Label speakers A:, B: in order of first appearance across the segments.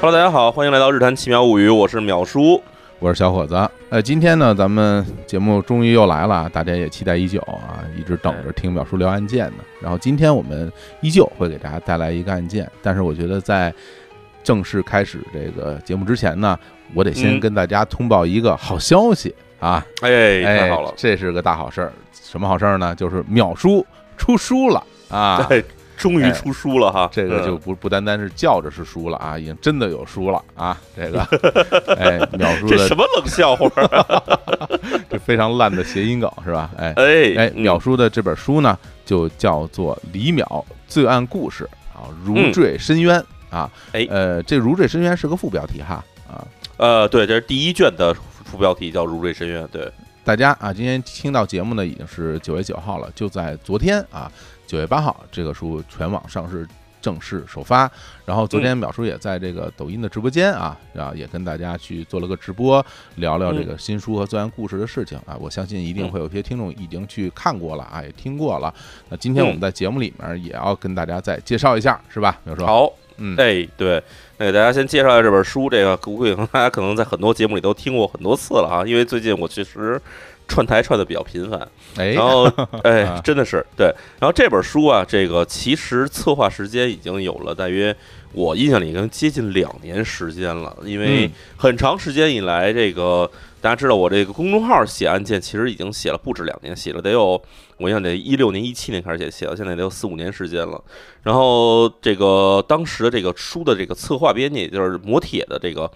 A: Hello，大家好，欢迎来到《日谈奇妙物语》，我是淼叔。
B: 我是小伙子。呃，今天呢，咱们节目终于又来了，啊大家也期待已久啊，一直等着听淼叔聊案件呢。然后今天我们依旧会给大家带来一个案件，但是我觉得在正式开始这个节目之前呢，我得先
A: 嗯
B: 跟大家通报一个好消息啊！
A: 哎，
B: 哎，
A: 太好了，
B: 这是个大好事儿。什么好事儿呢？就是淼叔出书了 啊！
A: 对，终于
B: 哎
A: 出书了哈，
B: 这个就
A: 嗯
B: 不不单单是叫着是书了啊，已经真的有书了啊！这 个，哎，淼叔
A: 这
B: 的
A: 什么冷笑话 啊？
B: 这非常烂的谐音梗是吧？哎，
A: 哎
B: 哎，
A: 嗯
B: 淼叔的这本书呢，就叫做《李淼罪案故事》啊，如坠深渊啊。
A: 哎
B: 呃，这如坠深渊是个副标题哈啊。
A: 呃，对，这是第一卷的副标题叫《如坠深渊》，对，
B: 大家啊，今天听到节目呢，已经是九月九号了，就在昨天啊，九月八号，这个书全网上市正式首发。然后昨天淼叔也在这个抖音的直播间啊，啊也跟大家去做了个直播，聊聊这个新书和作案故事的事情啊。我相信一定会有些听众已经去看过了啊，也听过了。那今天我们在节目里面也要跟大家再介绍一下，是吧，淼叔？，
A: 好，
B: 嗯，
A: 哎，对，那给大家先介绍一下这本书，这个估计大家可能在很多节目里都听过很多次了啊，因为最近我确实串台串的比较频繁，
B: 哎
A: 然， 后，哎
B: 啊，
A: 真的是对。然后这本书啊，这个其实策划时间已经有了大约，我印象里已经接近两年时间了。因为
B: 嗯
A: 很长时间以来，这个大家知道，我这个公众号写案件，其实已经写了不止两年，写了得有，我印象得一六年、一七年开始写，写到现在得有四五年时间了。然后这个当时的这个书的这个策划编辑，也就是磨铁的这个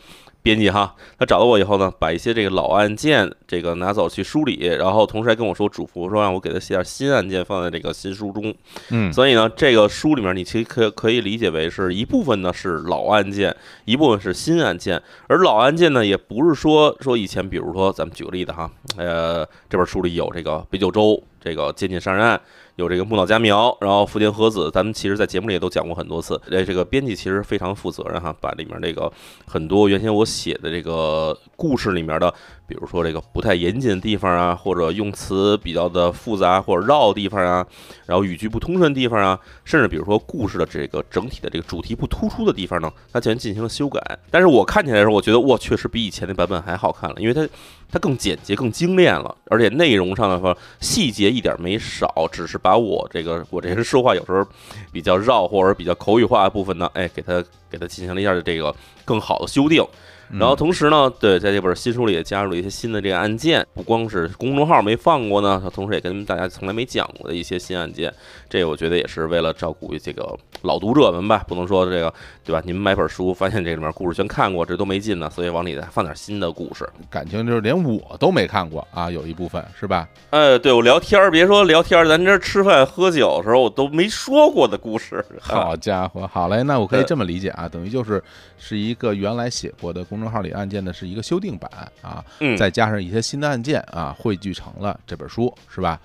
A: 编辑哈，他找到我以后呢，把一些这个老案件这个拿走去梳理，然后同时还跟我说嘱咐说让我给他写点新案件放在这个新书中。
B: 嗯，
A: 所以呢，这个书里面你其实可可以理解为是一部分呢是老案件，一部分是新案件。而老案件呢，也不是说说以前，比如说咱们举个例子哈，呃，这本书里有这个北九州这个监禁杀人案。有这个木岛佳苗，然后福田和子，咱们其实，在节目里也都讲过很多次。呃，这个编辑其实非常负责任哈，把里面这个很多原先我写的这个故事里面的，比如说这个不太严谨的地方啊，或者用词比较的复杂或者绕的地方啊，然后语句不通顺的地方啊，甚至比如说故事的这个整体的这个主题不突出的地方呢，它竟然进行了修改。但是我看起来的时候，我觉得哇，确实比以前那版本还好看了，因为它它更简洁、更精炼了，而且内容上的话细节一点没少，只是把我这个我这人说话有时候比较绕或者比较口语化的部分呢，哎，给它给它进行了一下这个更好的修订。
B: 嗯
A: 然后同时呢，对，在这本新书里也加入了一些新的这个案件，不光是公众号没放过呢，同时也跟大家从来没讲过的一些新案件。这我觉得也是为了照顾这个老读者们吧，不能说这个对吧？你们买本书发现这里面故事全看过，这都没劲呢，所以往里再放点新的故事。
B: 感情就是连我都没看过啊，有一部分是吧？
A: 哎，对我聊天儿，别说聊天儿，咱这吃饭喝酒的时候我都没说过的故事。啊，
B: 好家伙，好嘞，那我可以
A: 呃
B: 这么理解啊，等于就是是一个原来写过的公众号里案件的是一个修订版啊，
A: 嗯，
B: 再加上一些新的案件啊，汇聚成了这本书，是吧？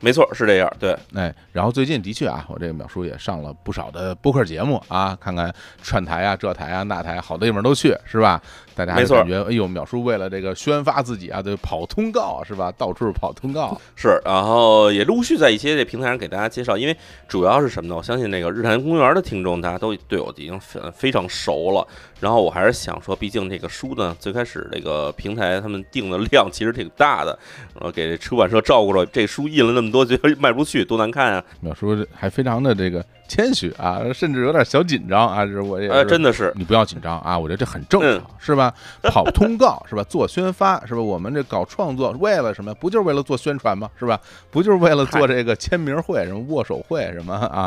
A: 没错，是这样。对，
B: 哎，然后最近的确啊，我这个淼叔也上了不少的播客节目啊，看看串台啊、这台啊、那台啊，好地方都去，是吧？大家
A: 没
B: 就
A: 错
B: 感觉，哎呦，淼叔为了这个宣发自己啊，对，跑通告是吧？到处跑通告，
A: 是，然后也陆续在一些这平台上给大家介绍，因为主要是什么呢？我相信那个日坛公园的听众，大家都对我已经非非常熟了。然后我还是想说，毕竟这个书呢，最开始这个平台他们定的量其实挺大的，然后给这出版社照顾着，这书印了那么多，觉得卖不出去，多难看啊！
B: 淼叔还非常的这个谦虚啊，甚至有点小紧张啊，这我也
A: 呃，
B: 是
A: 真的是，
B: 你不要紧张啊，我觉得这很正常，是吧？跑通告是吧？做宣发是吧？我们这搞创作为了什么？不就是为了做宣传吗？是吧？不就是为了做这个签名会、什么握手会什么啊？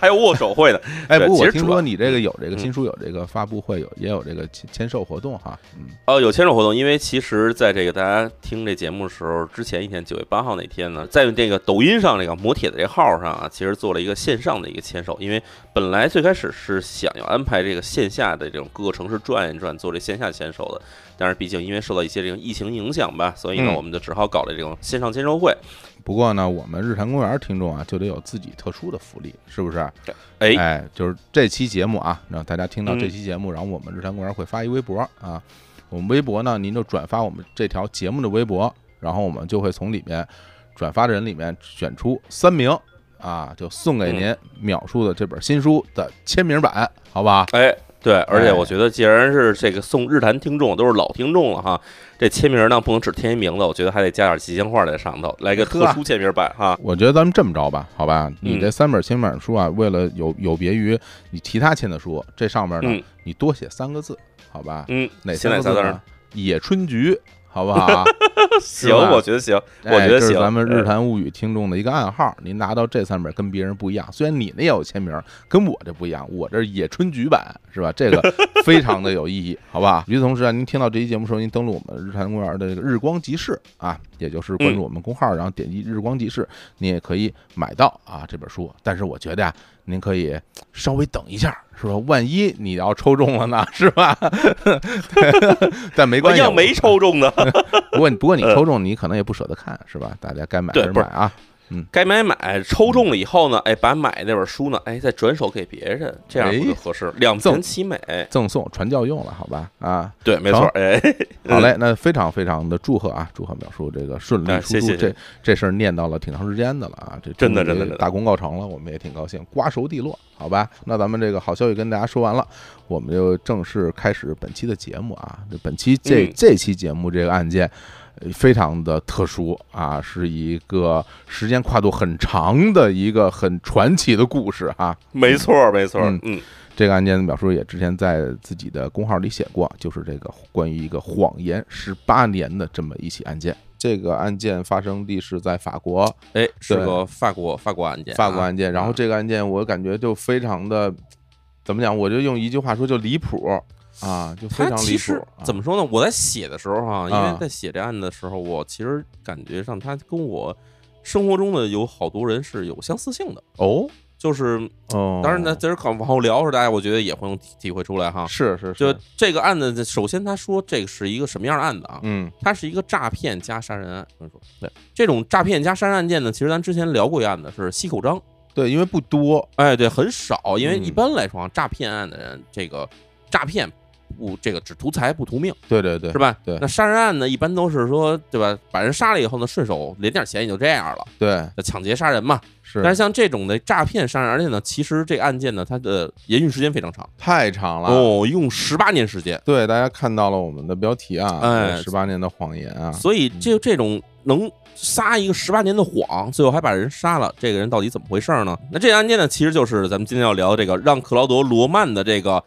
A: 还有握手会呢。
B: 哎，
A: 对
B: 不过
A: 其
B: 我
A: 实
B: 听
A: 主要
B: 说你这个有这个
A: 嗯
B: 新书有这个发布会，有也有这个签签售活动哈。嗯，
A: 哦，有签售活动，因为其实在这个大家听这节目的时候，之前一天九月八号那天呢，在这个抖音上这个磨铁的这号上啊，其实做了一个线上的一个签售，因为本来最开始是想要安排这个线下的这种各个城市转一转，做这线下签售的，但是毕竟因为受到一些这种疫情影响吧，所以呢，
B: 嗯
A: 我们就只好搞了这种线上签售会。
B: 不过呢，我们日坛公园听众啊，就得有自己特殊的福利，是不是？
A: 哎，
B: 哎，就是这期节目啊，让大家听到
A: 嗯
B: 这期节目，然后我们日坛公园会发一微博啊，我们微博呢，您就转发我们这条节目的微博，然后我们就会从里面转发的人里面选出三名啊，就送给您秒叔的这本新书的签名版，好吧？
A: 哎，对，而且
B: 哎
A: 我觉得，既然是这个送日坛听众都是老听众了哈，这签名呢不能只签一名字，我觉得还得加点吉祥话在上头，来个特
B: 呵
A: 殊签名版哈。
B: 我觉得咱们这么着吧，好吧，你
A: 嗯
B: 这三本签名书啊，为了有有别于你其他签的书，这上面呢，
A: 嗯
B: 你多写三个字，好吧？
A: 嗯，
B: 哪
A: 现
B: 三
A: 在仨
B: 个
A: 字
B: 字
A: 儿
B: 呢？野春菊，好不好？
A: 行，
B: 吧
A: 我觉得行，我觉得
B: 哎、这
A: 行。
B: 是咱们日
A: 呃
B: 坛物语听众的一个暗号。您拿到这三本跟别人不一样，虽然你那也有签名，跟我这不一样，我这是野春菊版，是吧？ 这个非常的有意义，好不好？与此同时啊，您听到这期节目的时候，您登录我们日坛公园的这个日光集市啊，也就是关注我们公
A: 嗯
B: 号，然后点击日光集市，你也可以买到啊这本书。但是我觉得呀、您可以稍微等一下，是吧？万一你要抽中了呢，是 吧？ 但没关系，
A: 哎要没抽中呢，
B: 不过你不过你抽中，你可能也不舍得看，是吧？大家该买还
A: 嗯对
B: 是
A: 不
B: 买
A: 是
B: 啊？
A: 该买买，抽中了以后呢，哎，把买的那本书呢，哎，再转手给别人，这样不就
B: 哎
A: 合适？两
B: 赠
A: 全其美。
B: 赠送传教用了，好吧？啊，
A: 对，没错
B: 成，
A: 哎，
B: 好嘞，那非常非常的祝贺啊，祝贺淼叔这个顺利
A: 哎
B: 出
A: 谢
B: 书，
A: 谢
B: 这这事儿念叨了挺长时间的了啊，这
A: 真的
B: 终
A: 真
B: 于
A: 的真的
B: 大功告成了，我们也挺高兴，瓜熟蒂落，好吧？那咱们这个好消息跟大家说完了，我们就正式开始本期的节目啊，这本期这
A: 嗯
B: 这期节目这个案件。呃非常的特殊啊，是一个时间跨度很长的一个很传奇的故事啊。
A: 没错，没错
B: 嗯，
A: 嗯，
B: 这个案件，表叔也之前在自己的公号里写过，就是这个关于一个谎言十八年的这么一起案件。这个案件发生地是在法国，
A: 哎，是
B: 对
A: 个法国法国案件啊，
B: 法国案件。然后
A: 啊
B: 这个案件，我感觉就非常的，怎么讲？我就用一句话说，就离谱啊，就非
A: 他
B: 常离
A: 其实
B: 谱。啊
A: 怎
B: 么？
A: 么说呢？我在写的时候哈、因
B: 啊
A: 为在写这案的时候，我其实感觉上他跟我生活中的有好多人是有相似性的。
B: 哦
A: 就是，
B: 哦，
A: 当然呢，在这可往后聊的时候，大家我觉得也会能体体会出来哈。
B: 是是，
A: 就是这个案子，首先他说这个是一个什么样的案子啊？
B: 嗯
A: 它是一个诈骗加杀人案。我跟你说，对这种诈骗加杀人案件呢，其实咱之前聊过一案子是西口章，
B: 对，因为不多，
A: 哎，对，很少，因为
B: 嗯
A: 一般来说啊，诈骗案的人，这个诈骗不这个只图财不图命。
B: 对对对，
A: 是吧？
B: 对
A: 那杀人案呢，一般都是说，对吧？把人杀了以后呢，顺手连点钱也就这样了，
B: 对
A: 那抢劫杀人嘛。
B: 是，
A: 但是像这种的诈骗杀人，而且呢，其实这案件呢，它的延续时间非常长
B: 太长了。
A: 哦，一共十八年时间。
B: 对，大家看到了我们的标题啊，
A: 哎
B: 十八年的谎言啊，
A: 所以这这种能撒一个十八年的谎，最后还把人杀了，这个人到底怎么回事呢？那这个案件呢，其实就是咱们今天要聊的这个让克劳德·罗曼的这个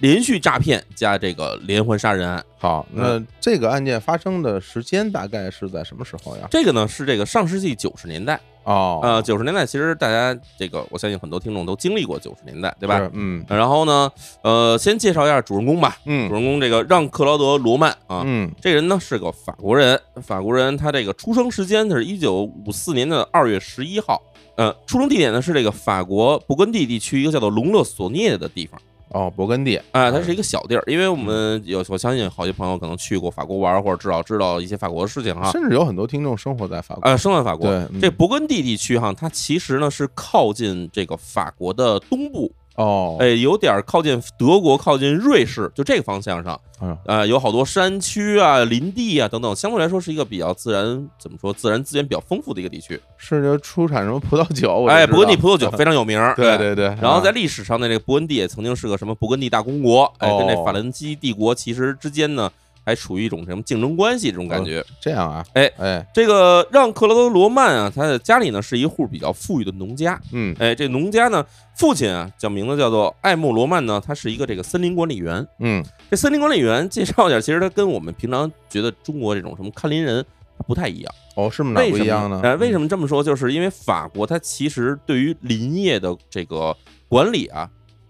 A: 连续诈骗加这个连环杀人案。
B: 好，
A: 嗯
B: 那这个案件发生的时间大概是在什么时候呀？
A: 这个呢是这个上世纪九十年代。
B: 哦，
A: 呃，九十年代其实大家这个，我相信很多听众都经历过九十年代，对吧？
B: 是？嗯
A: 然后呢，呃，先介绍一下主人公吧。主
B: 嗯
A: 人公这个让克劳德·罗曼啊，
B: 嗯，
A: 这人呢是个法国人，法国人他这个出生时间呢是一九五四年的二月十一号，呃，出生地点呢是这个法国勃艮第地区一个叫做隆勒索涅的地方。
B: 哦，勃艮第，
A: 啊，它是一个小地儿，因为我们有我相信好些朋友可能去过法国玩儿，或者至少知道一些法国的事情哈。
B: 甚至有很多听众生活在法国。
A: 呃，生在法国，
B: 对，嗯
A: 啊这勃艮第地区哈，它其实呢是靠近这个法国的东部，
B: 哦，
A: 哎，有点靠近德国、靠近瑞士，就这个方向上，
B: 哎呦
A: 呃，有好多山区啊、林地啊等等，相对来说是一个比较自然怎么说，自然资源比较丰富的一个地区。
B: 是就出产什么葡萄酒？我就
A: 哎，
B: 知道
A: 勃艮第葡萄酒非常有名儿，
B: 嗯
A: 哎
B: 对。对对。
A: 然后在
B: 啊
A: 历史上呢，这个勃艮第也曾经是个什么勃艮第大公国，哎，跟这
B: 哦
A: 法兰西帝国其实之间呢还处于一种什么竞争关系这种感觉。
B: 这样啊，
A: 哎
B: 哎，
A: 这个让克劳德·罗曼啊，他的家里呢是一户比较富裕的农家，
B: 嗯
A: 哎，这农家呢，父亲啊，叫名字叫做艾莫罗曼呢，他是一个这个森林管理员。
B: 嗯，
A: 这森林管理员介绍一下，其实他跟我们平常觉得中国这种什么看林人他不太一样。
B: 哦，是吗？哪
A: 为
B: 不
A: 什
B: 一样
A: 么
B: 呢？嗯
A: 哎，为什么这么说？就是因为法国它其实对于林业的这个管理啊，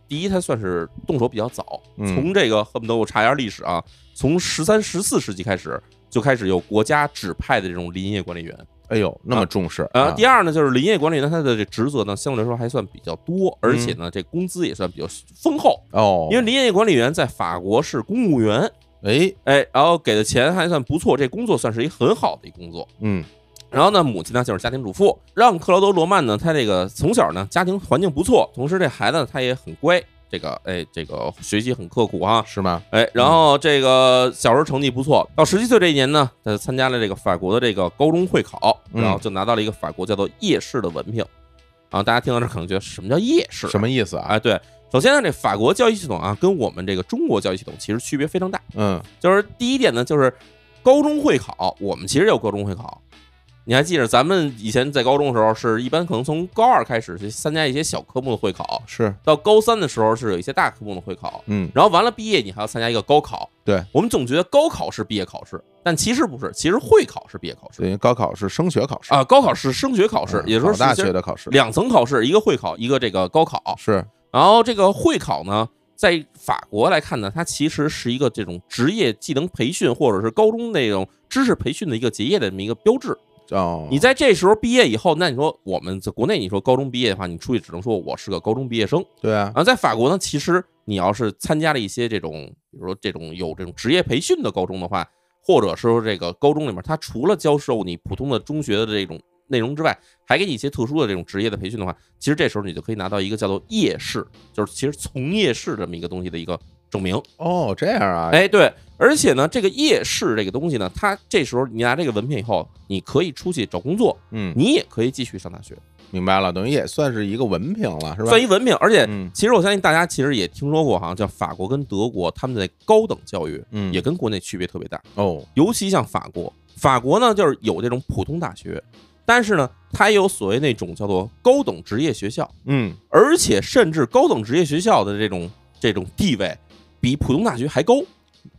A: 第一它算是动手比较早，
B: 嗯
A: 从这个恨不得我查一下历史啊，从十三、十四世纪开始就开始有国家指派的这种林业管理员。
B: 哎呦，那么重视
A: 呃，
B: 啊
A: 第二呢，就是林业管理呢，它的这职责呢，相对来说还算比较多，而且呢，这工资也算比较丰厚，
B: 嗯哦，
A: 因为林业管理员在法国是公务员，
B: 哎，
A: 哎，然后给的钱还算不错，这工作算是一很好的一工作。
B: 嗯
A: 然后呢，母亲呢就是家庭主妇，让克劳德·罗曼呢，他这个从小呢家庭环境不错，同时这孩子呢他也很乖，这个哎这个学习很刻苦啊，
B: 是吗？
A: 哎，然后这个小时候成绩不错，到十七岁这一年呢，他参加了这个法国的这个高中会考，
B: 嗯
A: 然后就拿到了一个法国叫做夜市的文凭。啊，大家听到这可能觉得什么叫夜市？
B: 什么意思啊？
A: 哎，对，首先呢，这法国教育系统啊，跟我们这个中国教育系统其实区别非常大。
B: 嗯
A: 就是第一点呢，就是高中会考，我们其实有高中会考。你还记着咱们以前在高中的时候，是一般可能从高二开始去参加一些小科目的会考，
B: 是
A: 到高三的时候是有一些大科目的会考，
B: 嗯
A: 然后完了毕业你还要参加一个高考。
B: 对
A: 我们总觉得高考是毕业考试，但其实不是，其实会考是毕业考试
B: 等于高考是升学考试
A: 啊、高考是升学考试，
B: 嗯
A: 也就是
B: 考大
A: 其实
B: 学的考试
A: 两层考试，一个会考，一个这个高考。
B: 是
A: 然后这个会考呢，在法国来看呢，它其实是一个这种职业技能培训或者是高中那种知识培训的一个结业的这么一个标志。
B: 哦，
A: 你在这时候毕业以后，那你说我们在国内你说高中毕业的话，你出去只能说我是个高中毕业生。
B: 对啊
A: 然，后在法国呢，其实你要是参加了一些这种，比如说这种有这种职业培训的高中的话，或者说这个高中里面，它除了教授你普通的中学的这种内容之外，还给你一些特殊的这种职业的培训的话，其实这时候你就可以拿到一个叫做夜市，就是其实从业试这么一个东西的一个证明。
B: 哦这样啊，
A: 哎，对，而且呢，这个夜市这个东西呢，它这时候你拿这个文凭以后，你可以出去找工作，
B: 嗯，
A: 你也可以继续上大学，
B: 明白了，等于也算是一个文凭了，是吧？
A: 算一文凭，而且。
B: 嗯
A: 其实我相信大家其实也听说过哈，叫法国跟德国，他们在高等教育
B: 嗯
A: 也跟国内区别特别大，
B: 哦
A: 尤其像法国，法国呢就是有这种普通大学，但是呢它也有所谓那种叫做高等职业学校，
B: 嗯
A: 而且甚至高等职业学校的这种这种地位比普通大学还高。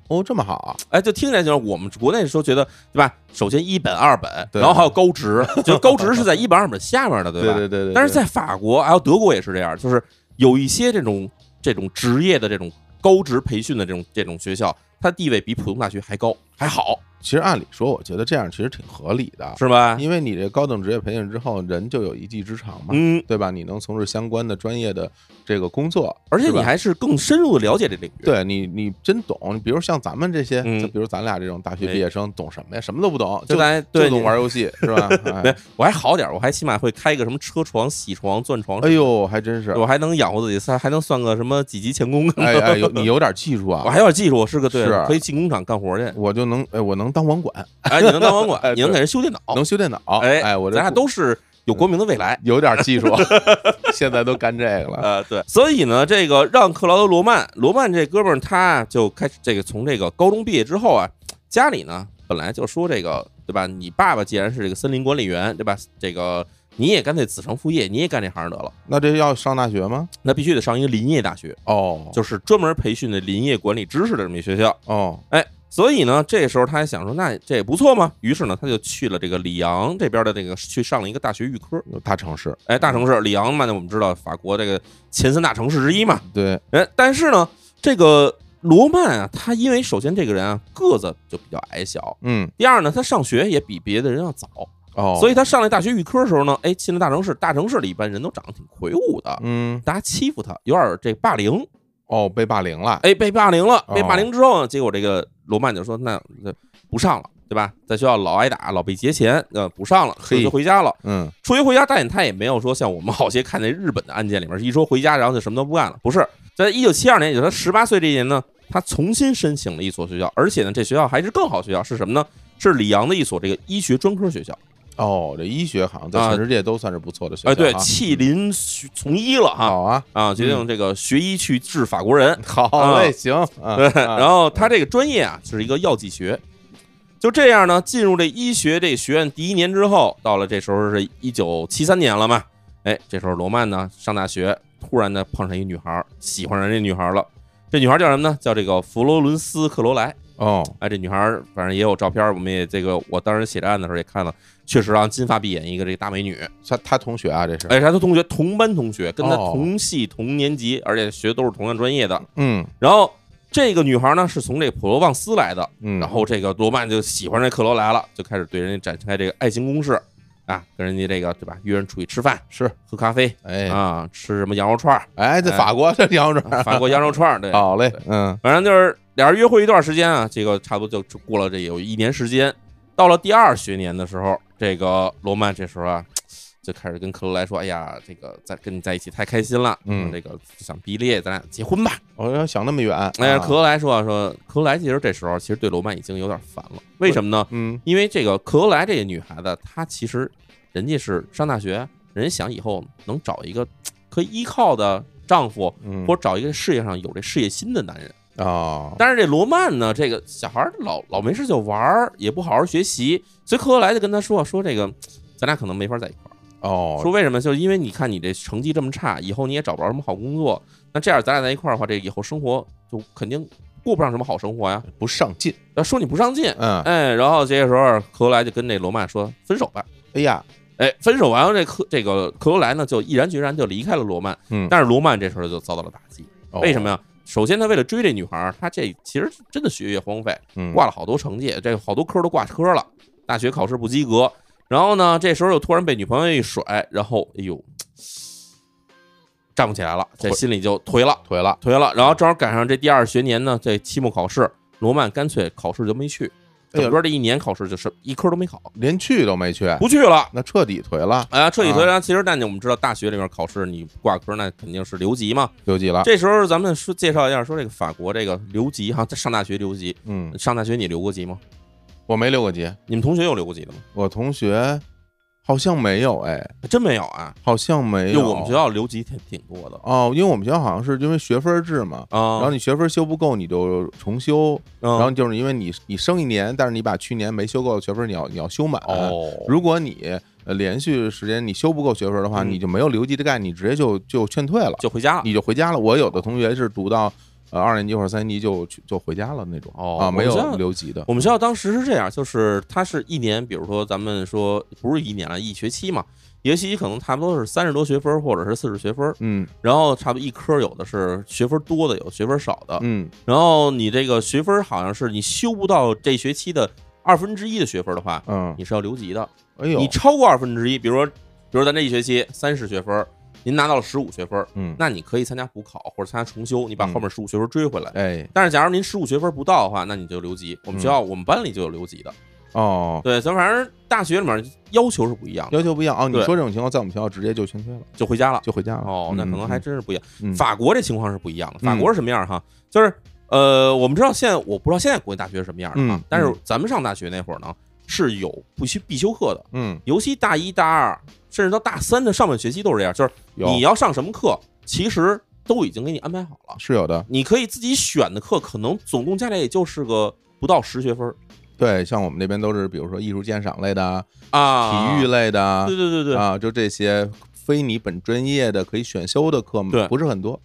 B: 哦这么好啊，
A: 哎，就听起来就是我们国内的时候觉得，对吧？首先一本、二本，
B: 对
A: 然后还有高职，就高职是在一本、二本下面的，对
B: 对
A: 吧？
B: 对对对，
A: 但是
B: 对
A: 在法国还有德国也是这样，就是有一些这种这种职业的这种高职培训的这种这种学校，它地位比普通大学还高还好，
B: 其实按理说，我觉得这样其实挺合理的，
A: 是吧？
B: 因为啊你这高等职业培训之后，人就有一技之长嘛，
A: 嗯，
B: 对吧？你能从事相关的专业的这个工作，
A: 而且
B: 是
A: 你
B: 吧
A: 还是更深入的了解这领域。，
B: 对你，你真懂。你比如像咱们这些，
A: 嗯
B: 就比如咱俩这种大学
A: 哎
B: 毕业生，懂什么呀？什么都不懂，
A: 就
B: 就
A: 咱
B: 就
A: 对
B: 懂
A: 你
B: 玩游戏， 是吧？
A: 对
B: 哎，
A: 我还好点儿，我还起码会开个什么车床、铣床、钻床，
B: 哎呦，还真是，
A: 我还能养活自己，还还能算个什么几级钳工。
B: 哎哎，有你有点技 术
A: 我
B: 啊，
A: 还有点技术，我是个对，
B: 是啊
A: 可以进工厂干活 去。
B: 我就能，哎，我能当网管，
A: 哎，你能当网
B: 哎
A: 管，你能给人修电脑，
B: 能修电脑，
A: 哎
B: 哎，我这
A: 咱俩都是有国民的未来。
B: 有点技术， 现在都干这个了，
A: 呃，对，所以呢，这个让克劳德·罗曼，罗曼这哥们儿他啊就开始这个从这个高中毕业之后啊，家里呢本来就说这个对吧？你爸爸既然是这个森林管理员对吧？这个你也干脆子承父业，你也干这行得了，
B: 那这要上大学吗？
A: 那必须得上一个林业大学，
B: 哦，
A: 就是专门培训的林业管理知识的这么一学校。
B: 哦，
A: 哎，所以呢，这时候他还想说，那这也不错嘛。于是呢，他就去了这个里昂这边的这个去上了一个大学预科。
B: 有大城市，
A: 哎，大城市里昂嘛，那我们知道法国这个前三大城市之一嘛，
B: 对，
A: 哎，但是呢，这个罗曼啊，他因为首先这个人啊个子就比较矮小，
B: 嗯，
A: 第二呢，他上学也比别的人要早，
B: 哦，
A: 所
B: 以，
A: 以他上来大学预科的时候呢，哎，进了大城市，大城市里一般人都长得挺魁梧的，
B: 嗯，
A: 大家欺负他，有点这霸凌，
B: 哦，被霸凌了，
A: 哎，被霸凌了，
B: 哦
A: 被霸凌之后呢，结果这个罗曼就说，那那不上了。对吧？在学校老挨打，老被劫钱，呃，不上了，
B: 嘿
A: 就回家了。
B: 嗯，
A: 出去回家，但他也没有说像我们好些看那日本的案件里面，一说回家然后就什么都不干了。不是，在一九七二年，也就是他十八岁这一年呢，他重新申请了一所学校，而且呢，这学校还是更好学校，是什么呢？是里昂的一所这个医学专科学校。
B: 哦，这医学好像在
A: 啊
B: 全世界都算是不错的学校、
A: 哎，
B: 啊，
A: 对，弃林学从医了哈
B: 好啊，
A: 啊，决定这个学医去治法国人。
B: 好
A: 啊
B: 嘞，行，啊
A: 对，
B: 啊
A: 然后他这个专业啊是一个药剂学。就这样呢，进入这医学这学院第一年之后，到了这时候是一九七三年了嘛，哎，这时候罗曼呢上大学，突然呢碰上一女孩儿，喜欢上这女孩儿了。这女孩儿叫什么呢？叫这个佛罗伦斯克罗莱。
B: 哦，
A: 哎，这女孩儿反正也有照片儿，我们也这个我当时写这案的时候也看了，确实啊，金发碧眼一个这个大美女。
B: 他他同学啊，这是，
A: 哎，她的同学同班同学，跟她
B: 哦
A: 同系同年级，而且学的都是同样专业的。
B: 嗯
A: 然后这个女孩呢是从这普罗旺斯来的，
B: 嗯，
A: 然后这个罗曼就喜欢这克罗莱了，就开始对人家展开这个爱情攻势啊，跟人家这个对吧，约人出去吃饭、
B: 是，
A: 喝咖啡
B: 哎
A: 啊，吃什么羊肉串 儿，
B: 哎，在
A: 哎
B: 法国这羊肉串
A: 法国羊肉串儿，对，
B: 好嘞，嗯
A: 反正就是俩人约会一段时间啊，这个差不多就过了这有一年时间，到了第二学年的时候，这个罗曼这时候啊。就开始跟克罗莱说：“哎呀，这个在跟你在一起太开心了，
B: 嗯
A: 这个想毕业，咱俩结婚吧。”
B: 我要想那么远，
A: 哎，
B: 啊
A: 克，罗莱说啊说，克罗莱其实这时候其实对罗曼已经有点烦了，为什么呢？
B: 嗯，
A: 因为这个克罗莱这个女孩子，她其实人家是上大学，人家想以后能找一个嘖可以依靠的丈夫，
B: 嗯
A: 或者找一个事业上有这事业心的男人。
B: 啊，
A: 但是这罗曼呢，这个小孩儿老老没事就玩儿，也不好好学习，所以克罗莱就跟他说说这个，咱俩可能没法在一块儿。
B: 哦，
A: 说为什么？就是因为你看你这成绩这么差，以后你也找不着什么好工作。那这样咱俩在一块儿的话，这以后生活就肯定过不上什么好生活呀。
B: 不上进，
A: 要说你不上进，
B: 嗯，
A: 哎，然后这个时候克罗莱就跟这罗曼说分手吧。
B: 哎呀，
A: 哎，分手完了，这克这个克罗莱呢就毅然决然就离开了罗曼。
B: 嗯
A: 但是罗曼这时候就遭到了打击，
B: 哦
A: 为什么呀？首先，他为了追这女孩儿，他这其实真的学业荒废，
B: 嗯
A: 挂了好多成绩，这好多科都挂科了，大学考试不及格。然后呢，这时候又突然被女朋友一甩，然后哎呦，站不起来了，这心里就颓了，
B: 腿了？
A: 颓了。然后正好赶上这第二学年呢，这期末考试，罗曼干脆考试就没去，
B: 哎呦
A: 整个这一年考试就是一科都没考，
B: 连去都没去，
A: 不去了。
B: 那彻底颓了，
A: 啊，彻底颓
B: 啊
A: 然后其实，但你我们知道，大学里面考试你挂科，那肯定是留级嘛。
B: 留级了，
A: 这时候咱们说介绍一下，说这个法国这个留级哈，在上大学留级，
B: 嗯，
A: 上大学你留过级吗？
B: 我没留过级，
A: 你们同学有留过级的吗？
B: 我同学好像没有，哎，
A: 真没有啊！
B: 好像没
A: 就
B: 有，
A: 我们学校留级挺挺多的
B: 哦，因为我们学校好像是因为学分制嘛。
A: 啊。
B: 然后你学分修不够，你就重修。
A: 然
B: 然后就是因为你你升一年，但是你把去年没修够的学分，你要你要修满。
A: 哦，
B: 如果你呃连续时间你修不够学分的话，
A: 嗯啊
B: 你就没有留级的概念，你直接就就劝退了，
A: 就回家了。
B: 你就回家了。我有的同学是读到呃二年级或者三年级就去就回家了那种
A: 哦
B: 啊，没
A: 我们
B: 有
A: 家
B: 留级的。
A: 我们学校当时是这样，就是它是一年，比如说咱们说不是一年了，一学期嘛，一学期可能差不多是三十多学分或者是四十学分，
B: 嗯
A: 然后差不多一科有的是学分多的，有学分少的，
B: 嗯
A: 然后你这个学分好像是你修不到这学期的二分之一的学分的话，
B: 嗯，
A: 你是要留级的。
B: 哎呦
A: 你，超过二分之一，比如说，比如说咱这一学期三十学分，您拿到了十五学分，
B: 嗯，
A: 那你可以参加补考或者参加重修，你把
B: 嗯
A: 后面十五学分追回来。
B: 哎
A: 但是假如您十五学分不到的话，那你就留级。我
B: 嗯
A: 们学校、我们班里就有留级的。
B: 哦，
A: 对，咱反正大学里面要求是不一样的，
B: 要求不一样哦。你
A: 对
B: 说这种情况，在我们学校直接就劝退了，
A: 就回家了。
B: 就回家了。
A: 哦，那可能还真是不一样。
B: 嗯
A: 法国这情况是不一样的。
B: 嗯
A: 法国是什么样哈？就是呃，我们知道现在我不知道现在国内大学是什么样的哈，
B: 嗯
A: 但是
B: 嗯
A: 咱们上大学那会儿呢，是有必须必修课的，
B: 嗯，
A: 尤其大一大二，甚至到大三的上半学期都是这样，就是
B: 有
A: 你要上什么课，其实都已经给你安排好了，
B: 是有的。
A: 你可以自己选的课，可能总共加起来也就是个不到十学分儿
B: 对，像我们那边都是，比如说艺术鉴赏类的啊，
A: 啊，
B: 体育类的啊
A: 对，对对对，
B: 啊，就这些非你本专业的可以选修的课嘛，
A: 对
B: 不是很多。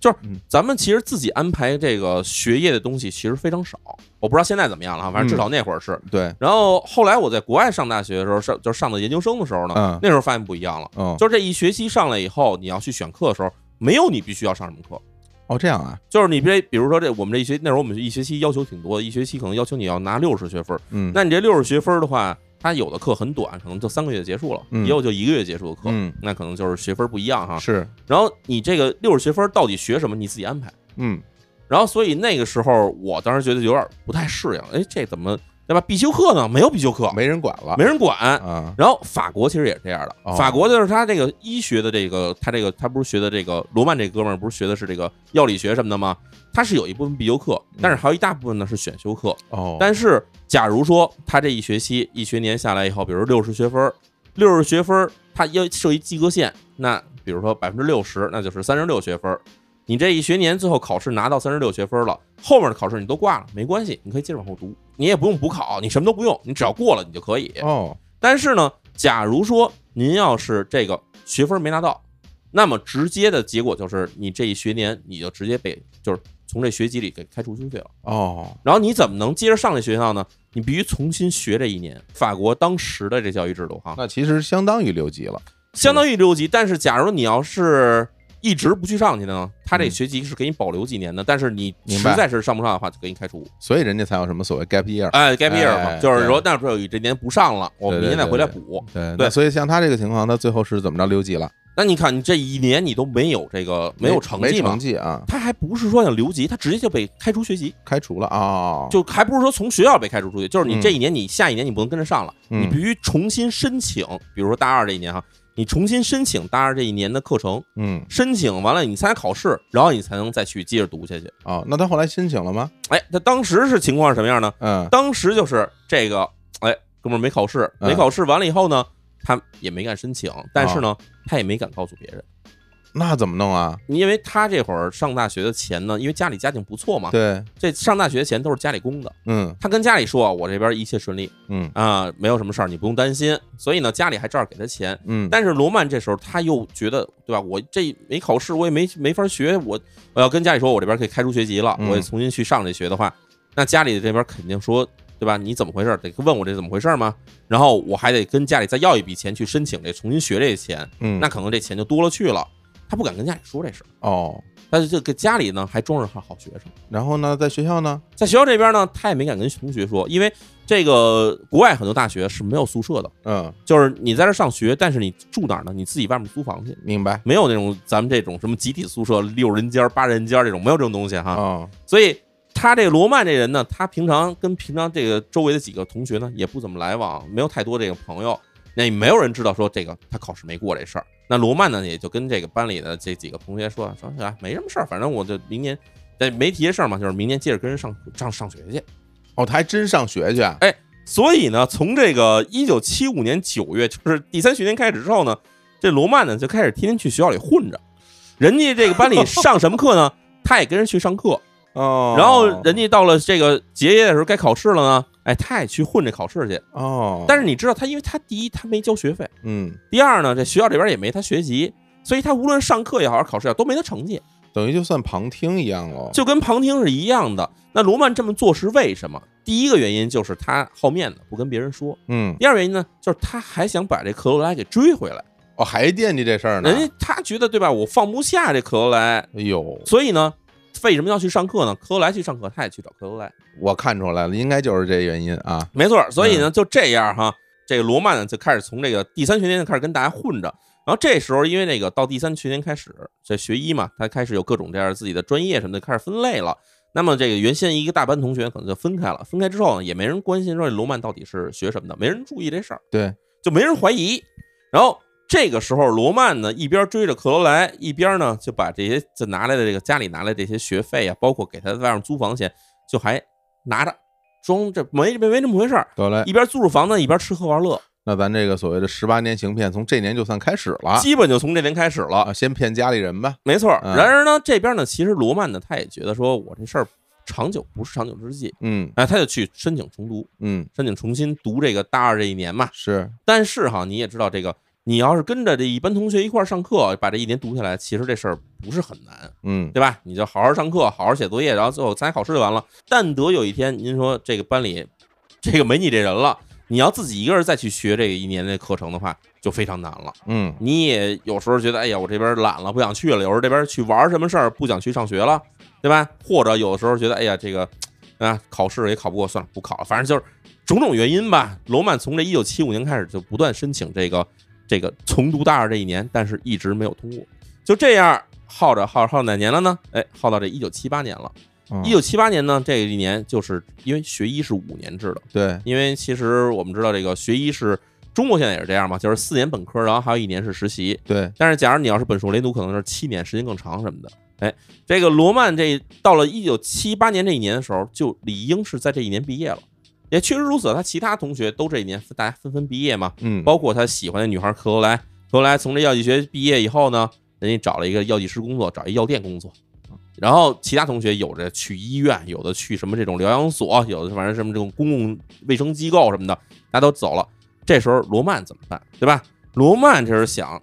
A: 咱们其实自己安排这个学业的东西其实非常少，我不知道现在怎么样了哈，反正至
B: 嗯
A: 少那会儿是。
B: 对，
A: 然后后来我在国外上大学的时候，上就是上的研究生的时候呢，
B: 嗯
A: 那时候发现不一样了，
B: 哦
A: 就是这一学期上来以后，你要去选课的时候，没有你必须要上什么课，
B: 哦，这样啊，
A: 就是你别比如说这我们这一学那时候我们一学期要求挺多的，一学期可能要求你要拿六十学分，
B: 嗯，
A: 那你这六十学分的话，它有的课很短，可能就三个月结束了，
B: 嗯
A: 也有就一个月结束的课，
B: 嗯
A: 那可能就是学分不一样哈。
B: 是，
A: 然后你这个六十学分到底学什么，你自己安排。
B: 嗯
A: 然后所以那个时候我当时觉得有点不太适应，哎，这怎么对吧？必修课呢？没有必修课，
B: 没人管了，
A: 没人管。
B: 啊，
A: 然后法国其实也是这样的，
B: 哦
A: 法国就是他这个医学的这个，他这个他不是学的这个罗曼这哥们儿不是学的是这个药理学什么的吗？他是有一部分必修课，但是还有一大部分呢是选修课。
B: 哦，
A: 但是假如说他这一学期一学年下来以后，比如六十学分儿，六十学分儿他要设一及格线，那比如说百分之六十，那就是三十六学分儿。你这一学年最后考试拿到三十六学分儿了，后面的考试你都挂了，没关系，你可以接着往后读，你也不用补考，你什么都不用，你只要过了你就可以。
B: 哦，
A: 但是呢，假如说您要是这个学分没拿到，那么直接的结果就是你这一学年你就直接被就是从这学籍里给开除出去了。
B: 哦，
A: 然后你怎么能接着上这学校呢？你必须重新学这一年。法国当时的这教育制度哈，
B: 那其实相当于留级了，
A: 相当于留级，但是假如你要是一直不去上去的呢，他这
B: 嗯
A: 学籍是给你保留几年的，但是你
B: 明
A: 实
B: 白
A: 在是上不上的话，就给你开除。
B: 所以人家才有什么所谓 gap year。
A: 哎，gap year 嘛，
B: 哎
A: 就是说那时候有这年不上了，我们
B: 对对
A: 明年再
B: 对
A: 回来
B: 对
A: 补。
B: 对，那
A: 对
B: 所以像他这个情况，他最后是怎么着留级了？
A: 那你看，你这一年你都没有这个没有成
B: 没
A: 绩嘛
B: 成？绩啊，
A: 他还不是说想留级，他直接就被开除学籍，
B: 开除了啊，
A: 就还不是说从学校被开除出去，就是你
B: 嗯
A: 这一年你下一年你不能跟着上了，
B: 嗯
A: 你必须重新申请，比如说大二这一年哈，你重新申请大二这一年的课程，
B: 嗯，
A: 申请完了你参加考试，然后你才能再去接着读下去。
B: 哦，那他后来申请了吗？
A: 哎，他当时是情况是什么样呢？
B: 嗯，
A: 当时就是这个，哎，哥们儿没考试，
B: 嗯啊
A: 没考试完了以后呢，他也没敢申请，但是呢，他也没敢告诉别人，
B: 那怎么弄啊？
A: 因为他这会儿上大学的钱呢，因为家里家境不错嘛，
B: 对，
A: 这上大学钱都是家里供的。
B: 嗯
A: 他跟家里说，我这边一切顺利
B: 嗯
A: 啊、没有什么事儿，你不用担心。所以呢，家里还照样给他钱。
B: 嗯，
A: 但是罗曼这时候他又觉得，对吧？我这没考试，我也没没法学，我我要跟家里说，我这边可以开除学籍了，
B: 嗯
A: 我也重新去上这学的话，那家里这边肯定说，对吧？你怎么回事？得问我这怎么回事吗？然后我还得跟家里再要一笔钱去申请这重新学这钱，
B: 嗯
A: 那可能这钱就多了去了。他不敢跟家里说这事儿，
B: 哦，
A: 但是就给家里呢还装着好好学生。
B: 然后呢，在学校呢，
A: 在学校这边呢，他也没敢跟同学说，因为这个国外很多大学是没有宿舍的，
B: 嗯，
A: 就是你在这儿上学，但是你住哪儿呢？你自己外面租房去，
B: 明白
A: 没有那种咱们这种什么集体宿舍六人间儿、八人间儿这种，没有这种东西哈。
B: 哦，
A: 所以他这个罗曼这人呢，他平常跟平常这个周围的几个同学呢，也不怎么来往，没有太多这个朋友，那也没有人知道说这个他考试没过这事儿。那罗曼呢，也就跟这个班里的这几个同学说说啊，没什么事儿，反正我就明年，但没提这事儿嘛，就是明年接着跟人上上上学去。
B: 哦，他还真上学去啊，
A: 所以呢，从这个一九七五年九月，就是第三学年开始之后呢，这罗曼呢就开始天天去学校里混着。人家这个班里上什么课呢？ 他也跟人去上课。
B: 哦，
A: 然后人家到了这个结业的时候该考试了呢，哎，他也去混这考试去。
B: 哦，
A: 但
B: 是
A: 是你知道他，因为他第一他没交学费，
B: 嗯，
A: 第二呢，这学校这边也没他学籍，所以他无论上课也好，还是考试也好，都没他成绩，
B: 等于就算旁听一样喽，
A: 就跟旁听是一样的。那罗曼这么做是为什么？第一个原因就是他好面子，不跟别人说。
B: 嗯，
A: 第二原因呢，就是他还想把这克罗莱给追回来，
B: 哦，还惦记这事儿呢，
A: 人家他觉得对吧，我放不下这克罗莱，
B: 哎呦，
A: 所以呢，为什么要去上课呢？克罗莱去上课，他也去找克罗莱，
B: 我看出来了，应该就是这原因啊，
A: 没错儿。所以呢，就这样哈，这个罗曼呢就开始从这个第三学年就开始跟大家混着。然后这时候，因为那个到第三学年开始，这学医嘛，他开始有各种这样自己的专业什么的，开始分类了。那么这个原先一个大班同学可能就分开了，分开之后呢，也没人关心说这罗曼到底是学什么的，没人注意这事儿。
B: 对，
A: 就没人怀疑。然后这个时候，罗曼呢一边追着克罗莱，一边呢就把这些就拿来的这个家里拿来这些学费啊，包括给他外面租房钱，就还拿着装这没没没这么回事儿，
B: 得嘞，
A: 一边租着房子一边吃喝玩乐，
B: 那咱这个所谓的十八年行骗，从这年就算开始了
A: 基本就从这年开始了。
B: 啊，先骗家里人吧，
A: 没错儿，
B: 啊嗯
A: 然而呢，这边呢，其实罗曼呢，他也觉得说我这事儿长久不是长久之计，
B: 嗯
A: 哎，他就去申请重读，
B: 嗯，
A: 申请重新读这个大二这一年嘛。
B: 是，
A: 但是哈，你也知道这个，你要是跟着这一班同学一块儿上课，把这一年读下来，其实这事儿不是很难，
B: 嗯
A: 对吧？你就好好上课，好好写作业，然后最后参加考试就完了。但得有一天，您说这个班里这个没你这人了，你要自己一个人再去学这个一年的课程的话，就非常难了。
B: 嗯
A: 你也有时候觉得，哎呀，我这边懒了，不想去了；有时候这边去玩什么事儿，不想去上学了，对吧？或者有的时候觉得，哎呀，这个啊，考试也考不过，算了，不考了。反正就是种种原因吧。罗曼从这一九七五年开始就不断申请这个这个重读大二这一年，但是一直没有通过。就这样耗着耗着耗着哪年了呢？哎，耗到这一九七八年了。
B: 嗯
A: 一九七八年呢，这一年就是因为学医是五年制的。
B: 对，
A: 因为其实我们知道这个学医是中国现在也是这样嘛，就是四年本科，然后还有一年是实习。
B: 对，
A: 但是假如你要是本硕连读，可能是七年，时间更长什么的。哎，这个罗曼这到了一九七八年这一年的时候，就理应是在这一年毕业了。也确实如此，他其他同学都这一年大家纷纷毕业嘛，
B: 嗯，
A: 包括他喜欢的女孩克罗莱。克罗莱从这药剂学毕业以后呢，人家找了一个药剂师工作，找一药店工作。然后其他同学有的去医院，有的去什么这种疗养所，有的反正什么这种公共卫生机构什么的，大家都走了。这时候罗曼怎么办，对吧？罗曼这时候想，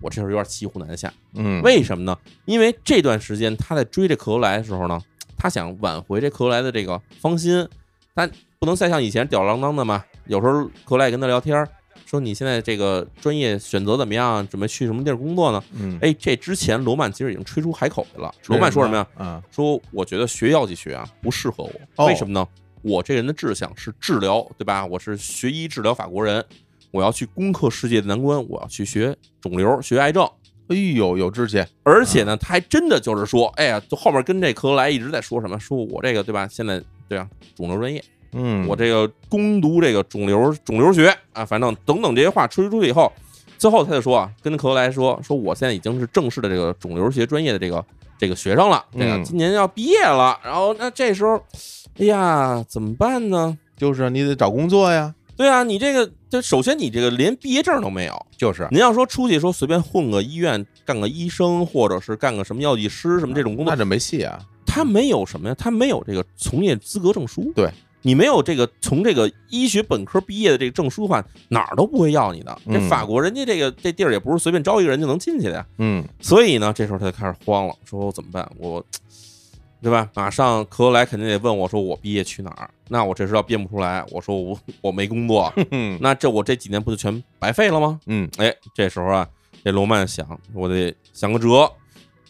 A: 我这时候有点骑虎难下，
B: 嗯，
A: 为什么呢？因为这段时间他在追这克罗莱的时候呢，他想挽回这克罗莱的这个芳心，但不能再像以前吊儿郎当的嘛。有时候克罗莱也跟他聊天儿，说你现在这个专业选择怎么样？准备去什么地儿工作呢？
B: 嗯，
A: 哎，这之前罗曼其实已经吹出海口来了。罗曼说什么呀？
B: 啊，
A: 说我觉得学药剂学啊不适合我，
B: 哦
A: 为什么呢？我这人的志向是治疗，对吧？我是学医治疗法国人，我要去攻克世界的难关，我要去学肿瘤、学癌症。
B: 哎呦，有志气，
A: 而且呢，他还真的就是说，哎呀，就后面跟这克罗莱一直在说什么，说我这个对吧？现在对啊，肿瘤专业，
B: 嗯，
A: 我这个攻读这个肿瘤肿瘤学啊，反正等等这些话吹出去以后，最后他就说啊，跟克罗莱说，说我现在已经是正式的这个肿瘤学专业的这个这个学生了，这个
B: 嗯
A: 今年要毕业了，然后那这时候，哎呀，怎么办呢？
B: 就是你得找工作呀，
A: 对啊，你这个就首先你这个连毕业证都没有，
B: 就是
A: 您要说出去说随便混个医院干个医生，或者是干个什么药剂师什么这种工作
B: 那，这没戏啊。
A: 他没有什么呀？他没有这个从业资格证书。
B: 对，
A: 你没有这个从这个医学本科毕业的这个证书的话，哪儿都不会要你的。这
B: 嗯
A: 法国人家这个这地儿也不是随便招一个人就能进去的呀。
B: 嗯
A: 所以呢，这时候他就开始慌了，说我怎么办？我，对吧？马上克罗莱肯定得问我说我毕业去哪儿？那我这时候要变不出来，我说我我没工 作，
B: 嗯
A: 那这我这几年不就全白费了吗？
B: 嗯
A: 哎，这时候啊，这罗曼想，我得想个辙，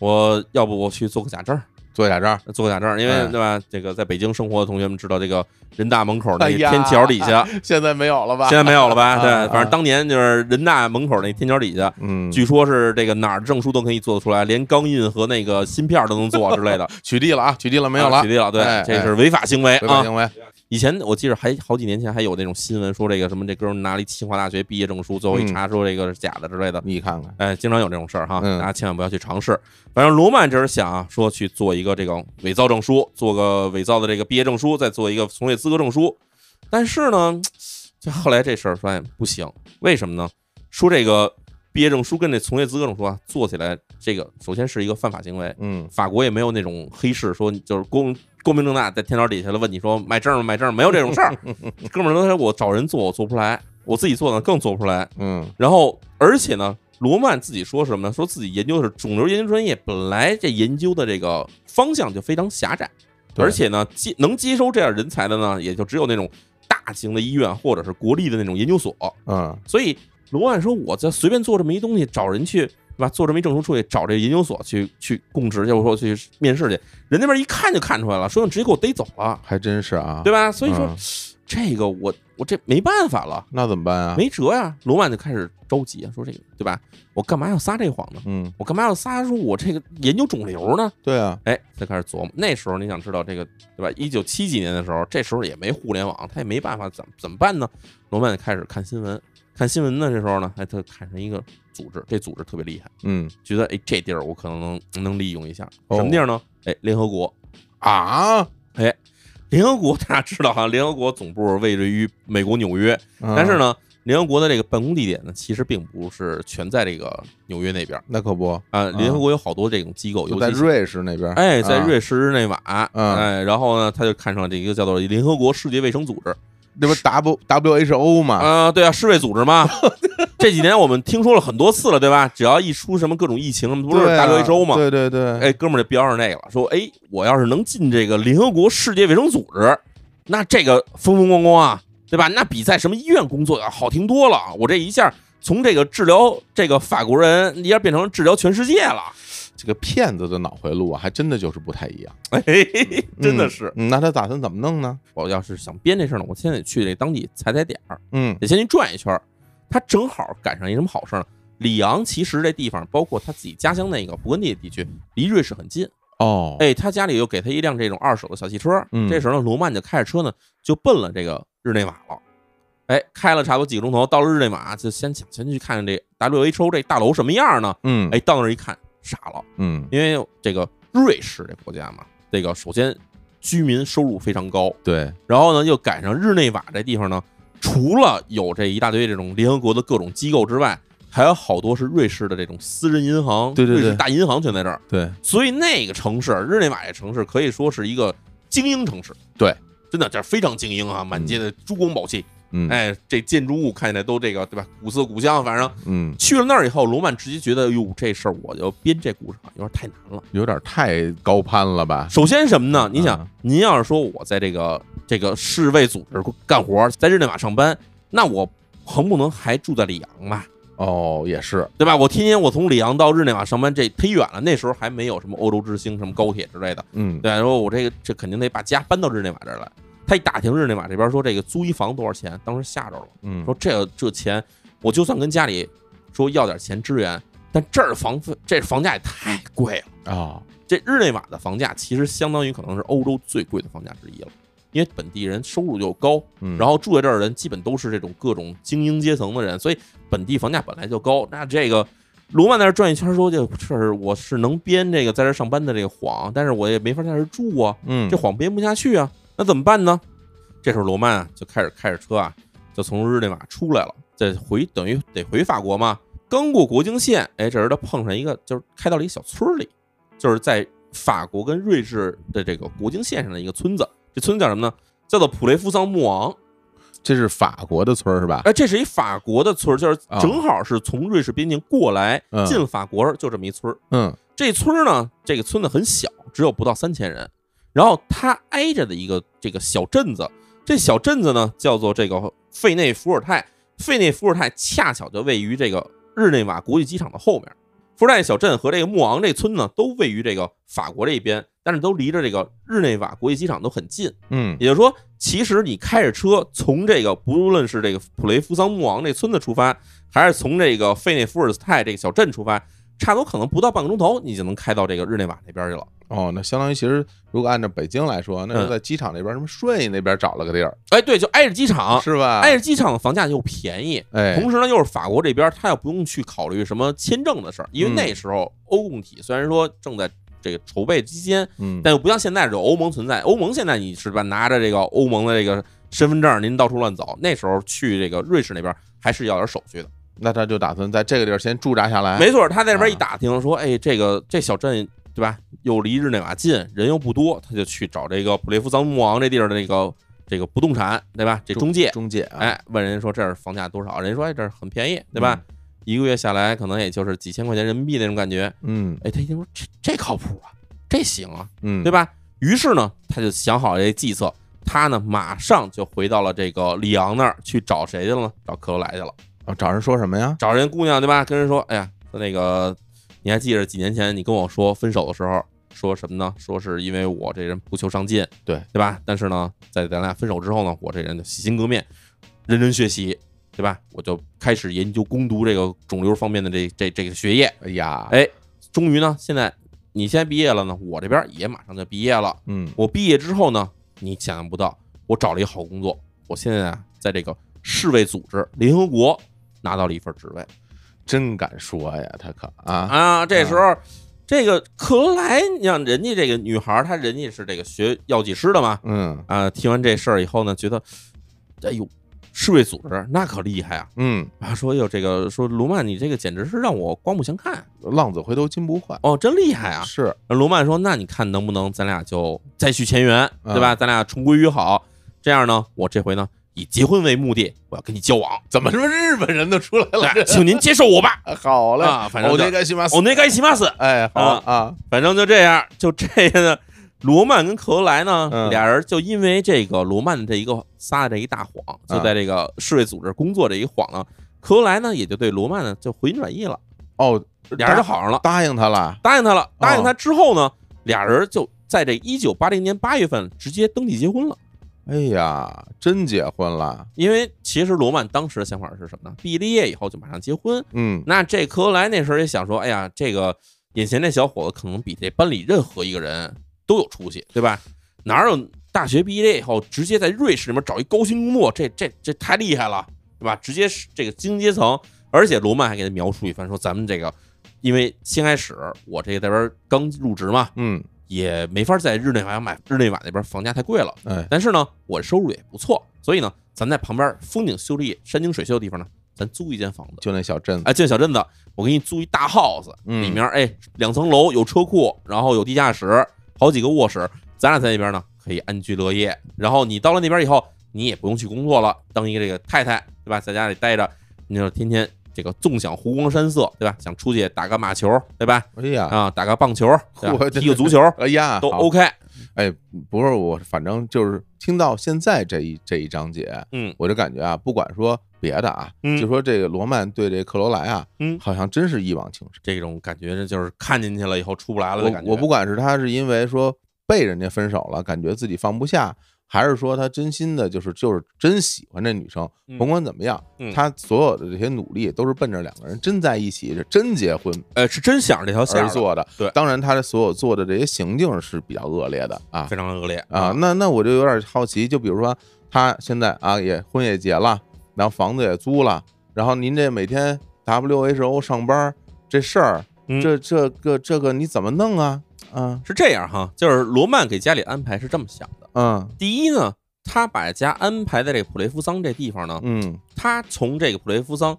A: 我要不我去做个假证儿。
B: 做假证，
A: 做个假证，因为、
B: 哎
A: 对吧？这个在北京生活的同学们知道，这个人大门口那
B: 哎呀
A: 天桥底 下，
B: 现在没有了吧？
A: 现在没有了吧？
B: 啊
A: 对
B: 啊，
A: 反正当年就是人大门口那天桥底下，
B: 嗯，
A: 据说是这个哪儿证书都可以做得出来，连钢印和那个芯片都能做之类的。
B: 取缔了啊，取缔 了，没有
A: 啊
B: 了
A: 举，例了，对
B: 哎，
A: 这是违法行为
B: 违法
A: 啊！
B: 行为。
A: 以前我记得还好几年前还有那种新闻说这个什么这哥们拿了一清华大学毕业证书，最后一
B: 嗯
A: 查说这个是假的之类的。
B: 你看看，
A: 哎，经常有这种事儿哈，
B: 嗯
A: 大家千万不要去尝试。反正罗曼这是想啊，说去做一个这个伪造证书，做个伪造的这个毕业证书，再做一个从业资格证书。但是呢，就后来这事儿发现不行，为什么呢？说这个毕业证书跟这从业资格证书啊，做起来这个首先是一个犯法行为，
B: 嗯
A: 法国也没有那种黑市，说你就是光光明正大在天桥底下了问你说买证吗？买证吗没有这种事儿。哥们儿都说我找人做我做不出来，我自己做呢更做不出来。
B: 嗯
A: 然后而且呢，罗曼自己说什么呢？说自己研究的是肿瘤研究专业，本来这研究的这个方向就非常狭窄，
B: 对
A: 而且呢，接能接收这样人才的呢，也就只有那种大型的医院或者是国立的那种研究所。
B: 嗯，
A: 所以罗曼说，我再随便做这么一东西，找人去。对吧？做这么一证书出去，找这研究所去去供职去，或者说去面试去，人那边一看就看出来了，说你直接给我逮走了，
B: 还真是啊。
A: 对吧？所以说、
B: 嗯
A: 这个我我这没办法了，
B: 那怎么办啊？
A: 没辙呀、罗曼就开始着急啊，说这个对吧？我干嘛要撒这谎呢？
B: 嗯，
A: 我干嘛要撒说我这个研究肿瘤呢？
B: 对啊，
A: 哎，他开始琢磨。那时候你想知道这个对吧？一九七几年的时候，这时候也没互联网，他也没办法，怎么怎么办呢？罗曼就开始看新闻，看新闻呢，这时候呢，哎，他看上一个组织，这组织特别厉害，
B: 嗯
A: 觉得哎这地儿我可能能能利用一下。
B: 哦
A: 什么地儿呢？哎， 联合国。
B: 啊，
A: 联合国大家知道哈，联合国总部位于美国纽约，但
B: 但
A: 是，呢，联合国的这个办公地点呢，其实并不是全在这个纽约那边儿
B: 那可不，
A: 啊。联合国有好多这种机构，
B: 嗯就
A: 尤
B: 在
A: 其是
B: 瑞士那边，
A: 哎，在
B: 啊
A: 瑞士日内瓦，
B: 嗯
A: 哎，然后呢，他就看上了这一个叫做联合国世界卫生组织
B: 这不 W W H O 嘛，
A: 啊、对啊，世卫组织嘛。 这几年我们听说了很多次了，对吧？只要一出什么各种疫情，什么不是
B: 对啊
A: WHO 嘛？
B: 对对对，
A: 哎，哥们儿就标上那个了，说哎，我要是能进这个联合国世界卫生组织，那这个风风光光啊，对吧？那比在什么医院工作要好听多了。我这一下从这个治疗这个法国人，一下变成治疗全世界了。
B: 这个骗子的脑回路啊，还真的就是不太一样，
A: 哎，真的是，
B: 嗯。嗯那他打算怎么弄呢？
A: 我要是想编这事儿呢，我先得去这当地踩踩点儿，
B: 嗯
A: 得先去转一圈儿。他正好赶上一什么好事儿呢？里昂其实这地方，包括他自己家乡那个勃艮第地区，离瑞士很近。
B: 哦，
A: 哎，他家里又给他一辆这种二手的小汽车。
B: 嗯
A: 这时候呢，罗曼就开着车呢，就奔了这个日内瓦了。哎，开了差不多几个钟头，到了日内瓦，就先想先去看看这 WHO 这大楼什么样呢？
B: 嗯
A: 哎，到那儿一看傻了，
B: 嗯，
A: 因为这个瑞士这国家嘛，这个首先居民收入非常高，
B: 对，
A: 然后呢又赶上日内瓦这地方呢，除了有这一大堆这种联合国的各种机构之外，还有好多是瑞士的这种私人银行，
B: 对对
A: 瑞士
B: 对
A: 大银行全在这儿。
B: 对，
A: 所以那个城市，日内瓦这城市可以说是一个精英城市。
B: 对，
A: 真的这非常精英啊，满街的珠光宝气。
B: 嗯
A: 哎，这建筑物看起来都这个对吧？古色古香，反正
B: 嗯，
A: 去了那儿以后，罗曼直接觉得，哟，这事儿我就编这故事好像有点太难了。
B: 有点太高攀了吧？
A: 首先什么呢？你想
B: 啊，
A: 您要是说我在这个这个世卫组织干活，在日内瓦上班，那我横不能还住在里昂吧？
B: 哦，也是，
A: 对吧？我天天我从里昂到日内瓦上班，这忒远了。那时候还没有什么欧洲之星、什么高铁之类的。
B: 嗯
A: 对，说我这个这肯定得把家搬到日内瓦这儿来。他一打听日内瓦这边说这个租一房多少钱，当时吓着了，
B: 嗯，
A: 说这这钱我就算跟家里说要点钱支援，但这儿房费这房价也太贵了。
B: 啊，
A: 这日内瓦的房价其实相当于可能是欧洲最贵的房价之一了，因为本地人收入又高，
B: 嗯，
A: 然
B: 后
A: 后住在这儿的人基本都是这种各种精英阶层的人，所以本地房价本来就高。那这个罗曼在这儿转一圈说，这事儿我是能编这个在这儿上班的这个谎，但是我也没法在这儿住啊，
B: 嗯，
A: 这谎编不下去啊，那怎么办呢？这时候罗曼啊就开始开着车啊，就从日内瓦出来了，再回等于得回法国嘛。刚过国境线，哎，这时候他碰上一个，就是开到了一小村儿里，就是在法国跟瑞士的这个国境线上的一个村子。这村子叫什么呢？叫做普雷夫桑穆昂。
B: 这是法国的村儿是吧？
A: 哎，这是一法国的村儿，就是
B: 啊
A: 正好是从瑞士边境过来、
B: 嗯
A: 进法国，就这么一村儿。
B: 嗯
A: 这村儿呢，这个村子很小，只有不到三千人。然后它挨着的一个这个小镇子，这小镇子呢叫做这个费内伏尔泰。费内伏尔泰恰巧就位于这个日内瓦国际机场的后面。伏尔泰小镇和这个穆昂这村呢，都位于这个法国这边，但是都离着这个日内瓦国际机场都很近。
B: 嗯
A: 也就是说，其实你开着车从这个不论是这个普雷夫桑穆昂这村子出发，还是从这个费内伏尔泰这个小镇出发，差不多可能不到半个钟头，你就能开到这个日内瓦那边去了。
B: 哦，那相当于其实如果按照北京来说，那
A: 嗯
B: 就在机场那边什么顺义那边找了个地儿，
A: 哎，对，就挨着机场，
B: 是吧？
A: 挨着机场的房价又便宜，
B: 哎，
A: 哎同时呢，又是法国这边，他也不用去考虑什么签证的事儿，因为
B: 嗯
A: 那时候欧共体虽然说正在这个筹备期间，
B: 嗯
A: 但又不像现在有欧盟存在。欧盟现在你是吧，拿着这个欧盟的这个身份证，您到处乱走。那时候去这个瑞士那边还是要点手续的。
B: 那他就打算在这个地儿先驻扎下来。
A: 没错，他在那边一打听说，哎，这个这小镇对吧，又离日内瓦近，人又不多，他就去找这个普雷夫桑穆昂这地儿的那个这个不动产对吧，这中介，
B: 中介啊，
A: 哎，问人家说这儿房价多少，人家说哎这儿很便宜对吧，一个月下来可能也就是几千块钱人民币那种感觉，
B: 嗯？
A: 哎，他一听说这这靠谱啊，这行啊，
B: 嗯嗯，
A: 对
B: 吧？
A: 吧？于是呢，他就想好这计策，他呢马上就回到了这个里昂那儿去找谁去了呢？找克罗莱去了。
B: 啊，找人说什么呀？
A: 找人姑娘对吧？跟人说，哎呀，说那个，你还记着几年前你跟我说分手的时候说什么呢？说是因为我这人不求上进，
B: 对
A: 对吧？但是呢，在咱俩分手之后呢，我这人就洗心革面，认真学习，对吧？我就开始研究攻读这个肿瘤方面的这这这个学业。
B: 哎呀，
A: 哎，终于呢，现在你现在毕业了呢，我这边也马上就毕业了。
B: 嗯
A: 我毕业之后呢，你想象不到，我找了一个好工作，我现在啊，在这个世卫组织联合国拿到了一份职位。
B: 真敢说呀，他可啊，
A: 啊，这时候。这个克罗莱，你像人家这个女孩儿，她人家是这个学药剂师的嘛，
B: 嗯
A: 啊，听完这事儿以后呢，觉得，哎呦，世卫组织那可厉害啊！
B: 嗯，
A: 啊， 说哟，这个说卢曼，你这个简直是让我刮目相看
B: 浪子回头金不换，
A: 哦，真厉害啊！
B: 是，
A: 卢曼说，那你看能不能咱俩就再续前缘，对吧？咱俩重归于好，这样呢，我这回呢以结婚为目的，我要跟你交往，
B: 怎么什么日本人都出来了？
A: 哎请您接受我吧。
B: 好嘞，
A: 啊反正
B: 我
A: 就
B: 那个西马斯，
A: お願いします。
B: 哎，好
A: 啊
B: 啊，
A: 反正就这样，就这样呢。罗曼跟克罗莱呢，
B: 嗯
A: 俩人就因为这个罗曼这一个撒的这一大谎，就在这个世卫组织工作这一谎呢，克罗莱呢也就对罗曼呢就回心转意了，
B: 哦，
A: 俩人就好上了，
B: 答应他了，
A: 答应他了。答应他之后呢，俩人就在这一九八零年八月份直接登记结婚了。
B: 哎呀，真结婚了，
A: 因为其实罗曼当时的想法是什么呢？毕业以后就马上结婚。
B: 嗯
A: 那这克罗莱那时候也想说，哎呀，这个眼前这小伙子可能比这班里任何一个人都有出息，对吧？哪有大学毕业以后直接在瑞士里面找一高薪工作，这这这太厉害了，对吧？直接是这个精英阶层，而且罗曼还给他描述一番，说咱们这个，因为先开始我这个在这边刚入职嘛，
B: 嗯，
A: 也没法在日内瓦买，日内瓦那边房价太贵了，
B: 哎，
A: 但是呢，我收入也不错，所以呢，咱在旁边风景秀丽、山清水秀的地方呢，咱租一间房子。
B: 就那小镇子，
A: 哎，进小镇子，我给你租一大 house，
B: 嗯
A: 里面哎两层楼，有车库，然后有地下室，好几个卧室，咱俩在那边呢可以安居乐业。然后你到了那边以后，你也不用去工作了，当一个这个太太，对吧？在家里待着，你就天天这个纵享湖光山色，对吧？想出去打个马球，对吧？
B: 哎呀，
A: 啊，打个棒球，对吧
B: 我
A: 踢个足球
B: 哎呀，
A: 都
B: 好
A: OK。
B: 哎，不是我，反正就是听到现在这一这一章节，
A: 嗯
B: 我就感觉啊，不管说别的啊，
A: 嗯
B: 就说这个罗曼对这克罗莱啊，
A: 嗯
B: 好像真是一往情深。
A: 这种感觉就是看进去了以后出不来了的感觉。
B: 我我不管是他是因为说被人家分手了，感觉自己放不下，还是说他真心的，就是就是真喜欢这女生
A: 嗯。
B: 甭管怎么样
A: 嗯，
B: 他所有的这些努力都是奔着两个人真在一起，是真结婚
A: 呃是真想着这条线
B: 而
A: 儿的，
B: 做的。
A: 对
B: 当然他的所有做的这些行径是比较恶劣的啊。
A: 非常恶劣
B: 啊，那那我就有点好奇，就比如说他现在啊也婚也结了，然后房子也租了，然后您这每天 WHO 上班这事儿，
A: 嗯
B: 这这个这个你怎么弄啊？啊
A: 是这样哈，就是罗曼给家里安排是这么想的。
B: 嗯
A: 第一呢，他把家安排在这个普雷夫桑这地方呢，
B: 嗯
A: 他从这个普雷夫桑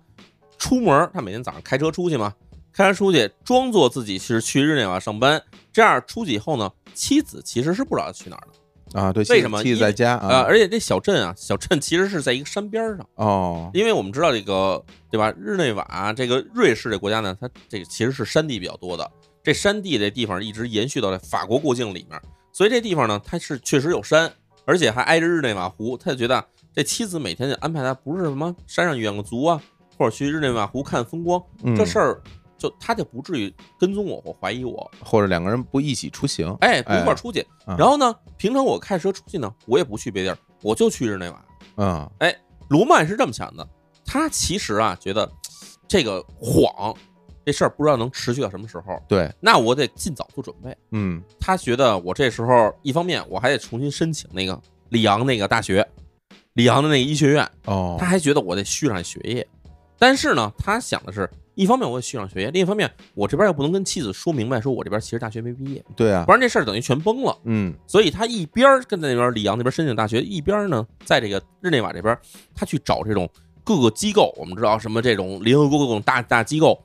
A: 出门儿，他每天早上开车出去嘛，开车出去，装作自己是去日内瓦上班，这样出去以后呢，妻子其实是不知道去哪儿的。
B: 啊，对，
A: 为什么
B: 妻子
A: 因为
B: 在家
A: 呃，
B: 啊？
A: 而且这小镇啊，小镇其实是在一个山边儿上，
B: 哦，
A: 因为我们知道这个对吧？日内瓦这个瑞士这国家呢，它这个其实是山地比较多的，这山地这地方一直延续到这法国国境里面，所以这地方呢，它是确实有山，而且还挨着日内瓦湖，他就觉得啊这妻子每天就安排他不是什么山上远个足啊，或者去日内瓦湖看风光，这事
B: 儿
A: 儿就他就不至于跟踪我或怀疑我，
B: 或者两个人不一起出行，
A: 哎，不一块
B: 哎
A: 儿出去。
B: 啊
A: 然后呢，平常我开车出去呢，我也不去别地儿，我就去日内瓦。
B: 嗯
A: 卢曼是这么想的，他其实啊觉得这个谎这事儿不知道能持续到什么时候，
B: 对，
A: 那我得尽早做准备。
B: 嗯
A: 他觉得我这时候一方面我还得重新申请那个里昂那个大学，里昂的那个医学院，
B: 哦
A: 他，还觉得我得续上学业。但是呢，他想的是一方面我得续上学业，另一方面我这边又不能跟妻子说明白，说我这边其实大学没毕业，
B: 对啊
A: 不，然这事儿等于全崩了。
B: 嗯
A: 所以他一边儿跟在那边儿里昂那边申请大学，一边儿呢在这个日内瓦这边儿，他去找这种各个机构，我们知道什么这种联合国各种大大机构，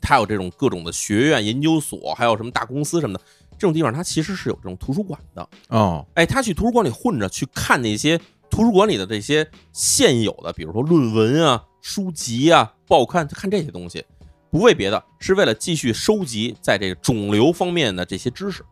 A: 他有这种各种的学院、研究所，还有什么大公司什么的，这种地方它其实是有这种图书馆的。
B: 哦，
A: 哎，他去图书馆里混着，去看那些图书馆里的这些现有的，比如说论文啊、书籍啊、报刊，他看这些东西，不为别的，是为了继续收集在这个肿瘤方面的这些知识，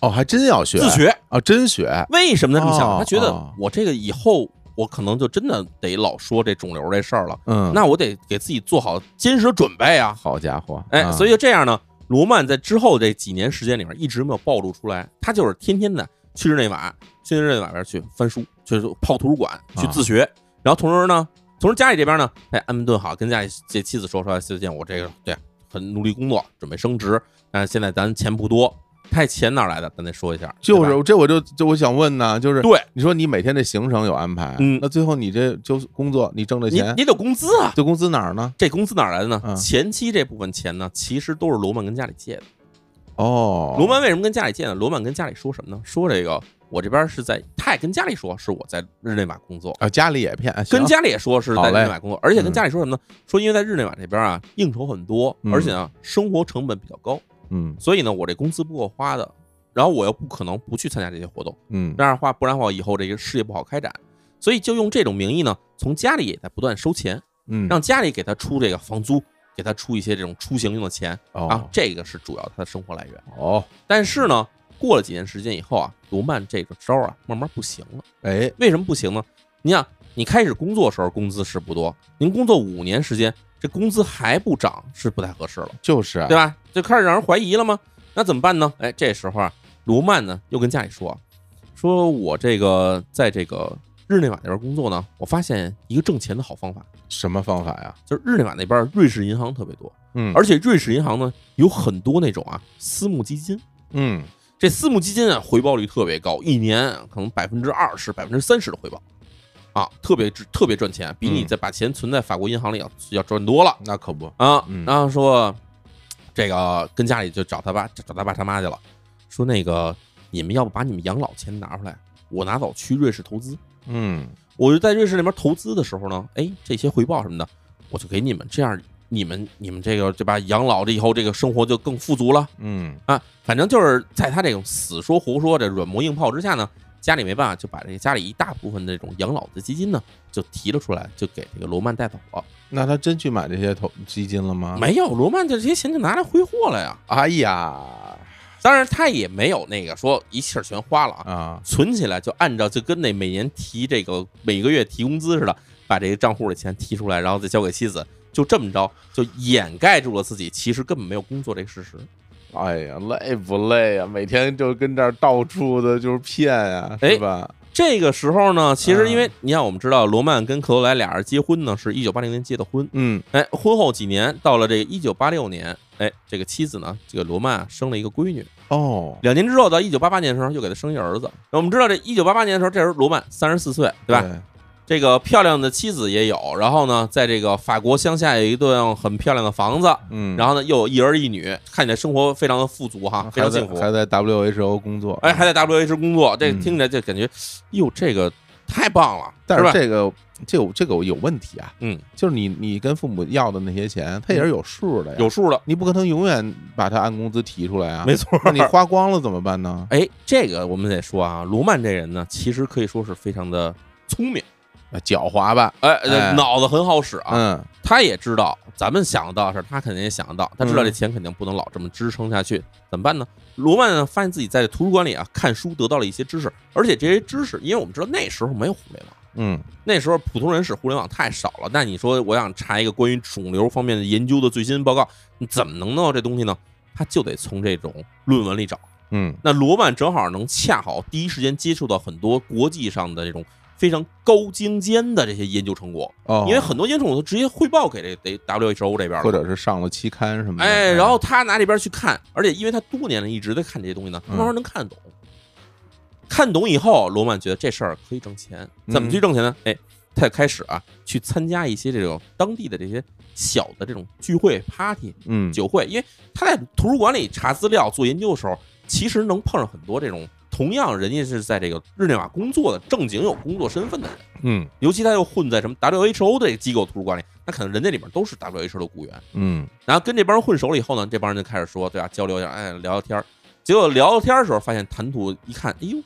B: 哦，还真要学，
A: 自学。
B: 啊，真学，
A: 为什么他这么想？
B: 哦
A: 他觉
B: 哦
A: 得我这个以后我可能就真的得老说这肿瘤这事儿了，
B: 嗯，
A: 那我得给自己做好坚实的准备啊！
B: 好家伙，
A: 哎，所以
B: 以
A: 就这样呢，罗曼在之后这几年时间里面一直没有暴露出来，他就是天天的去日内瓦，去日内瓦那边去翻书，去泡图书馆，
B: 啊
A: 去自学，然后同时呢，同时家里这边呢，哎，安顿好，跟家里这妻子说说，就见我这个对很努力工作，准备升职，但是现在咱钱不多，他这钱哪儿来的？咱得说一下，
B: 就
A: 对吧
B: 是这我就就我想问呢，就是
A: 对。
B: 你说你每天这行程有安排，
A: 嗯
B: 那最后你这就工作你挣的
A: 你
B: 钱，
A: 你得有工资啊！
B: 这工资哪儿呢？
A: 这工资哪儿来的呢？
B: 嗯
A: 前期这部分钱呢，其实都是罗曼跟家里借的。
B: 哦，
A: 罗曼为什么跟家里借呢？罗曼跟家里说什么呢？说这个我这边是在，他也跟家里说是我在日内瓦工作，
B: 啊，家里也骗，啊
A: 跟
B: 行
A: 家里也说是在
B: 好
A: 日
B: 嘞
A: 内瓦工作，而且跟
B: 嗯
A: 家里说什么呢？说因为在日内瓦这边啊，应酬很多，
B: 嗯
A: 而且呢生活成本比较高，
B: 嗯
A: 所以呢我这工资不够花的，然后我又不可能不去参加这些活动，
B: 嗯
A: 那样的话不然的话以后这个事业不好开展，所以就用这种名义呢，从家里也在不断收钱。
B: 嗯，
A: 让家里给他出这个房租，给他出一些这种出行用的钱啊
B: 哦，
A: 这个是主要他的生活来源。
B: 哦，
A: 但是呢，过了几年时间以后啊，罗曼这个招啊，慢慢不行了。
B: 哎，
A: 为什么不行呢？你想，你开始工作时候工资是不多，您工作五年时间，这工资还不涨是不太合适了，
B: 就是啊
A: 对吧？就开始让人怀疑了吗？那怎么办呢？哎，这时候啊，罗曼呢又跟家里说，说我这个在这个日内瓦那边工作呢，我发现一个挣钱的好方法，
B: 什么方法呀？
A: 就是日内瓦那边瑞士银行特别多，
B: 嗯，
A: 而且瑞士银行呢有很多那种啊私募基金，
B: 嗯，
A: 这私募基金啊回报率特别高，一年啊可能百分之二十、百分之三十的回报，啊，特别值特别赚钱，比你
B: 嗯
A: 再把钱存在法国银行里要要赚多了
B: 那可不，
A: 啊
B: 嗯。
A: 然后说这个跟家里就找他爸找他爸他妈去了，说那个你们要不把你们养老钱拿出来，我拿走去瑞士投资。
B: 嗯
A: 我就在瑞士那边投资的时候呢，哎，这些回报什么的，我就给你们，这样你们你们这个对吧？养老这以后这个生活就更富足了
B: 嗯
A: 啊。反正就是在他这种死说活说这软磨硬泡之下呢，家里没办法，就把这个家里一大部分这种养老的基金呢，就提了出来，就给这个罗曼带走了。
B: 那他真去买这些投基金了吗？，
A: 没有，罗曼这些钱就拿来挥霍了呀。
B: 哎呀
A: 当然，他也没有那个说一气儿全花了啊，
B: 啊，
A: 存起来就按照就跟那每年提这个每个月提工资似的，把这个账户的钱提出来，然后再交给妻子，就这么着就掩盖住了自己其实根本没有工作这个事实。
B: 哎呀，累不累呀？每天就跟这儿到处的就是骗呀，
A: 哎
B: 是吧？
A: 这个时候呢，其实因为
B: 嗯
A: 你看，我们知道罗曼跟克罗莱俩人结婚呢，是一九八零年结的婚。
B: 嗯，
A: 哎，婚后几年，到了这个一九八六年，哎，这个妻子呢，这个罗曼啊生了一个闺女。
B: 哦，
A: 两年之后，到一九八八年的时候，又给他生一儿子。那我们知道，这一九八八年的时候，这时候罗曼三十四岁，对吧？这个漂亮的妻子也有，然后呢，在这个法国乡下有一栋很漂亮的房子，
B: 嗯，
A: 然后呢又有一儿一女，看起来生活非常的富足哈，非
B: 还
A: 常
B: 在
A: 幸福。哎
B: 还在 WHO 工作，
A: 哎，还在 WHO 工作，这
B: 嗯
A: 听着就感觉，哟，这个太棒了，
B: 但
A: 是
B: 是
A: 吧？
B: 这个这有这个有问题啊，
A: 嗯，
B: 就是你你跟父母要的那些钱，他也是有数的呀，
A: 有数了，
B: 你不可能永远把它按工资提出来啊，
A: 没错儿。
B: 那你花光了怎么办呢？
A: 哎，这个我们得说啊，罗曼这人呢，其实可以说是非常的聪明，
B: 啊狡猾吧，
A: 哎，
B: 哎
A: 脑子很好使啊。
B: 嗯，
A: 他也知道咱们想得到的事儿，他肯定也想得到，他知道
B: 嗯
A: 这钱肯定不能老这么支撑下去，怎么办呢？罗曼呢，发现自己在图书馆里啊看书得到了一些知识，而且这些知识，因为我们知道那时候没有互联网。
B: 嗯，
A: 那时候普通人使互联网太少了，那你说我想查一个关于肿瘤方面的研究的最新报告，你怎么能弄到这东西呢？他就得从这种论文里找。
B: 嗯，
A: 那罗曼正好能恰好第一时间接触到很多国际上的这种非常高精尖的这些研究成果，
B: 哦，
A: 因为很多研究成果都直接汇报给这得 WHO 这边
B: 或
A: 了。
B: 者是上了期刊什么的，
A: 哎，然后他拿这边去看，而且因为他多年了一直在看这些东西呢，
B: 嗯
A: 他慢慢能看懂。看懂以后，罗曼觉得这事儿可以挣钱，
B: 嗯
A: 怎么去挣钱呢？哎，他就开始啊，去参加一些这种当地的这些小的这种聚会、party、
B: 嗯，
A: 酒会，因为他在图书馆里查资料、做研究的时候，其实能碰上很多这种同样人家是在这个日内瓦工作的正经有工作身份的人，
B: 嗯
A: 尤其他又混在什么 WHO 的这个机构图书馆里，那可能人家里面都是 WHO 的雇员。
B: 嗯
A: 然后跟这帮人混熟了以后呢，这帮人就开始说，对吧、交流一下，哎，聊聊天儿。结果聊聊天儿的时候，发现谈吐一看，哎呦，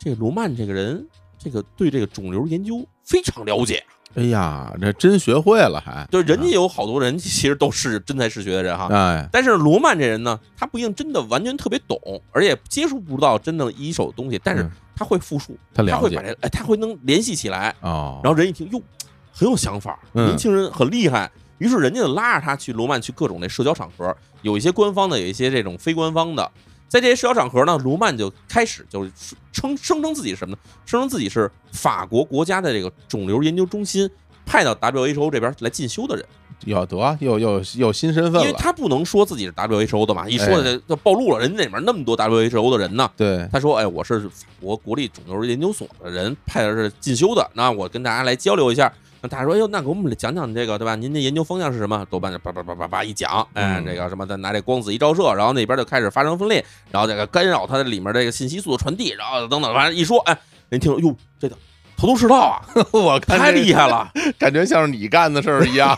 A: 这个罗曼这个人，这个对这个肿瘤研究非常了解。
B: 哎呀，这真学会了还，
A: 就人家有好多人 其实都是真才实学的人哈，
B: 哎，
A: 但是罗曼这人呢，他不一定真的完全特别懂，而且接触不到真的一手的东西，但是
B: 嗯
A: 他会复述，
B: 他
A: 他
B: 了
A: 会
B: 解
A: 把这，哎，他会能联系起来。
B: 哦，
A: 然后人一听，哟，很有想法，
B: 嗯
A: 年轻人很厉害。于是人家就拉着他去罗曼去各种那社交场合，有一些官方的，有一些这种非官方的。在这些社交场合呢，罗曼就开始就是称声称自己是什么呢？声称自己是法国国家的这个肿瘤研究中心派到 WHO 这边来进修的人，
B: 有得又又又新身
A: 因
B: 份
A: 为
B: 了，哎
A: 他不能说自己是 WHO 的嘛，一说就就暴露了，人家里面那么多 WHO 的人呢，
B: 对，
A: 他说：“哎，我是法国国立肿瘤研究所的人派到这儿进修的，那我跟大家来交流一下。”那大家说：“哎呦，那给我们讲讲这个，对吧？您的研究方向是什么？”豆瓣就叭叭叭叭叭一讲，哎，
B: 嗯
A: 这个什么的，拿这光子一照射，然后那边就开始发生分裂，然后这个干扰它的里面这个信息速度传递，然后等等，反正一说，哎，人听了，哟，这个头头是道啊，
B: 我看
A: 太
B: 这
A: 厉害了。
B: 感觉像是你干的事儿 一样，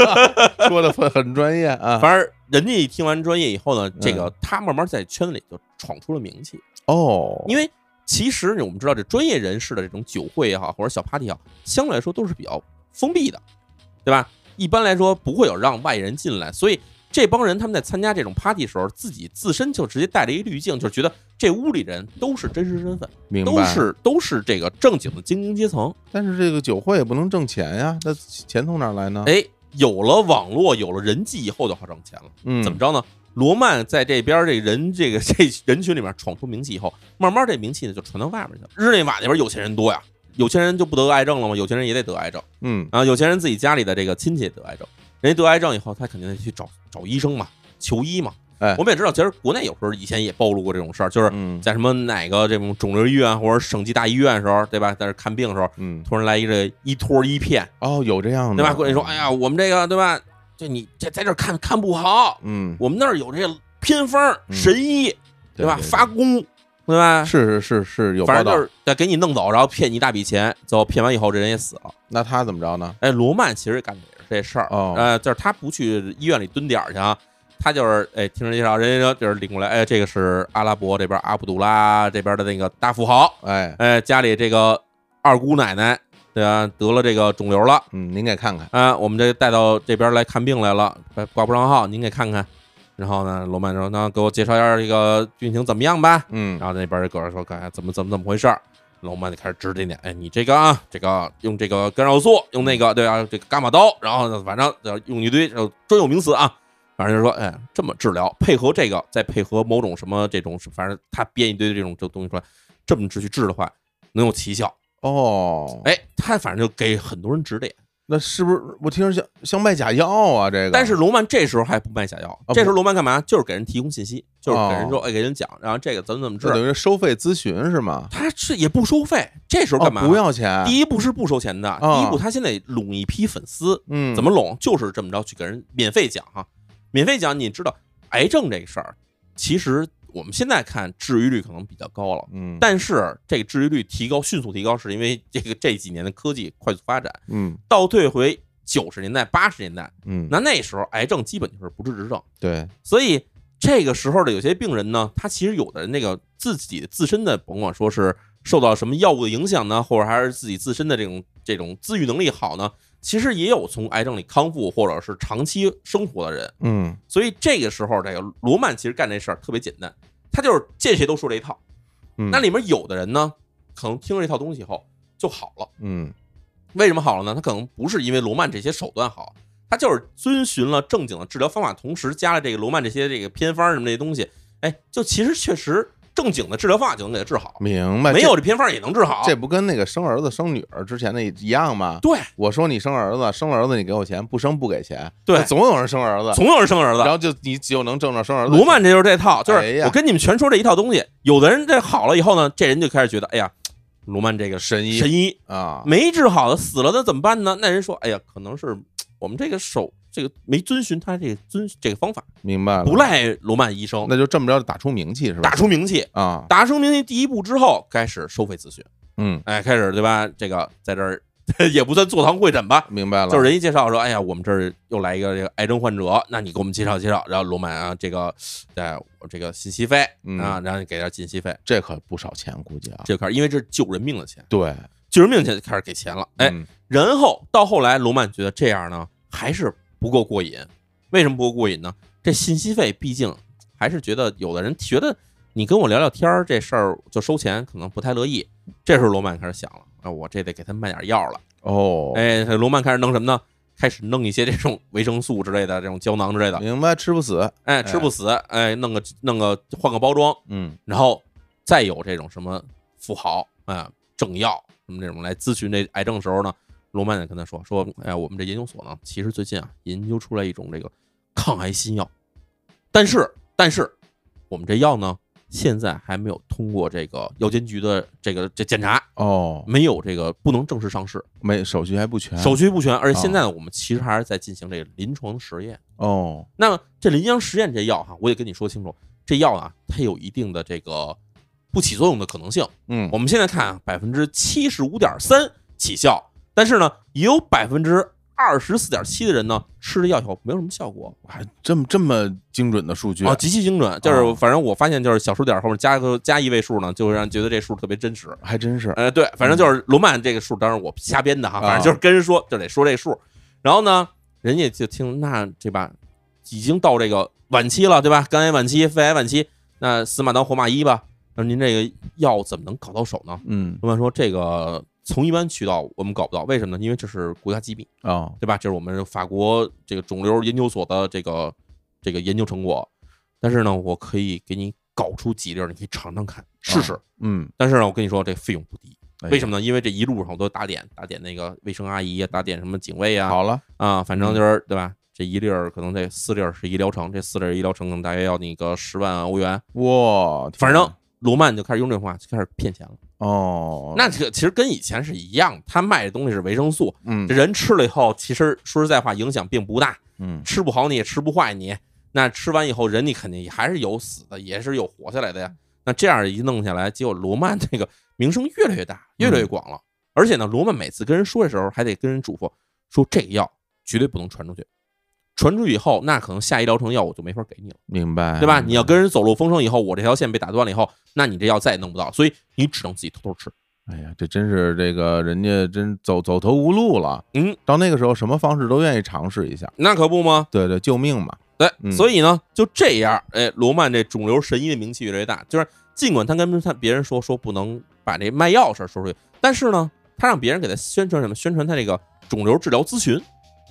B: 说的很很专业啊。
A: 反正人家一听完专业以后呢，这个他慢慢在圈子里就闯出了名气。
B: 哦，
A: 因为其实我们知道，这专业人士的这种酒会也好，或者小 party 也好，相对来说都是比较封闭的，对吧？一般来说不会有让外人进来，所以这帮人他们在参加这种 party 的时候，自己自身就直接带了一滤镜，就是觉得这屋里人都是真实身份，
B: 明白
A: 都是都是这个正经的精英阶层。
B: 但是这个酒会也不能挣钱呀，那钱从哪儿来呢？
A: 哎，有了网络，有了人际以后就好挣钱了。
B: 嗯，
A: 怎么着呢？罗曼在这边这人这个 这人群里面闯出名气以后，慢慢这名气呢就传到外面去了。日内瓦那边有钱人多呀，有钱人就不得癌症了吗？有钱人也得得癌症
B: 嗯，
A: 啊，有钱人自己家里的这个亲戚也得癌症，人家得癌症以后，他肯定得去找找医生嘛，求医嘛。
B: 哎
A: 我们也知道，其实国内有时候以前也暴露过这种事儿，就是
B: 嗯
A: 在什么哪个这种肿瘤医院或者省级大医院的时候，对吧？在这看病的时候，
B: 嗯，
A: 突然来一个一托一片，
B: 哦，有这样的，
A: 对吧？过来说，哎，呀，我们这个对吧？这你这在这儿看看不好，
B: 嗯，
A: 我们那儿有这偏方
B: 嗯
A: 神医，对吧？发功，对吧？
B: 是是是是有报
A: 反正
B: 道
A: 就，是得给你弄走，然后骗你一大笔钱，最后骗完以后这人也死了。
B: 那他怎么着呢？
A: 哎，罗曼其实干的也是这事儿，
B: 哦
A: 呃，就是他不去医院里蹲点儿去啊，他就是哎，听人介绍，人家就是领过来，哎，这个是阿拉伯这边阿卜杜拉这边的那个大富豪，
B: 哎，
A: 哎，家里这个二姑奶奶对吧、得了这个肿瘤了。
B: 嗯，您给看看，
A: 啊，我们这带到这边来看病来了，呃挂不上号，您给看看。然后呢，罗曼说：“那给我介绍一下这个病情怎么样吧。”
B: 嗯
A: 然后那边狗人说：“哎，怎么怎么怎么回事儿？”罗曼就开始指点点，哎，你这个啊，这个用这个干扰素，用那个对啊，这个伽马刀，然后呢，反正呃用一堆呃专有名词啊，反正就说，哎，这么治疗，配合这个，再配合某种什么这种，反正他编一堆这种这东西出来，这么去治的话，能有奇效。
B: 哦，
A: 哎，他反正就给很多人指点。
B: 那是不是我听着像像卖假药啊？这个，
A: 但是罗曼这时候还不卖假药，
B: 啊不
A: 这时候罗曼干嘛？就是给人提供信息，就是给人
B: 哦
A: 说，哎，给人讲，然后这个怎么怎么
B: 这
A: 治，
B: 等于是收费咨询是吗？
A: 他是也不收费。这时候干嘛？
B: 哦不要钱，
A: 第一步是不收钱的，
B: 哦
A: 第一步他先得拢一批粉丝，
B: 嗯，
A: 怎么拢？就是哎这么着去给人免费讲哈，免费讲。你知道癌症这个事儿，其实我们现在看治愈率可能比较高了，
B: 嗯，
A: 但是这个治愈率提高迅速提高，是因为这个这几年的科技快速发展。
B: 嗯
A: 倒退回九十年代、八十年代，
B: 嗯，
A: 那那时候癌症基本就是不治之症，
B: 对，
A: 所以这个时候的有些病人呢，他其实有的那个自己自身的，甭管说是受到什么药物的影响呢，或者还是自己自身的这种这种自愈能力好呢，其实也有从癌症里康复或者是长期生活的人。
B: 嗯
A: 所以这个时候，这个罗曼其实干这事儿特别简单，他就是见谁都说这一套。
B: 嗯，
A: 那里面有的人呢，可能听了这套东西以后就好了。
B: 嗯
A: 为什么好了呢？他可能不是因为罗曼这些手段好，他就是遵循了正经的治疗方法，同时加了这个罗曼这些这个偏方什么这些东西，哎，就其实确实正经的治疗方法就能给他治好，
B: 明白，
A: 没有这啊偏方也能治好。
B: 哎这不跟那个生儿子生女儿之前那一样吗？
A: 对
B: 我说你生儿子，生儿子你给我钱，不生不给钱，
A: 对
B: 那，总有人生儿子，
A: 总有人生儿
B: 然
A: 子。
B: 后就你就能挣着生儿子。
A: 罗曼这就是这套，就
B: 哎
A: 是
B: 呀
A: 我跟你们全说这一套东西。有的人这好了以后呢，这人就开始觉得，哎呀，罗曼这个
B: 神医
A: 神医
B: 啊，
A: 没治好的死了，那怎么办呢？那人说，哎呀，可能是我们这个手这个没遵循他这个遵这个方法，
B: 明白了，
A: 不，赖罗曼医生，
B: 那就这么着打出名气是吧？
A: 打出名气。
B: 啊，
A: 打出名气第一步之后，开始收费咨询，
B: 嗯，
A: 哎，开始对吧？这个在这儿 也不算坐堂会诊吧，
B: 明白了，
A: 就是人家介绍说，哎呀，我们这儿又来一个这个癌症患者，那你给我们介绍介绍。然后罗曼啊，这个，哎，我这个信息费
B: 嗯
A: 啊，然后你给点信息费，
B: 这可不少钱，估计啊，
A: 这就开始，因为这是救人命的钱，
B: 对，
A: 救人命的钱就开始给钱了。哎，
B: 嗯
A: 然后到后来，罗曼觉得这样呢还是不够过瘾，为什么不够过瘾呢？这信息费毕竟还是觉得有的人觉得你跟我聊聊天儿这事儿就收钱，可能不太乐意。这时候罗曼开始想了，啊，我这得给他卖点药了。
B: 哦，
A: 哎，这罗曼开始弄什么呢？开始弄一些这种维生素之类的这种胶囊之类的，
B: 明白，吃不死，
A: 哎，吃不死，哎，弄个弄个换个包装，
B: 嗯
A: 然后再有这种什么富豪啊、政要什么这种来咨询这哎癌症的时候呢，罗曼也跟他说说，哎，我们这研究所呢，其实最近啊研究出来一种这个抗癌新药，但是但是我们这药呢，现在还没有通过这个药监局的这个这检查，
B: 哦，
A: 没有这个不能正式上市，
B: 没手续还不全，
A: 手续不全，而且现在呢，我们其实还是在进行这个临床实验。
B: 哦，
A: 那么这临床实验这药哈，我也跟你说清楚，这药啊，它有一定的这个不起作用的可能性。
B: 嗯
A: 我，们现在看啊，百分之七十五点三起效，但是呢，也有百分之二十四点七的人呢吃了药以后没有什么效果
B: 还这么这么精准的数据
A: 啊，极其精准。就是
B: 哦
A: 反正我发现，就是小数点后面加个加一位数呢，就会让人觉得这数特别真实。
B: 还真是，
A: 呃，对，反正就是罗曼这个数，当然我瞎编的哈，
B: 啊
A: 反正就是跟人说就得说这数。然后呢，人家就听那这吧，已经到这个晚期了，对吧？肝癌晚期、肺癌晚期，那死马当活马医吧。那您这个药怎么能搞到手呢？
B: 嗯，
A: 罗曼说这个从一般渠道我们搞不到，为什么呢？因为这是国家机密，
B: 哦，
A: 对吧？这是我们法国这个肿瘤研究所的这个这个研究成果。但是呢，我可以给你搞出几粒儿，你可以尝尝看，试试。
B: 嗯，
A: 但是呢，我跟你说，这费用不低。
B: 哎呀
A: 为什么呢？因为这一路上我都打点，打点那个卫生阿姨啊，打点什么警卫啊，
B: 好嗯了，
A: 啊，反正就是对吧？这一粒儿可能这四粒儿是一疗程，这四粒儿一疗程可能大约要那个十万欧元。
B: 哇，天
A: 反正罗曼就开始用这种话，就开始骗钱了。
B: 哦，
A: 那这个其实跟以前是一样，他卖的东西是维生素，
B: 嗯
A: 这人吃了以后，其实说实在话影响并不大，
B: 嗯
A: 吃不好你也吃不坏你。那吃完以后，人你肯定也还是有死的，也是有活下来
B: 嗯
A: 的呀。那这样一弄下来，结果罗曼这个名声越来越大，越来越广了。
B: 嗯
A: 而且呢，罗曼每次跟人说的时候，还得跟人嘱咐说这个药绝对不能传出去，传出去以后，那可能下一疗程药我就没法给你了，
B: 明白，
A: 对吧？
B: 哎明白
A: 你要，跟人走漏风声以后，我这条线被打断了以后，那你这药再也弄不到，所以你只能自己偷偷吃。
B: 哎呀，这真是这个人家真走走投无路了，
A: 嗯，
B: 到那个时候什么方式都愿意尝试一下，
A: 那可不吗？
B: 对对，救命嘛，
A: 对，
B: 嗯
A: 哎所以呢，就这样，哎，罗曼这肿瘤神医的名气越来越大。就是尽管他跟他别人说说不能把这卖药事儿说出去，但是呢，他让别人给他宣传什么？宣传他这个肿瘤治疗咨询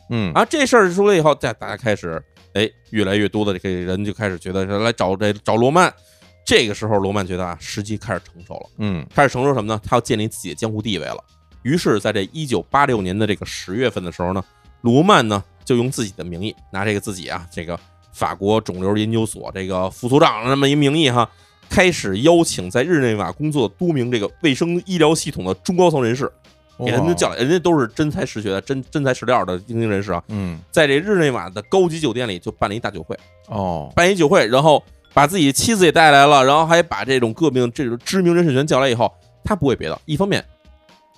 B: 嗯，
A: 啊。这事儿出来以后，大大家开始，哎，越来越多的这个人就开始觉得来找这找罗曼。这个时候，罗曼觉得啊，时机开始成熟了，
B: 嗯
A: 开始成熟什么呢？他要建立自己的江湖地位了。于是，在这一九八六年的这个十月份的时候呢，罗曼呢就用自己的名义，拿这个自己啊，这个法国肿瘤研究所这个副所长的那么一名义哈，开始邀请在日内瓦工作的多名这个卫生医疗系统的中高层人士，给他们
B: 哇
A: 都叫来，人家都是真才实学的、真真材实料的精英人士啊，
B: 嗯
A: 在这日内瓦的高级酒店里就办了一大酒会，
B: 哦，
A: 办一酒会，然后。把自己妻子也带来了，然后还把这种各名这种知名人士全叫来以后，他不会憋到。一方面，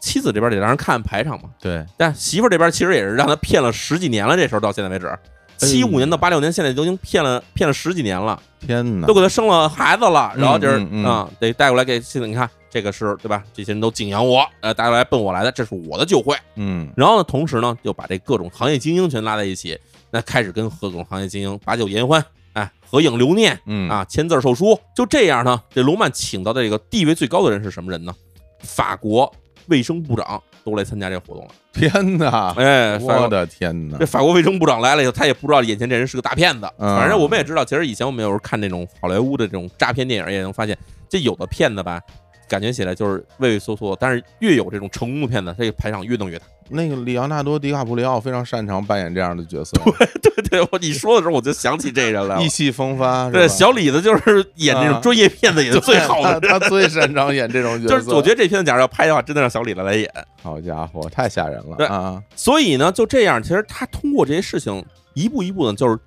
A: 妻子这边得让人看排场嘛，
B: 对，
A: 但媳妇儿这边其实也是让他骗了十几年了，这时候到现在为
B: 哎
A: 止，七五年到八六年，现在都已经骗了骗了十几年了，
B: 天哪
A: 都，给他生了孩子了，然后就是
B: 嗯嗯嗯
A: 啊、得带过来给妻子，你看这个是对吧？这些人都敬仰我，呃，带过来奔我来的，这是我的酒会。
B: 嗯，
A: 然后呢，同时呢，就把这各种行业精英全拉在一起，那开始跟各种行业精英把酒言欢，哎，合影留念，
B: 嗯
A: 啊，签字授书。就这样呢，这罗曼请到的这个地位最高的人是什么人呢？法国卫生部长都来参加这个活动了。
B: 天哪，
A: 哎，法
B: 啊我
A: 国
B: 的天哪
A: 这，法国卫生部长来了以后，他也不知道眼前这人是个大骗子。
B: 嗯
A: 反正我们也知道，其实以前我们有时候看那种好莱坞的这种诈骗电影，也能发现，这有的骗子吧，感觉起来就是畏畏缩缩，但是越有这种成功的骗子，这个排场越弄越大。
B: 那个里昂纳多·迪卡普里奥非常擅长扮演这样的角色，
A: 对我你说的时候，我就想起这人来了
B: 意。气风发，是
A: 对，
B: 吧嗯
A: 小李子就是演这种专业骗子演的最好的
B: 对
A: 人。
B: 他他最擅长演这种角
A: 就是
B: 色。
A: 我觉得这片子假如要拍的话，真的让小李子来演。
B: 好家伙，太吓人
A: 对
B: 了啊！
A: 所以呢，就这样，其实他通过这些事情，一步一步呢，就是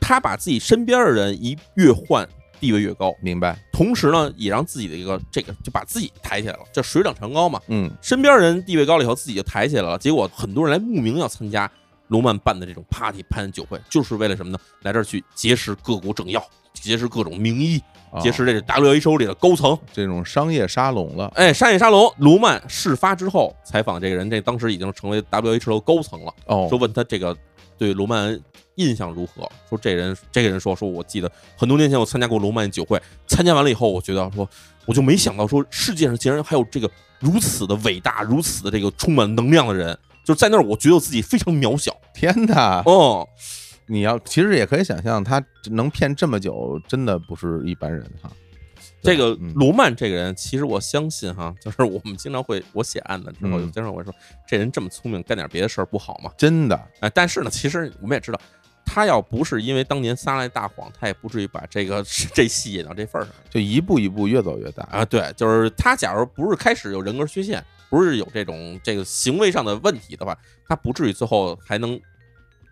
A: 他把自己身边的人一越换，地位越高，
B: 明白，
A: 同时呢，也让自己的一个这个就把自己抬起来了，叫水涨船高嘛。
B: 嗯，
A: 身边人地位高了以后，自己就抬起来了。结果很多人来慕名要参加罗曼办的这种 party 潘酒会，就是为了什么呢？来这儿去结识各国政要，结识各种名医，
B: 啊
A: 结识这个 WHO 里的高层。
B: 这种商业沙龙了，
A: 哎，商业沙龙，罗曼事发之后采访这个人，这当时已经成为 WHO 高层了，
B: 哦
A: 就，问他这个对罗曼印象如何？说这人，这个人说，说我记得很多年前我参加过罗曼酒会，参加完了以后，我觉得说，我就没想到说世界上竟然还有这个如此的伟大，如此的这个充满能量的人。就是在那儿，我觉得我自己非常渺小。
B: 天哪！
A: 哦，
B: 你要其实也可以想象，他能骗这么久，真的不是一般人哈。
A: 这个
B: 嗯
A: 罗曼这个人，其实我相信哈，就是我们经常会，我写案子之后，
B: 嗯
A: 就经常会说，这人这么聪明，干点别的事儿不好吗？
B: 真的，
A: 哎，但是呢，其实我们也知道，他要不是因为当年撒了一大谎，他也不至于把这个 这戏演到这份儿上
B: 就一步一步越走越大
A: 啊。对，就是他假如不是开始有人格缺陷，不是有这种这个行为上的问题的话，他不至于最后还能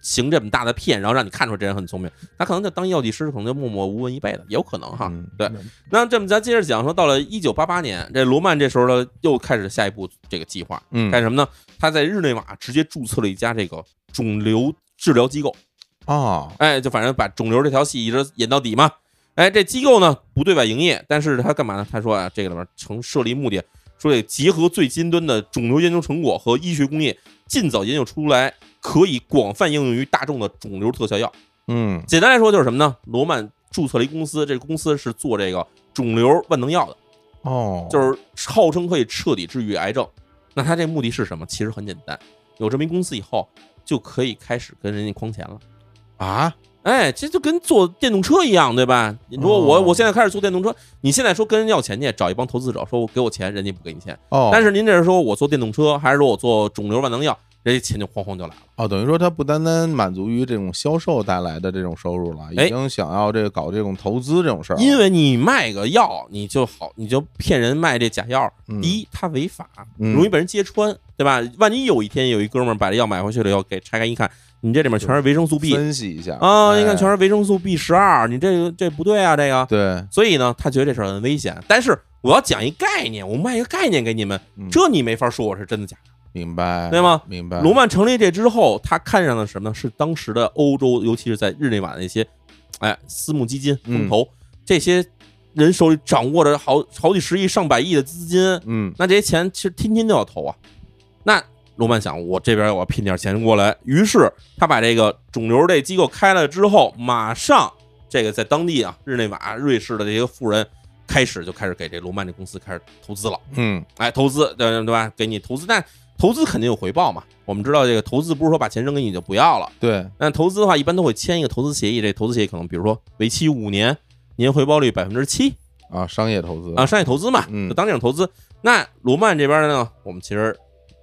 A: 行这么大的骗，然后让你看出这人很聪明。他可能就当药剂师，可能就默默无闻一辈子，也有可能哈。
B: 嗯
A: 对，那这么咱接着讲，说到了一九八八年，这罗曼这时候呢又开始下一步这个计划，
B: 嗯
A: 干什么呢？他在日内瓦直接注册了一家这个肿瘤治疗机构。
B: 哦，
A: 哎，就反正把肿瘤这条戏一直演到底嘛。哎，这机构呢不对外营业，但是他干嘛呢？他说啊，这个里面成设立目的，说得结合最尖端的肿瘤研究成果和医学工业，尽早研究出来可以广泛应用于大众的肿瘤特效药。
B: 嗯
A: 简单来说就是什么呢？罗曼注册了一公司，这公司是做这个肿瘤万能药的，
B: 哦，
A: 就是号称可以彻底治愈癌症。那他这目的是什么？其实很简单，有这么一公司以后，就可以开始跟人家诓钱了。
B: 啊，
A: 哎，这就跟坐电动车一样，对吧？你说我、
B: 哦
A: 我现在开始坐电动车，你现在说跟人要钱去，找一帮投资者说我给我钱，人家不给你钱。
B: 哦，
A: 但是您这是说我坐电动车，还是说我做肿瘤万能药，人家钱就哐哐就来了。
B: 哦，等于说他不单单满足于这种销售带来的这种收入了，
A: 哎
B: 已经想要这个搞这种投资这种事儿了，
A: 因为你卖个药，你就好，你就骗人卖这假药。
B: 嗯
A: 第一，它违法，
B: 嗯
A: 容易被人揭穿，对吧？万一有一天有一哥们儿把这药买回去了以后，给拆开一看，你这里面全是维生素 B
B: 分析一下
A: 啊，
B: 哎
A: 你看全是维生素 B 十二，你这个这不对啊，这个。
B: 对，
A: 所以呢，他觉得这事儿很危险。但是我要讲一概念，我卖一个概念给你们，
B: 嗯
A: 这你没法说我是真的假的。
B: 明白
A: 对吗
B: 明白，
A: 罗曼成立这之后，他看上的是什么呢？是当时的欧洲，尤其是在日内瓦的一些，哎，私募基金风投、这些人手里掌握着好好几十亿、上百亿的资金，
B: 嗯
A: 那这些钱其实天天都要投啊。那罗曼想，我这边我要拼点钱过来，于是他把这个肿瘤这机构开了之后，马上这个在当地啊，日内瓦、瑞士的这些富人开始就开始给这罗曼这公司开始投资了。
B: 嗯
A: 哎，投资对对吧？给你投资，但投资肯定有回报嘛。我们知道这个投资不是说把钱扔给你就不要了，
B: 对，
A: 那投资的话一般都会签一个投资协议，这投资协议可能比如说为期五年，年回报率百分之七，
B: 啊，商业投资
A: 啊，，商业投资嘛，
B: 嗯
A: 就当这种投资。那罗曼这边呢，我们其实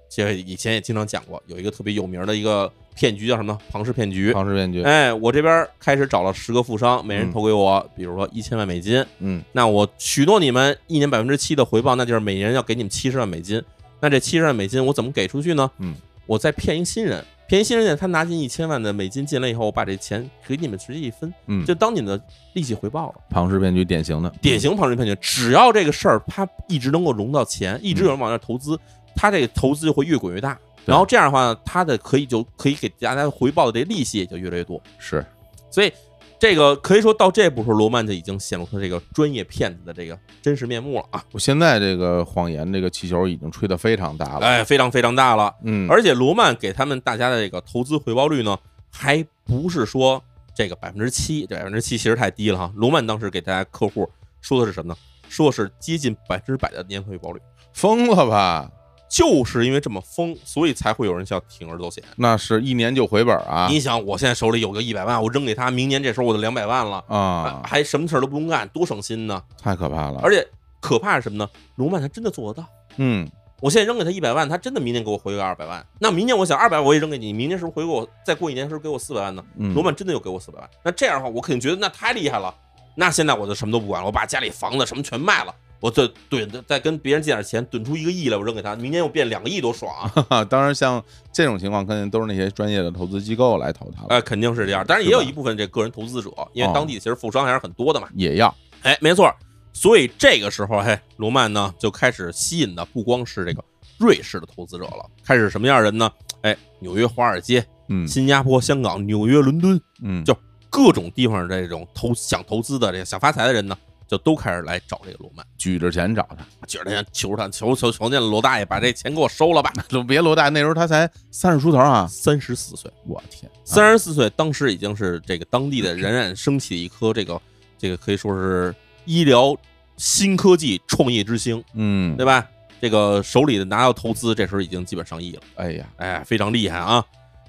A: 其实以前也经常讲过，有一个特别有名的一个骗局叫什么呢？庞氏骗局。
B: 庞氏骗局，
A: 哎，我这边开始找了十个富商，每人
B: 嗯
A: 投给我，比如说一千万美金。
B: 嗯
A: 那我许诺你们一年百分之七的回报，那就是每人要给你们七十万美金。那这七十万美金我怎么给出去呢？
B: 嗯，
A: 我再骗一新人，便宜新人店他拿进一千万的美金进来以后，我把这钱给你们直接一分，
B: 嗯，
A: 就当你们的利息回报了。
B: 庞氏骗局典型的
A: 典型庞氏骗局，只要这个事儿他一直能够融到钱，一直有人往那儿投资，他这个投资就会越滚越大。
B: 对
A: 然后这样的话，他的可以就可以给大家回报的这利息也就越来越多。
B: 嗯是
A: 所以这个可以说到这步时候，罗曼就已经显露出这个专业骗子的这个真实面目了啊！
B: 我现在这个谎言这个气球已经吹得非常大了，
A: 哎，非常非常大了。
B: 嗯，
A: 而且罗曼给他们大家的这个投资回报率呢，还不是说这个百分之七，这百分之七其实太低了哈。罗曼当时给大家客户说的是什么呢？说的是接近百分之百的年回报率，
B: 疯了吧？
A: 就是因为这么疯，所以才会有人叫铤而走险。
B: 那是一年就回本啊
A: 你想，我现在手里有个一百万，我扔给他，明年这时候我就两百万了，
B: 啊，
A: 还什么事儿都不用干，多省心呢！
B: 太可怕了。
A: 而且可怕是什么呢？罗曼他真的做得到。
B: 嗯，
A: 我现在扔给他一百万，他真的明年给我回个二百万。那明年我想二百我也扔给你，明年是不是回给我？再过一年是不是给我四百万呢？
B: 嗯
A: 罗曼真的又给我四百万，那这样的话，我肯定觉得那太厉害了。那现在我就什么都不管了，我把家里房子什么全卖了，我再怼再跟别人借点钱，怼出一个亿来，我扔给他，明年又变两个亿，多爽啊！
B: 哈哈， 当然像这种情况，肯定都是那些专业的投资机构来投他了，
A: 哎，肯定是哦这样，当然也有一部分这个人投资者，因为当地其实富商还是很多的嘛。
B: 也要
A: 哎，没错，所以这个时候，嘿，罗曼呢就开始吸引的不光是这个瑞士的投资者了，开始什么样的人呢？哎，纽约、华尔街、
B: 嗯
A: 新加坡、香港、纽约、伦敦
B: 嗯，
A: 就各种地方的这种投想投资的这个想发财的人呢，就都开始来找这个罗曼，
B: 举着钱找他。
A: 觉得求他求求求见罗大爷把这钱给我收了吧。
B: 就别罗大那时候他才三十出头啊，
A: 三十四岁，
B: 我天，啊
A: 三十四岁，当时已经是这个当地的冉冉升起的一颗这个这个可以说是医疗新科技创业之星，
B: 嗯
A: 对，吧？这个手里的拿到投资，这时候已经基本上亿了，
B: 哎呀，
A: 哎，非常厉害啊。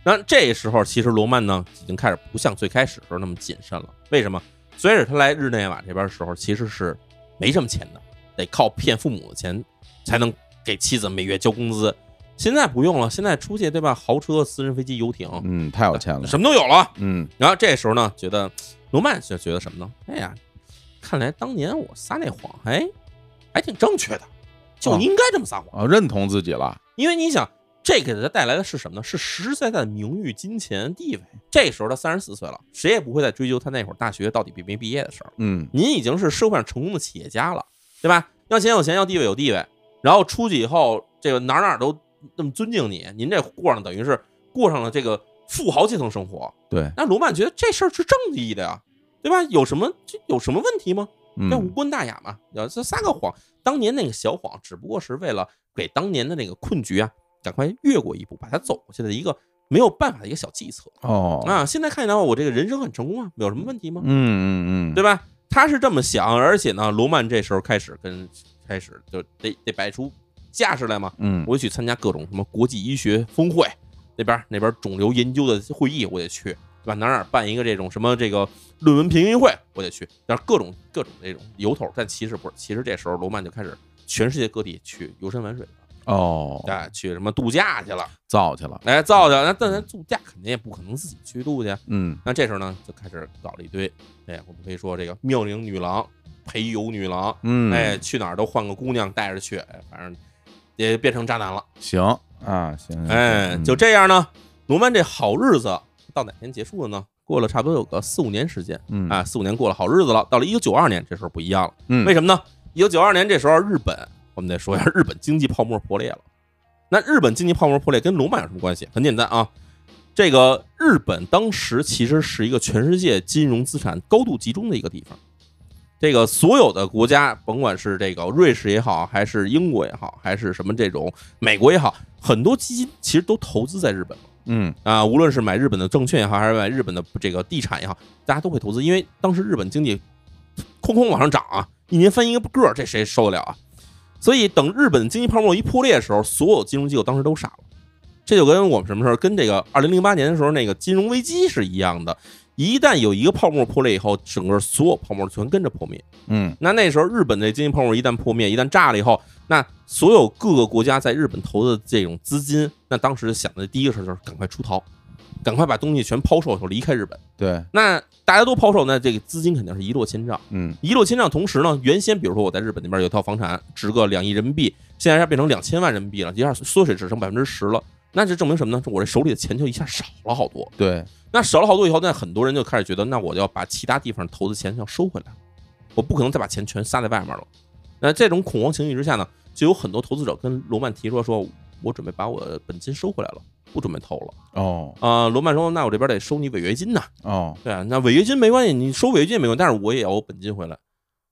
A: 那这时候其实罗曼呢，已经开始不像最开始的时候那么谨慎了。为什么？最开始他来日内瓦这边的时候，其实是没什么钱的，得靠骗父母的钱才能给妻子每月交工资。现在不用了，现在出去对吧？豪车、私人飞机、游艇，
B: 嗯，太有钱了，
A: 什么都有了。
B: 嗯，
A: 然后这时候呢，觉得罗曼就觉得什么呢？哎呀，看来当年我撒那谎，哎，还挺正确的，就应该这么撒谎。
B: 啊，认同自己了，
A: 因为你想，这给他带来的是什么呢？是实实在在的名誉、金钱、地位。这时候他三十四岁了，谁也不会再追究他那会儿大学到底毕没毕业的事儿了。
B: 嗯，
A: 您已经是社会上成功的企业家了，对吧？要钱有钱，要地位有地位。然后出去以后，这个哪儿哪儿都那么尊敬你，您这过上等于是过上了这个富豪阶层生活。
B: 对，
A: 那罗曼觉得这事儿是正义的呀，对吧？有什么这有什么问题吗？这无
B: 嗯，
A: 关大雅嘛。呃，这撒个谎，当年那个小谎只不过是为了给当年的那个困局啊，赶快越过一步，把它走过去的一个没有办法的一个小计策
B: 哦，
A: 啊。现在看起来我这个人生很成功啊，有什么问题吗？
B: 嗯嗯嗯，
A: 对
B: 吧？
A: 吧？他是这么想，而且呢，罗曼这时候开始跟开始就得得摆出架势来嘛。
B: 嗯，
A: 我去参加各种什么国际医学峰会，那边那边肿瘤研究的会议我得去，对吧？哪儿哪儿办一个这种什么这个论文评议会我得去，但是各种各种这种由头，但其实不是，其实这时候罗曼就开始全世界各地去游山玩水了，
B: 哦，
A: 哎，去什么度假去了，
B: 造去了，
A: 哎，造去了，那但咱度假肯定也不可能自己去度去，
B: 嗯，
A: 那这时候呢就开始搞了一堆，哎，我们可以说这个妙龄女郎、陪游女郎，
B: 嗯，
A: 哎，，去哪儿都换个姑娘带着去，哎，反正也变成渣男了。
B: 行啊，行，行
A: 哎，
B: 行
A: 就
B: 嗯
A: 这样呢，罗曼这好日子到哪年结束了呢？过了差不多有个四五年时间
B: 嗯
A: 啊，四五年过了好日子了。到了一九九二年，这时候不一样了，
B: 嗯
A: 为什么呢？一九九二年这时候日本，我们得说一下日本经济泡沫破裂了。那日本经济泡沫破裂跟罗曼有什么关系？很简单啊，这个日本当时其实是一个全世界金融资产高度集中的一个地方。这个所有的国家，甭管是这个瑞士也好，还是英国也好，还是什么这种美国也好，很多基金其实都投资在日本了
B: 嗯
A: 啊。无论是买日本的证券也好，还是买日本的这个地产也好，大家都会投资，因为当时日本经济哐哐往上涨啊，一年翻一个个儿，这谁受得了啊？所以等日本经济泡沫一破裂的时候，所有金融机构当时都傻了。这就跟我们什么事儿，跟这个二零零八年的时候那个金融危机是一样的。一旦有一个泡沫破裂以后，整个所有泡沫全跟着破灭。
B: 嗯
A: 那那时候日本的经济泡沫一旦破灭，一旦炸了以后，那所有各个国家在日本投的这种资金，那当时想的第一个事儿就是赶快出逃，赶快把东西全抛售以后离开日本。
B: 对，
A: 那大家都抛售，那这个资金肯定是一落千丈。
B: 嗯
A: 一落千丈，同时呢，原先比如说我在日本那边有一套房产值个两亿人民币，现在它变成两千万人民币了，一下缩水只剩百分之十了。那就证明什么呢？我这手里的钱就一下少了好多。
B: 对，
A: 那少了好多以后，那很多人就开始觉得，那我要把其他地方投资钱要收回来，我不可能再把钱全撒在外面了。那这种恐慌情绪之下呢，就有很多投资者跟罗曼提出说，我准备把我的本金收回来了，不准备投了。
B: 哦
A: 啊、罗曼说，那我这边得收你违约金呐、
B: 哦，
A: 对啊，那违约金没关系，你收违约金也没关系，但是我也要我本金回来。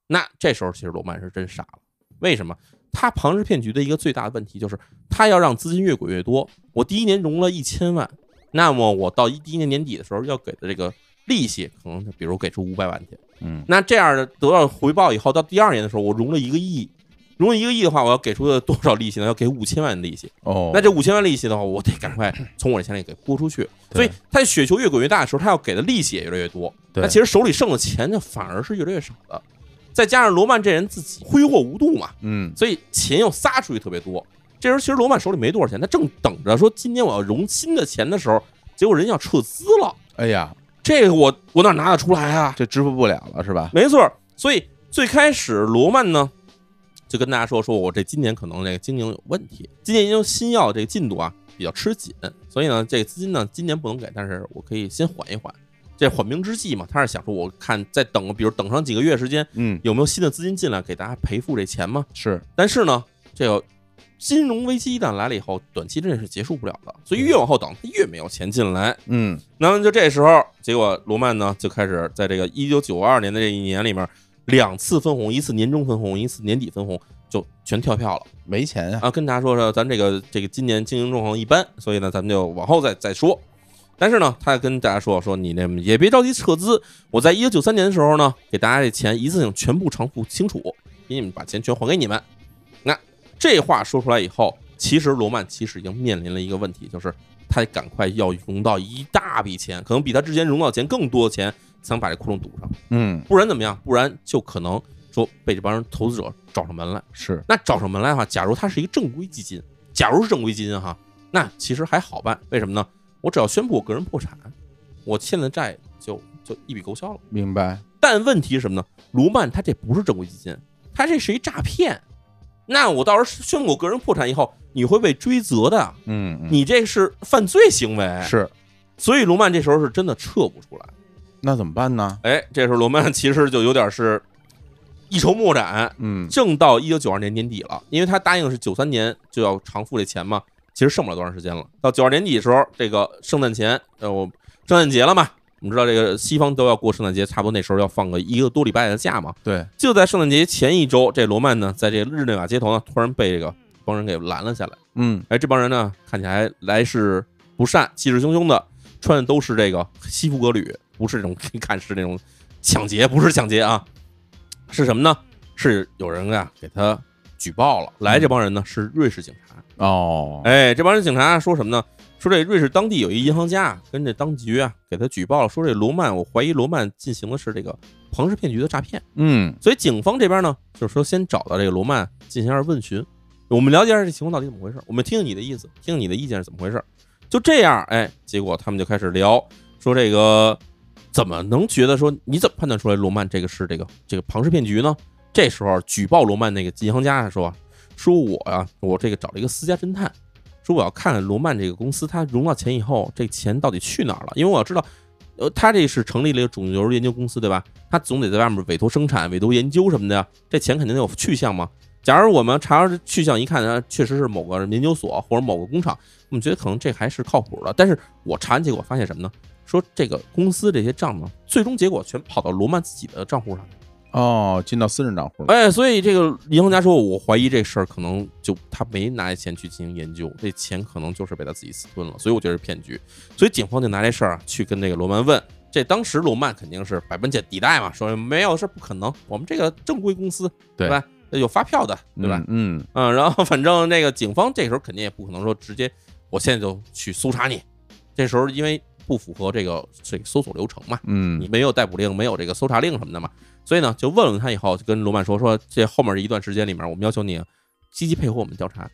A: 那这时候其实罗曼是真傻了，为什么？他庞氏骗局的一个最大的问题就是，他要让资金越滚越多。我第一年融了一千万，那么我到一第一年年底的时候要给的这个利息，可能比如给出五百万去。
B: 嗯
A: 那这样的得到回报以后，到第二年的时候，我融了一个亿，融了一个亿的话，我要给出的多少利息呢？要给五千万的利息。
B: 哦，
A: 那这五千万利息的话，我得赶快从我这钱里给拨出去。所以
B: 对
A: 他雪球越滚越大的时候，他要给的利息也越来越多。
B: 对
A: 那其实手里剩的钱就反而是越来越少的。再加上罗曼这人自己挥霍无度嘛，
B: 嗯
A: 所以钱又撒出去特别多。这时候其实罗曼手里没多少钱，他正等着说今年我要融新的钱的时候，结果人要撤资了，
B: 哎呀，
A: 这个我我哪拿得出来啊？
B: 这支付不了了是吧？
A: 没错，所以最开始罗曼呢，就跟大家说，说我这今年可能这个经营有问题，今年因为新药这个进度啊比较吃紧，所以呢，这个资金呢今年不能给，但是我可以先缓一缓。这缓兵之计嘛，他是想说，我看再等，比如等上几个月时间，
B: 嗯，
A: 有没有新的资金进来给大家赔付这钱嘛？
B: 是
A: 但是呢，这个金融危机一旦来了以后，短期之内是结束不了的，所以越往后等，他越没有钱进来。
B: 嗯
A: 那么就这时候，结果罗曼呢就开始在这个一九九二年的这一年里面，两次分红，一次年终分红，一次年底分红，就全跳票了
B: 没钱呀，
A: 啊！跟大家说说，咱这个这个今年经营状况一般，所以呢，咱们就往后再再说。但是呢，他跟大家说说，你那也别着急撤资，我在一九九三年的时候呢，给大家这钱一次性全部偿付清楚，给你们把钱全还给你们。那这话说出来以后，其实罗曼其实已经面临了一个问题，就是他赶快要融到一大笔钱，可能比他之前融到钱更多的钱，想把这窟窿堵上，
B: 嗯
A: 不然怎么样？不然就可能说被这帮人投资者找上门来。
B: 是
A: 那找上门来的话，假如它是一个正规基金，假如是正规基金哈，那其实还好办。为什么呢？我只要宣布我个人破产，我欠的债就就一笔勾销了。
B: 明白，
A: 但问题是什么呢？卢曼他这不是正规基金，他这是一诈骗。那我到时候宣布我个人破产以后，你会被追责的，
B: 嗯嗯
A: 你这是犯罪行为。
B: 是，
A: 所以罗曼这时候是真的撤不出来。
B: 那怎么办呢？
A: 哎，这时候罗曼其实就有点是一筹莫展，
B: 嗯
A: 正到一九九二年年底了，因为他答应是九三年就要偿付这钱嘛，其实剩不了多长时间了。到九二年底的时候，这个圣诞前，呃，我圣诞节了嘛，我们知道这个西方都要过圣诞节，差不多那时候要放个一个多礼拜的假嘛。
B: 对，
A: 就在圣诞节前一周，这罗曼呢，在这个日内瓦街头呢，突然被这个帮人给拦了下来。
B: 嗯
A: 哎，这帮人呢，看起来来势不善，气势汹汹的，穿的都是这个西服革履，不是这种一看是那种抢劫，不是抢劫啊，是什么呢？是有人啊给他举报了。来，这帮人呢是瑞士警察。
B: 哦，
A: 哎，这帮人警察说什么呢？说这瑞士当地有一银行家啊跟这当局啊给他举报了，说这罗曼，我怀疑罗曼进行的是这个庞氏骗局的诈骗。
B: 嗯
A: 所以警方这边呢，就是说先找到这个罗曼进行一下问询，我们了解一下这情况到底怎么回事，我们听听你的意思，听听你的意见是怎么回事。就这样，哎，结果他们就开始聊，说这个怎么能觉得说你怎么判断出来罗曼这个是这个这个庞氏骗局呢？这时候举报罗曼那个银行家说，说我呀、我这个找了一个私家侦探，说我要看看罗曼这个公司他融到钱以后，这钱到底去哪儿了，因为我要知道呃，他这是成立了一个肿瘤研究公司，对吧？他总得在外面委托生产、委托研究什么的呀，这钱肯定得有去向嘛。假如我们查着去向一看啊，确实是某个研究所或者某个工厂，我们觉得可能这还是靠谱的。但是我查完结果发现什么呢？说这个公司这些账呢，最终结果全跑到罗曼自己的账户上。
B: 哦，进到私人账户了，
A: 哎，所以这个银行家说，我怀疑这事儿可能就他没拿这钱去进行研究，这钱可能就是被他自己私吞了，所以我觉得是骗局。所以警方就拿这事儿啊去跟这个罗曼问，这当时罗曼肯定是百般解抵赖嘛，说没有是不可能，我们这个正规公司
B: 对
A: 吧？呃有发票的哎对吧？
B: 嗯？嗯，
A: 嗯，然后反正那个警方这时候肯定也不可能说直接，我现在就去搜查你，这时候因为不符合这个这个搜索流程嘛，
B: 嗯，
A: 你没有逮捕令，没有这个搜查令什么的嘛，所以呢，就问问他以后，就跟罗曼说说，这后面这一段时间里面，我们要求你积极配合我们调查，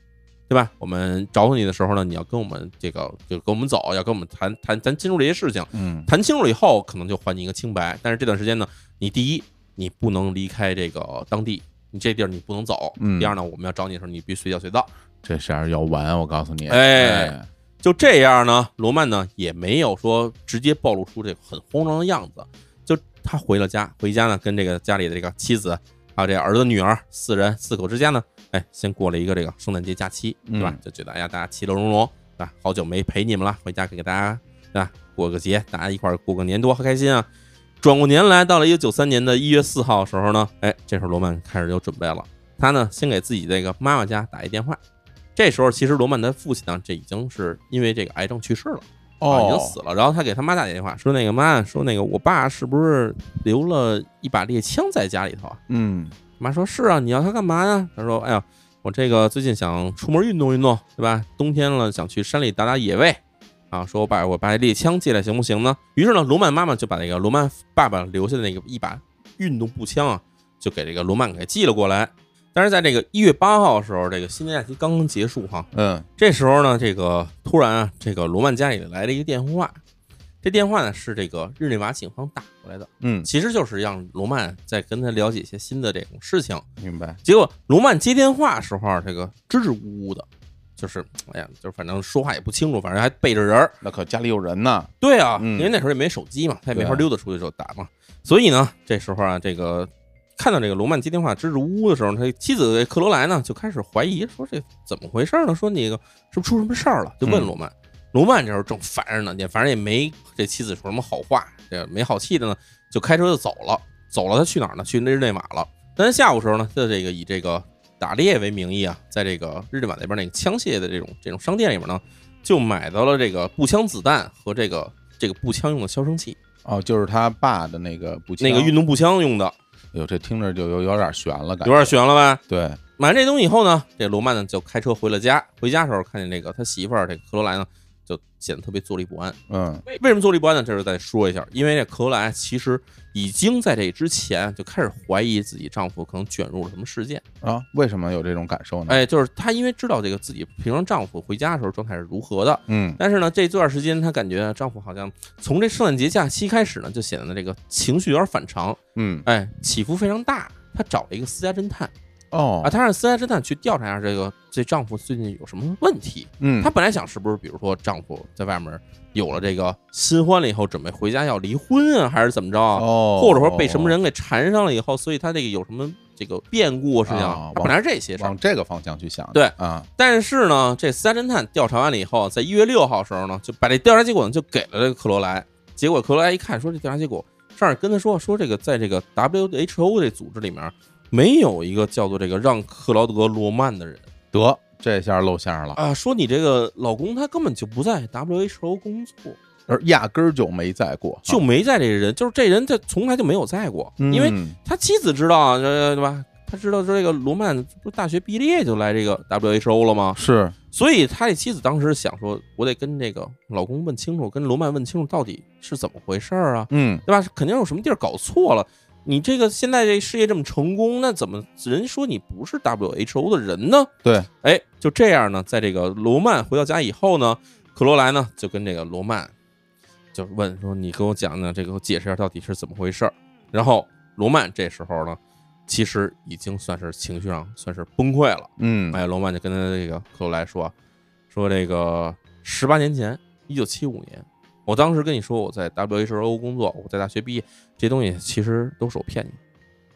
A: 对吧？我们找你的时候呢，你要跟我们这个就跟我们走，要跟我们谈谈谈清楚这些事情，
B: 嗯，
A: 谈清楚以后，可能就还你一个清白。但是这段时间呢，你第一，你不能离开这个当地，你这地儿你不能走；
B: 嗯
A: 第二呢，我们要找你的时候，你必须随叫随到。
B: 这事儿要完，我告诉你，
A: 哎，就这样呢，罗曼呢也没有说直接暴露出这很慌张的样子，就他回了家，回家呢跟这个家里的这个妻子还有这儿子女儿四人四口之家呢，哎，先过了一个这个圣诞节假期，对吧
B: 嗯？
A: 就觉得哎呀，大家其乐融融啊，好久没陪你们了，回家给大家啊过个节，大家一块儿过个年多开心啊！转过年来，到了一九九三年的一月四号的时候呢，哎，这时候罗曼开始有准备了。他呢，先给自己这个妈妈家打一电话。这时候，其实罗曼的父亲呢，这已经是因为这个癌症去世了，
B: 哦
A: 啊，已经死了。然后他给他妈打电话，说那个妈，说那个我爸是不是留了一把猎枪在家里头啊？
B: 嗯
A: 妈说：“是啊，你要它干嘛呀？”他说：“哎呀，我这个最近想出门运动运动，对吧？冬天了，想去山里打打野味啊。说我把我把猎枪借来行不行呢？”于是呢，罗曼妈妈就把那个罗曼爸爸留下的那个一把运动步枪啊，就给这个罗曼给寄了过来。但是在这个一月八号的时候，这个新年假期刚刚结束哈、
B: 嗯
A: 这时候呢，这个突然啊，这个罗曼家里来了一个电话，这电话呢是这个日内瓦警方打过来的，
B: 嗯，
A: 其实就是让罗曼再跟他了解一些新的这种事情。
B: 明白。
A: 结果罗曼接电话时候啊，这个支支吾吾的，就是哎呀，就是反正说话也不清楚，反正还背着人儿。
B: 那可家里有人呢，
A: 对啊，
B: 嗯
A: 因为那时候也没手机嘛，他也没法
B: 对啊
A: 溜达出去就打嘛。所以呢，这时候啊，这个看到这个罗曼接电话支支吾吾的时候，他妻子克罗莱呢就开始怀疑，说这怎么回事呢？说那个是不是出什么事儿了？就问
B: 嗯
A: 罗曼。罗曼这时候正烦着呢，也反正也没这妻子说什么好话，这没好气的呢，就开车就走了。走了，他去哪儿呢？去日内瓦了。但是下午时候呢，他这个以这个打猎为名义啊，在这个日内瓦那边那个枪械的这种这种商店里面呢，就买到了这个步枪子弹和这个这个步枪用的消声器，
B: 哦，就是他爸的那个步枪，
A: 那个运动步枪用的，
B: 哎呦，这听着就有有点悬了，感
A: 有
B: 觉
A: 点悬了吧？
B: 对，
A: 买完这东西以后呢，这罗曼呢就开车回了家。回家时候看见这个他媳妇儿这个克罗莱呢，就显得特别坐立不安。
B: 嗯
A: 为为什么坐立不安呢？这时候再说一下，因为这克罗莱其实已经在这之前就开始怀疑自己丈夫可能卷入了什么事件。
B: 啊，为什么有这种感受呢？
A: 哎，就是她因为知道这个自己平常丈夫回家的时候状态是如何的，
B: 嗯
A: 但是呢，这段时间她感觉丈夫好像从这圣诞节假期开始呢，就显得这个情绪有点反常，
B: 嗯
A: 哎，起伏非常大。她找了一个私家侦探
B: 哦
A: 啊，她让私家侦探去调查一下这个这丈夫最近有什么问题。
B: 嗯
A: 她本来想是不是，比如说丈夫在外面有了这个新欢了以后，准备回家要离婚啊，还是怎么着啊？
B: 哦，
A: 或者说被什么人给缠上了以后，所以她这个有什么这个变故是这
B: 啊
A: 样？她本来是这些事儿
B: 往这个方向去想的？
A: 对
B: 啊，
A: 但是呢，这私家侦探调查完了以后，在一月六号时候呢，就把这调查结果呢就给了这个克罗莱。结果克罗莱一看，说这调查结果，上面跟他说说这个在这个 WHO 这组织里面，没有一个叫做这个让克劳德罗曼的人
B: 得这下露馅儿了，
A: 啊，说你这个老公他根本就不在 WHO 工作，
B: 而压根儿就没在过，
A: 就没在这个人，就是这人他从来就没有在过，
B: 嗯
A: 因为他妻子知道啊，这对吧？他知道说这个罗曼不是大学毕业就来这个 WHO 了吗？
B: 是
A: 所以他这妻子当时想说，我得跟这个老公问清楚，跟罗曼问清楚到底是怎么回事儿啊，
B: 嗯
A: 对吧？肯定有什么地儿搞错了。你这个现在这事业这么成功，那怎么人说你不是 WHO 的人呢？
B: 对，
A: 哎，就这样呢，在这个罗曼回到家以后呢，克罗莱呢就跟这个罗曼就问说：“你跟我讲讲这个，给我解释一下到底是怎么回事儿。”然后罗曼这时候呢，其实已经算是情绪上算是崩溃了。
B: 嗯
A: 哎，罗曼就跟他这个克罗莱说，啊说这个十八年前，一九七五年，我当时跟你说我在 WHO 工作，我在大学毕业，这些东西其实都是我骗你的。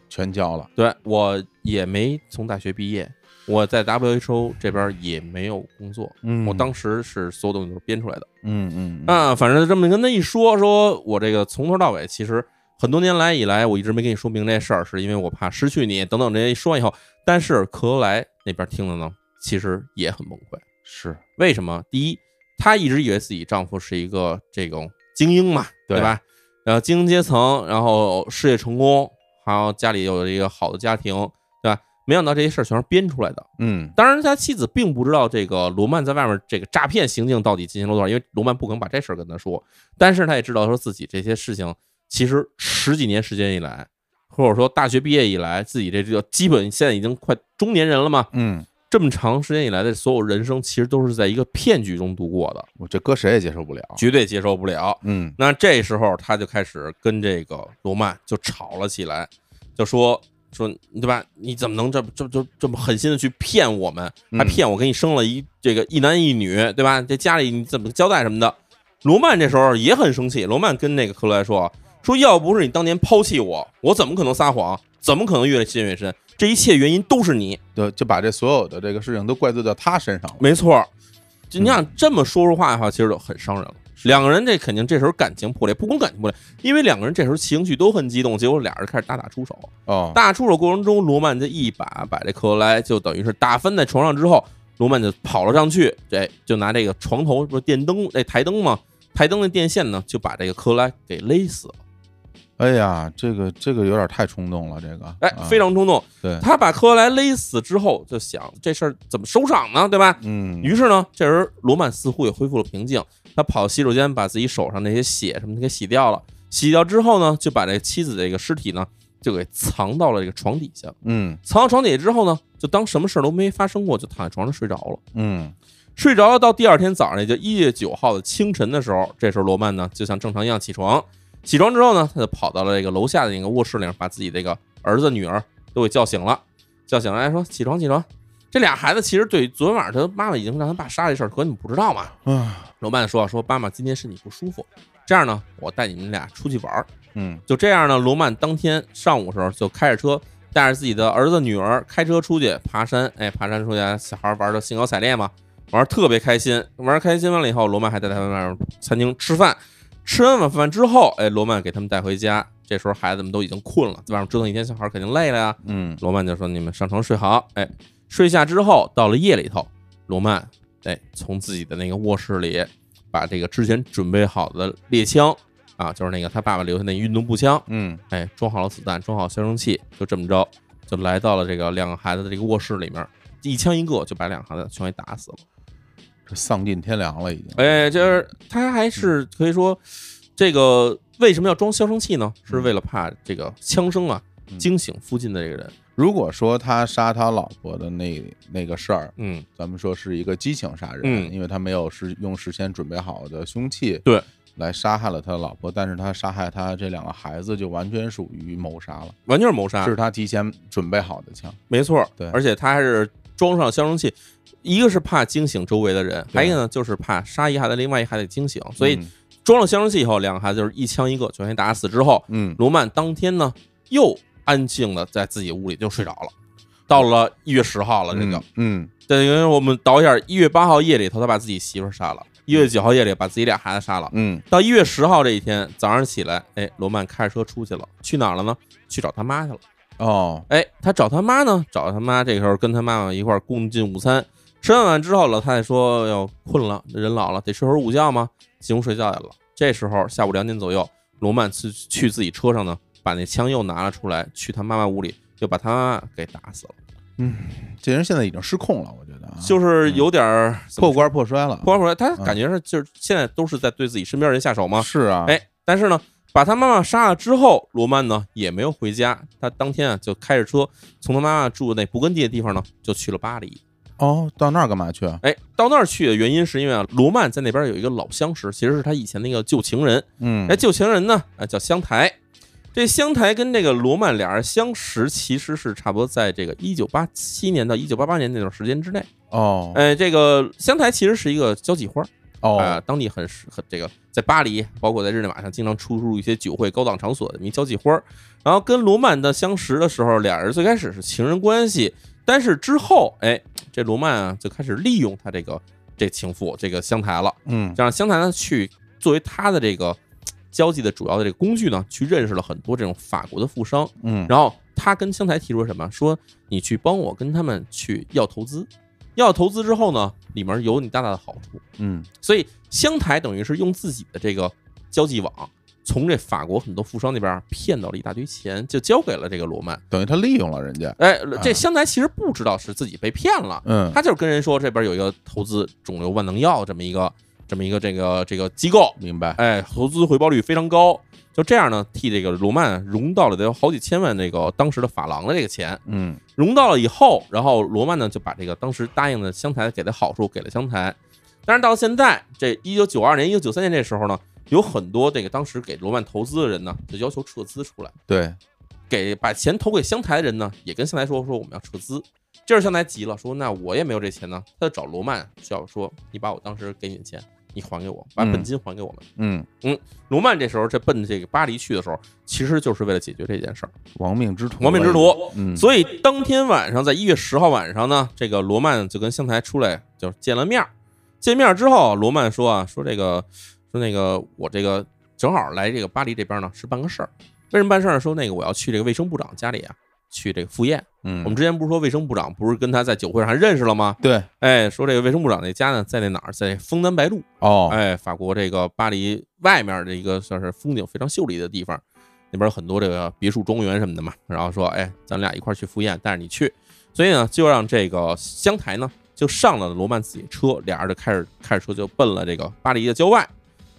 B: 全交了，
A: 对我也没从大学毕业，我在 WHO 这边也没有工作，
B: 嗯
A: 我当时是所有东西都是编出来的。
B: 嗯嗯嗯
A: 啊，反正这么跟他一说，说我这个从头到尾，其实很多年来以来，我一直没跟你说明这事儿，是因为我怕失去你等等这些一说完以后，但是克罗莱那边听了呢，其实也很崩溃。
B: 是
A: 为什么？第一，她一直以为自己丈夫是一个这种精英嘛，
B: 对
A: 对吧？然后精英阶层，然后事业成功，还有家里有一个好的家庭，对吧？没想到这些事儿全是编出来的。
B: 嗯
A: 当然，他妻子并不知道这个罗曼在外面这个诈骗行径到底进行了多少，因为罗曼不可能把这事儿跟他说。但是他也知道说自己这些事情，其实十几年时间以来，或者说大学毕业以来，自己这这个基本现在已经快中年人了嘛，
B: 嗯，
A: 这么长时间以来的所有人生，其实都是在一个骗局中度过的，
B: 我这搁谁也接受不了，
A: 绝对接受不了。
B: 嗯
A: 那这时候他就开始跟这个罗曼就吵了起来，就说说对吧？你怎么能这这这这么狠心的去骗我们？
B: 嗯
A: 还骗我给你生了一这个一男一女，对吧？这家里你怎么交代什么的？罗曼这时候也很生气，罗曼跟那个克莱说啊，说要不是你当年抛弃我，我怎么可能撒谎？怎么可能越陷越深？这一切原因都是你。
B: 就就把这所有的这个事情都怪罪到他身上了。
A: 没错儿，就
B: 嗯
A: 你想这么说出话的话，其实就很伤人了。两个人这肯定这时候感情破裂，不光感情破裂，因为两个人这时候情绪都很激动，结果俩人开始大打出手。
B: 哦，
A: 大打出手过程中，罗曼这一把把这克罗莱就等于是打翻在床上之后，罗曼就跑了上去，这就拿这个床头不是电灯那台灯嘛，台灯的电线呢就把这个克罗莱给勒
B: 啊
A: 死了。
B: 哎呀，这个这个有点太冲动了，这个
A: 哎，
B: 啊
A: 非常冲动，
B: 对，
A: 他把克罗莱勒死之后，就想这事儿怎么收场呢？对吧？
B: 嗯，
A: 于是呢，这人罗曼似乎也恢复了平静，他跑洗手间把自己手上那些血什么的给洗掉了。洗掉之后呢，就把这妻子这个尸体呢就给藏到了这个床底下。
B: 嗯
A: 藏到床底下之后呢，就当什么事儿都没发生过，就躺在床上睡着了。
B: 嗯
A: 睡着了，到第二天早上，也就一月九号的清晨的时候，这时候罗曼呢就像正常一样起床。起床之后呢，他就跑到了这个楼下的那个卧室里，把自己这个儿子、女儿都给叫醒了。叫醒了，哎，说起床，起床。这俩孩子其实对于昨天晚上他妈妈已经让他爸杀这事儿，可你们不知道嘛？
B: 啊
A: 罗曼说：“说爸妈今天身体不舒服，这样呢，我带你们俩出去玩儿。
B: 嗯”
A: 就这样呢，罗曼当天上午的时候就开着车，带着自己的儿子女儿开车出去爬山。哎，爬山出去，小孩玩的兴高采烈嘛，玩得特别开心。玩开心完了以后，罗曼还带他们外面餐厅吃饭。吃完晚饭之后，哎，罗曼给他们带回家。这时候孩子们都已经困了，晚上折腾一天，小孩肯定累了呀。
B: 嗯
A: 罗曼就说：“你们上床睡好。”哎，睡下之后，到了夜里头，罗曼哎从自己的那个卧室里把这个之前准备好的猎枪啊，就是那个他爸爸留下那运动步枪，
B: 嗯
A: 哎，装好了子弹，装好消声器，就这么着就来到了这个两个孩子的这个卧室里面，一枪一个就把两个孩子全给打死了。
B: 这丧尽天良了已经。
A: 哎，就是他还是可以说，这个为什么要装消声器呢？是为了怕这个枪声啊
B: 嗯
A: 惊醒附近的这个人。
B: 如果说他杀他老婆的那那个事儿，
A: 嗯，
B: 咱们说是一个激情杀人，
A: 嗯
B: 因为他没有事用事先准备好的凶器，
A: 对，
B: 来杀害了他的老婆，但是他杀害他这两个孩子就完全属于谋杀了，
A: 完全是谋杀。
B: 这是他提前准备好的枪，
A: 没错儿，
B: 对
A: 而且他还是装上消声器，一个是怕惊醒周围的人，
B: 对
A: 还有一个呢就是怕杀一孩子，另外一孩子惊醒，所以
B: 嗯
A: 装了消声器以后，两个孩子就是一枪一个全给打死之后，
B: 嗯，
A: 罗曼当天呢又安静的在自己屋里就睡着了。到了一月十号了，这个
B: 嗯，
A: 等于我们倒一下，一月八号夜里头，他把自己媳妇儿杀了；一月九号夜里把自己俩孩子杀了。
B: 嗯
A: 到一月十号这一天早上起来，哎，罗曼开着车出去了，去哪儿了呢？去找他妈去了。
B: 嗯，哦，
A: 哎，他找他妈呢，找他妈，这个时候跟他妈妈一块儿共进午餐。吃完晚之后，老太太说：“哟，困了，人老了，得睡会儿午觉嘛。”进屋睡觉去了。这时候下午两点左右，罗曼去去自己车上呢，把那枪又拿了出来，去他妈妈屋里，又把他妈妈给打死了。
B: 这人现在已经失控了，我觉得啊，
A: 就是有点儿
B: 破罐破摔了，
A: 破出来，他感觉是就是现在都是在对自己身边人下手嘛。
B: 是啊，
A: 哎，但是呢，把他妈妈杀了之后，罗曼呢也没有回家，他当天啊就开着车从他妈妈住的那勃艮第的地方呢，就去了巴黎。
B: 哦，到那儿干嘛去啊？
A: 哎，到那儿去的原因是因为啊，罗曼在那边有一个老相识，其实是他以前那个旧情人。
B: 嗯，
A: 哎，旧情人呢，啊叫香台。这香台跟这个罗曼俩人相识，其实是差不多在这个一九八七年到一九八八年那段时间之内。
B: 哦
A: 哎，这个香台其实是一个交际花儿啊、
B: 哦，
A: 当地很很这个，在巴黎，包括在日内瓦上，经常出入一些酒会、高档场所的一交际花儿。然后跟罗曼的相识的时候，俩人最开始是情人关系，但是之后，哎，这罗曼啊就开始利用他这个这情妇这个香台了，
B: 嗯
A: 就让香台呢去作为他的这个嘖交际的主要的这个工具呢，去认识了很多这种法国的富商。
B: 嗯，
A: 然后他跟香台提出了什么？说你去帮我跟他们去要投资，要投资之后呢，里面有你大大的好处。
B: 嗯
A: 所以香台等于是用自己的这个交际网，从这法国很多富商那边骗到了一大堆钱，就交给了这个罗曼。
B: 等于他利用了人家，
A: 哎，这
B: 啊
A: 香台其实不知道是自己被骗了，
B: 嗯
A: 他就是跟人说这边有一个投资肿瘤万能药这么一个这么一个这个这个机构，
B: 明白，
A: 哎，投资回报率非常高。就这样呢，替这个罗曼融到了得有好几千万这个当时的法郎的这个钱，
B: 嗯
A: 融到了以后，然后罗曼呢就把这个当时答应的湘台给的好处给了湘台。但是到现在，这一九九二年、一九九三年这时候呢，有很多这个当时给罗曼投资的人呢，就要求撤资出来。
B: 对，
A: 给把钱投给湘台的人呢，也跟湘台说说我们要撤资。这时候湘台急了，说那我也没有这钱呢，他就找罗曼要说你把我当时给你的钱你还给我，把
B: 嗯
A: 本金还给我们。
B: 嗯，
A: 罗曼这时候这奔这个巴黎去的时候，其实就是为了解决这件事儿，
B: 亡命之徒，
A: 亡命之徒。
B: 嗯，
A: 所以当天晚上，在一月十号晚上呢，这个罗曼就跟湘台出来就见了面儿。见面儿之后，罗曼说啊，说这个，说那个，我这个正好来这个巴黎这边呢是办个事儿。为什么办事儿呢？说那个我要去这个卫生部长家里啊，去这个赴宴。
B: 嗯，
A: 我们之前不是说卫生部长不是跟他在酒会上还认识了吗？
B: 对
A: 哎，说这个卫生部长那家呢，在那哪儿，在枫丹白露。
B: 哦，
A: 哎，法国这个巴黎外面的一个算是风景非常秀丽的地方，那边有很多这个别墅庄园什么的嘛。然后说，哎，咱俩一块儿去赴宴，带着你去。所以呢，就让这个湘台呢就上了罗曼自己的车，俩人就开始开着车就奔了这个巴黎的郊外。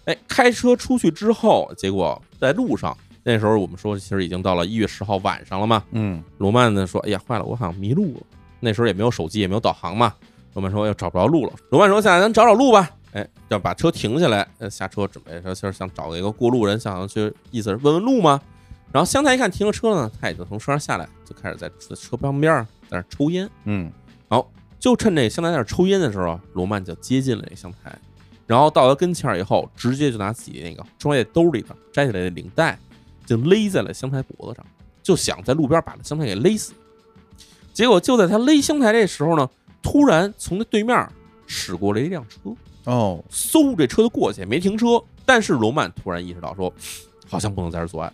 A: 哎，开车出去之后，结果在路上，那时候我们说其实已经到了一月十号晚上了嘛。
B: 嗯
A: 罗曼呢说：“哎呀，坏了，我好像迷路了。那时候也没有手机，也没有导航嘛。”罗曼说：“要哎找不着路了。”罗曼说：“下来，咱找找路吧。”哎，要把车停下来，呃，下车准备说就是想找一个过路人，想要去意思是问问路嘛。然后湘台一看停了车呢，他也就从车上下来，就开始在车车旁边儿在那儿抽烟。
B: 嗯
A: 就趁这湘台在那儿抽烟的时候，罗曼就接近了这湘台，然后到他跟前儿以后，直接就拿自己那个装在兜里头摘下来的领带，就勒在了湘台脖子上，就想在路边把湘台给勒死。结果就在他勒湘台这时候呢，突然从那对面驶过来一辆车，
B: 哦，
A: 嗖，这车就过去，没停车。但是罗曼突然意识到说，好像不能在这儿作案，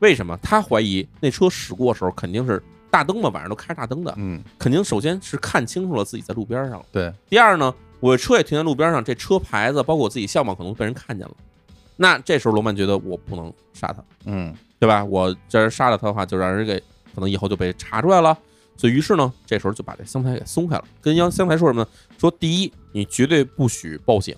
A: 为什么？他怀疑那车驶过的时候肯定是大灯嘛，晚上都开着大灯的，
B: 嗯
A: 肯定首先是看清楚了自己在路边上了。
B: 对，
A: 第二呢，我车也停在路边上，这车牌子包括我自己相貌可能被人看见了。那这时候罗曼觉得我不能杀他，
B: 嗯
A: 对吧？我这人杀了他的话，就让人给可能以后就被查出来了。所以于是呢，这时候就把这香台给松开了，跟央香台说什么呢？说第一，你绝对不许报警；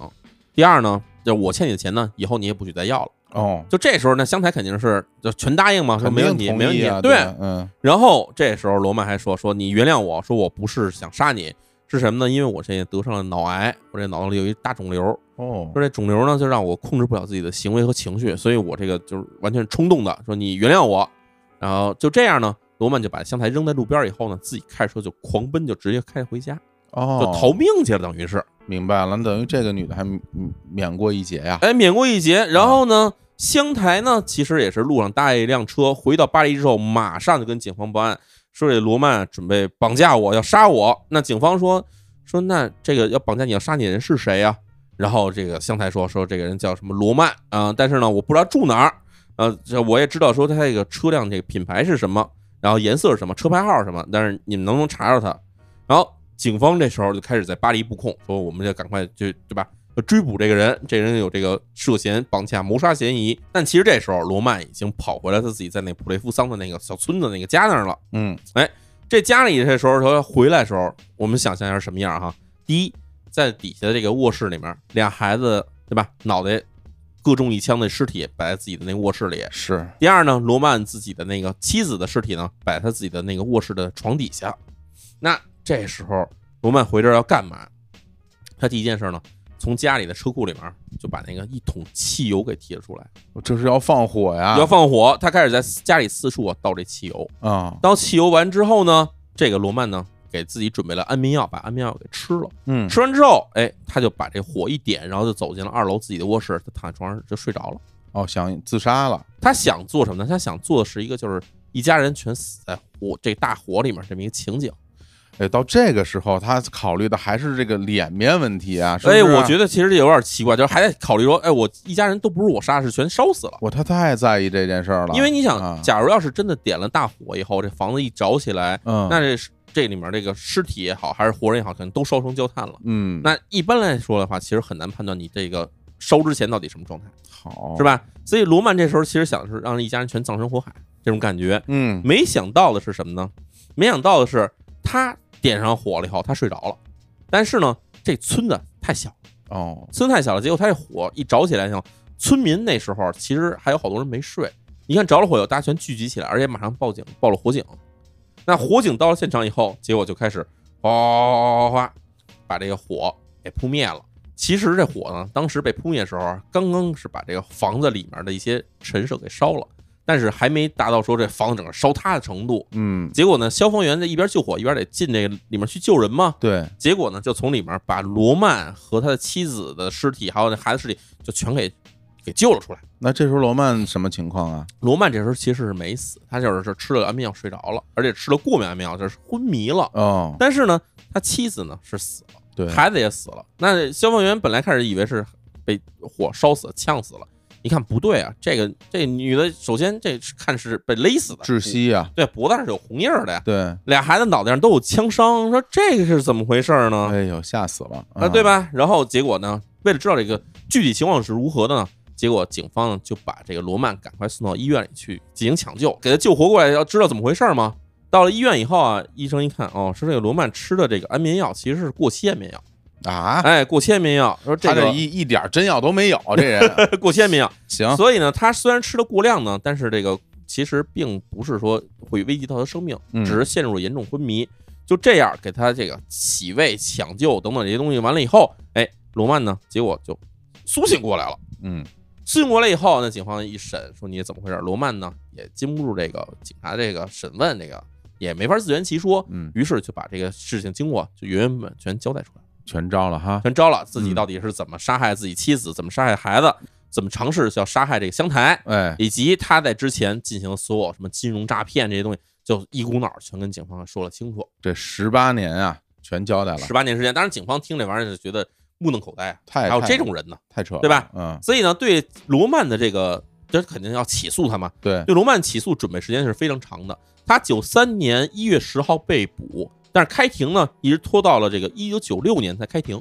A: 第二呢，就是我欠你的钱呢，以后你也不许再要了。
B: 哦，
A: 就这时候呢，香台肯定是就全答应嘛，说
B: 肯
A: 没
B: 定
A: 问题，
B: 同
A: 没问
B: 意
A: 题
B: 啊，。
A: 对，
B: 嗯
A: 然后这时候罗曼还说：“说你原谅我，说我不是想杀你，是什么呢？因为我现在得上了脑癌，我这脑子里有一大肿瘤。
B: 哦
A: 说这肿瘤呢，就让我控制不了自己的行为和情绪，所以我这个就是完全冲动的。说你原谅我，然后就这样呢，罗曼就把香台扔在路边以后呢，自己开着车就狂奔，就直接开回家，就
B: 哦，
A: 逃命去了，等于是。
B: 明白了，那等于这个女的还免免过一劫呀，
A: 哎，免过一劫。然后呢，湘台呢，其实也是路上搭了一辆车，回到巴黎之后，马上就跟警方报案，说这罗曼准备绑架我，要杀我。那警方说说那这个要绑架你要杀你的人是谁呀、然后这个湘台说说这个人叫什么罗曼啊、但是呢，我不知道住哪儿，呃，这我也知道说他这个车辆这个品牌是什么，然后颜色是什么，车牌号是什么，但是你们能不能查着他？然后警方这时候就开始在巴黎布控，说我们就赶快就对吧，要追捕这个人，这人有这个涉嫌绑架、谋杀嫌疑。但其实这时候罗曼已经跑回来，他自己在那普雷夫桑的那个小村子那个家那儿了。
B: 嗯
A: 这家里这时候他回来的时候，我们想象一下是什么样哈？第一，在底下的这个卧室里面，俩孩子对吧，脑袋各中一枪的尸体摆在自己的那个卧室里。
B: 是，
A: 第二呢，罗曼自己的那个妻子的尸体呢，摆他自己的那个卧室的床底下。那这时候罗曼回这儿要干嘛？他第一件事呢，从家里的车库里面就把那个一桶汽油给提了出来，
B: 这是要放火呀，
A: 要放火。他开始在家里四处啊倒这汽油。
B: 啊，
A: 当汽油完之后呢，这个罗曼呢给自己准备了安眠药，把安眠药给吃了。
B: 嗯
A: 吃完之后，哎，他就把这火一点，然后就走进了二楼自己的卧室，他躺在床上就睡着了。
B: 哦，想自杀了，
A: 他想做什么呢？他想做的是一个就是一家人全死在火这大火里面这么一个情景。
B: 哎，到这个时候他考虑的还是这个脸面问题啊，
A: 所以哎我觉
B: 得
A: 得其实有点奇怪，就是还在考虑说，哎，我一家人都不是我杀，是全烧死了。
B: 我他太在意这件事儿了，
A: 因为你
B: 啊
A: 想，假如要是真的点了大火以后，这房子一着起来，
B: 嗯
A: 那这这里面这个尸体也好，还是活人也好，可能都烧成焦炭了。
B: 嗯
A: 那一般来说的话，其实很难判断你这个烧之前到底什么状态，
B: 好
A: 是吧？所以罗曼这时候其实想的是让一家人全葬身火海这种感觉。
B: 嗯
A: 没想到的是什么呢？没想到的是他点上火了以后，他睡着了。但是呢，这村子太小，
B: 哦
A: 村太小了，结果他这火一着起来以后，像村民那时候其实还有好多人没睡。你看着了火以后，大家全聚集起来，而且马上报警，报了火警。那火警到了现场以后，结果就开始哗哗哗哗哗，把这个火给扑灭了。其实这啊火呢，当时被扑灭的时候，刚刚是把这个房子里面的一些陈设给烧了，但是还没达到说这房子整个烧塌的程度。
B: 嗯，
A: 结果呢，消防员在一边救火一边得进这个里面去救人嘛。
B: 对，
A: 结果呢，就从里面把罗曼和他的妻子的尸体，还有那孩子尸体，就全给给救了出来。
B: 那这时候罗曼什么情况啊？
A: 罗曼这时候其实是没死，他就是是吃了安眠药睡着了，而且吃了过敏安眠药，就是昏迷了。
B: 哦，
A: 但是呢，他妻子呢是死了，
B: 对，
A: 孩子也死了。那消防员本来开始以为是被火烧死、呛死了，一看不对啊，这个这女的首先这是看是被勒死的，
B: 窒，息啊，
A: 对，脖子上是有红印儿的呀，
B: 对，
A: 俩孩子脑袋上都有枪伤，说这个是怎么回事儿呢？
B: 哎呦，吓死了
A: 啊，对？吧？然后结果呢，为了知道这个具体情况是如何的呢？结果警方呢就把这个罗曼赶快送到医院里去进行抢救，给他救活过来，要知道怎么回事儿吗？到了医院以后啊，医生一看，哦，是这个罗曼吃的这个安眠药其实是过期安眠药，
B: 啊，
A: 哎，过期安眠药，说这
B: 他这
A: 个
B: 一一点真药都没有，啊这 人
A: 过期安眠药，
B: 行，
A: 所以呢，他虽然吃的过量呢，但是这个其实并不是说会危及到他生命，
B: 嗯
A: 只是陷入了严重昏迷。就这样给他这个洗胃、抢救等等这些东西完了以后，哎，罗曼呢，结果就苏醒过来了。
B: 嗯，
A: 苏醒过来以后，那警方一审说你怎么回事？罗曼呢也经不住这个警察这个审问，这个也没法自圆其说，
B: 嗯，
A: 于是就把这个事情经过就原原本全交代出来了。
B: 全招了哈，
A: 全招了，自己
B: 嗯
A: 到底是怎么杀害自己妻子，怎么杀害孩子，怎么尝试要杀害这个香台，
B: 哎，
A: 以及他在之前进行所有什么金融诈骗这些东西，就一股脑儿全跟警方说了清楚。
B: 这十八年啊，全交代了
A: 十，八年时间，当然警方听这玩意儿就觉得目瞪口呆啊，
B: 太
A: 还有
B: 太
A: 这种人呢。
B: 太扯了，
A: 对吧？
B: 嗯，
A: 所以呢，对罗曼的这个，这肯定要起诉他嘛。
B: 对，
A: 对罗曼起诉准备时间是非常长的，他九三年一月十号被捕，但是开庭呢一直拖到了这个一九九六年才开庭。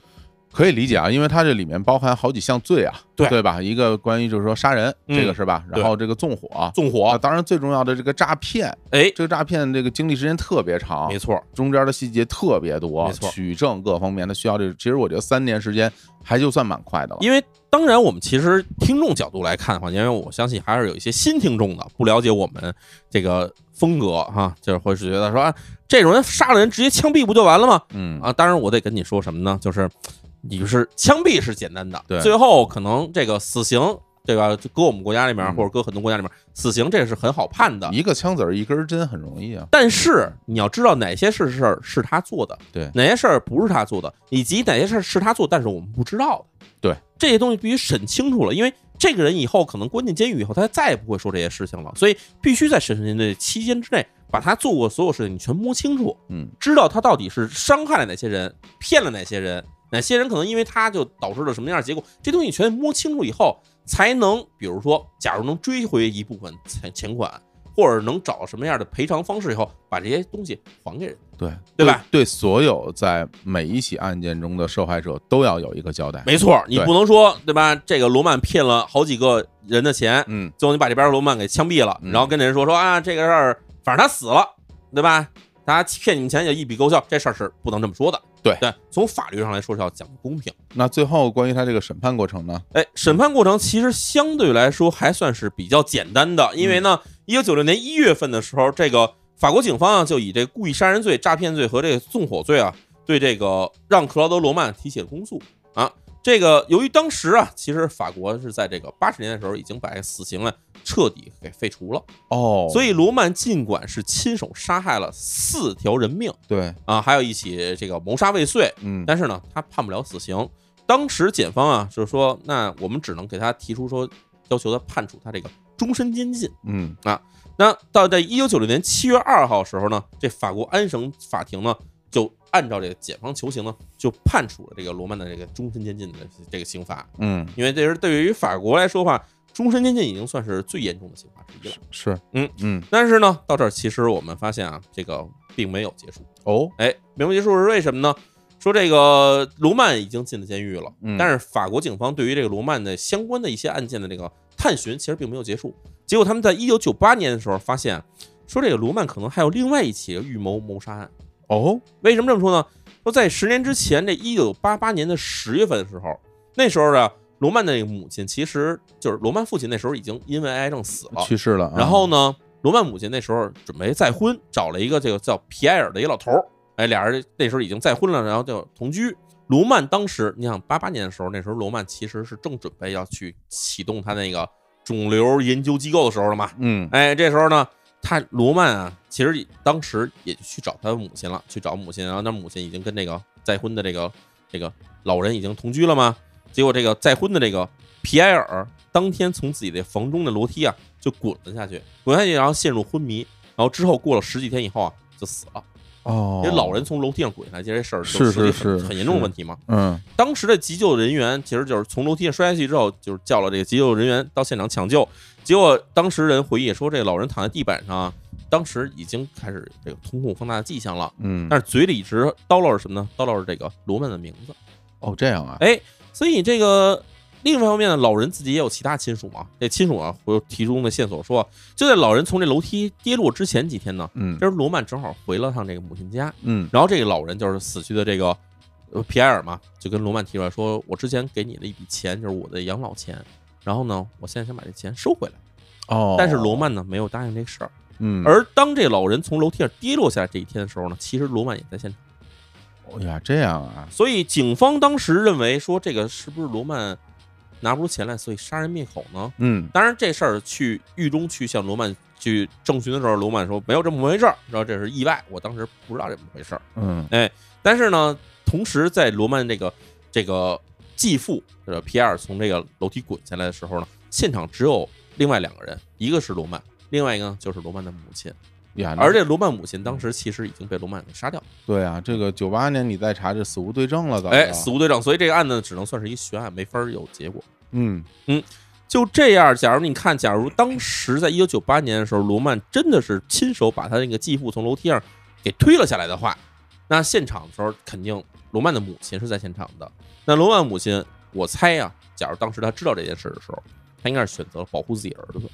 B: 可以理解啊，因为它这里面包含好几项罪啊，
A: 对
B: 吧？一个关于就是说杀人，
A: 嗯
B: 这个是吧？然后这个纵火。
A: 纵
B: 啊，
A: 火，
B: 当然最重要的这个诈骗，
A: 哎，
B: 这个诈骗这个经历时间特别长
A: 没，错，
B: 中间的细节特别多，
A: 没错
B: 取证各方面它需要这，其实我觉得三年时间还就算蛮快的了。
A: 因为当然，我们其实听众角度来看的话，因为我相信还是有一些新听众的，不了解我们这个风格哈、就是会是觉得说、啊、这种人杀了人直接枪毙不就完了吗？
B: 嗯
A: 啊，当然我得跟你说什么呢？就是你是枪毙是简单的，
B: 对
A: 最后可能这个死刑，对吧？就搁我们国家里面，
B: 嗯
A: 或者搁很多国家里面，死刑这是很好判的。
B: 一个枪子儿一根针很容易啊。
A: 但是你要知道哪些事事儿是他做的，
B: 对
A: 哪些事儿不是他做的，以及哪些事儿是他做，但是我们不知道的。
B: 对，
A: 这些东西必须审清楚了，因为这个人以后可能关进监狱以后，他再也不会说这些事情了，所以必须在审讯的期间之内，把他做过所有事情你全摸清楚，
B: 嗯，
A: 知道他到底是伤害了哪些人，骗了哪些人，哪些人可能因为他就导致了什么样的结果，这东西全摸清楚以后，才能比如说，假如能追回一部分钱钱款，或者能找什么样的赔偿方式以后，把这些东西还给人。
B: 对
A: 对吧
B: 对？对所有在每一起案件中的受害者都要有一个交代。
A: 没错，你
B: 对
A: 不能说对吧？这个罗曼骗了好几个人的钱，
B: 嗯，
A: 最后你把这边罗曼给枪毙了，
B: 嗯
A: 然后跟人说说啊，这个事儿反正他死了，对吧？大家骗你们钱也一笔勾销，这事儿是不能这么说的。
B: 对
A: 对，从法律上来说是要讲究公平。
B: 那最后关于他这个审判过程呢？
A: 哎，审判过程其实相对来说还算是比较简单的，因为呢，一九九六年一月份的时候，这个法国警方啊就以这个故意杀人罪、诈骗罪和这个纵火罪啊，对这个让克劳德·罗曼提起了公诉啊。这个由于当时啊，其实法国是在这个八十年代的时候已经把死刑啊彻底给废除了，
B: 哦，
A: 所
B: 以
A: 以罗曼尽管是亲手杀害了四条人命
B: 对，
A: 啊，还有一起这个谋杀未遂，
B: 嗯，
A: 但是呢，他判不了死刑。当时检方啊，就是说，那我们只能给他提出说，要求他判处他这个终身监禁。
B: 嗯，
A: 那到在一九九六年七月二号时候呢，这法国安省法庭呢，就按照这个检方求情呢，就判处了这个罗曼的这个终身监禁的这个刑罚。
B: 嗯，
A: 因为这是对于法国来说的话，终身监禁已经算是最严重的刑罚之一了。
B: 是，
A: 嗯
B: 嗯，
A: 但是呢，到这儿其实我们发现啊，这个并没有结束。
B: 哦，
A: 哎，明文结束是为什么呢？说这个罗曼已经进了监狱了，
B: 嗯
A: 但是法国警方对于这个罗曼的相关的一些案件的这个探寻其实并没有结束。结果他们在一九九八年的时候发现，说这个罗曼可能还有另外一起预谋谋杀案。
B: 哦，
A: 为什么这么说呢？说在十年之前，这一九八八年的十月份的时候，那时候呢，罗曼的母亲其实就是罗曼父亲，那时候已经因为癌症死了。
B: 去世了啊。
A: 哦然后呢，罗曼母亲那时候准备再婚，找了一个这个叫皮埃尔的一老头儿，哎，俩人那时候已经再婚了，然后就同居。罗曼当时，你想八八年的时候，那时候罗曼其实是正准备要去启动他那个肿瘤研究机构的时候了嘛。
B: 嗯
A: 哎，这时候呢，他罗曼啊，其实当时也去找他母亲了，去找母亲，然后那母亲已经跟这个再婚的这个这个老人已经同居了嘛。结果这个再婚的这个皮埃尔当天从自己的房中的楼梯啊就滚了下去，滚下去然后陷入昏迷，然后之后过了十几天以后啊就死了。
B: 哦
A: 因，为老人从楼梯上滚下来，这些事儿就是涉及
B: 是
A: 很
B: 是
A: 很严重的
B: 是
A: 问题嘛。
B: 嗯
A: 当时的急救人员其实就是从楼梯上摔下去之后，就是叫了这个急救人员到现场抢救。结果当时人回忆说，这个老人躺在地板上啊，当时已经开始这个瞳孔放大的迹象了，
B: 嗯，
A: 但是嘴里一直叨唠着什么呢？叨唠着这个罗曼的名字。
B: 哦这样啊，
A: 哎，所以这个另一方面呢，老人自己也有其他亲属嘛。这亲属啊，会有提供的线索说，就在老人从这楼梯跌落之前几天呢，
B: 嗯
A: 这时候罗曼正好回了趟这个母亲家，
B: 嗯
A: 然后这个老人就是死去的这个呃皮埃尔嘛，就跟罗曼提出来说，我之前给你了一笔钱，就是我的养老钱，然后呢，我现在想把这钱收回来，
B: 哦，
A: 但是罗曼呢没有答应这事儿。
B: 嗯，
A: 而当这老人从楼梯上跌落下来这一天的时候呢，其实罗曼也在现场，
B: 哎呀这样啊，
A: 所以警方当时认为说这个是不是罗曼拿不出钱来，所以杀人灭口呢？
B: 嗯
A: 当然，这事儿去狱中去向罗曼去证询的时候，罗曼说没有这么回事儿，然后这是意外，我当时不知道这么回事儿。
B: 嗯
A: 但是呢，同时在罗曼这个这个继父呃皮埃尔从这个楼梯滚下来的时候呢，现场只有另外两个人，一个是罗曼，另外一个呢就是罗曼的母亲。
B: 呀，那
A: 而这罗曼母亲当时其实已经被罗曼给杀掉了，
B: 对啊，这个九八年你再查这死无对啊证了，早就
A: 哎，死无对证，所以这个案子只能算是一悬案，没法儿有结果。
B: 嗯
A: 就这样，假如你看，假如当时在一九九八年的时候，罗曼真的是亲手把他那个继父从楼梯上给推了下来的话，那现场的时候肯定罗曼的母亲是在现场的。那罗曼母亲，我猜呀、假如当时他知道这件事的时候，他应该是选择了保护自己儿子。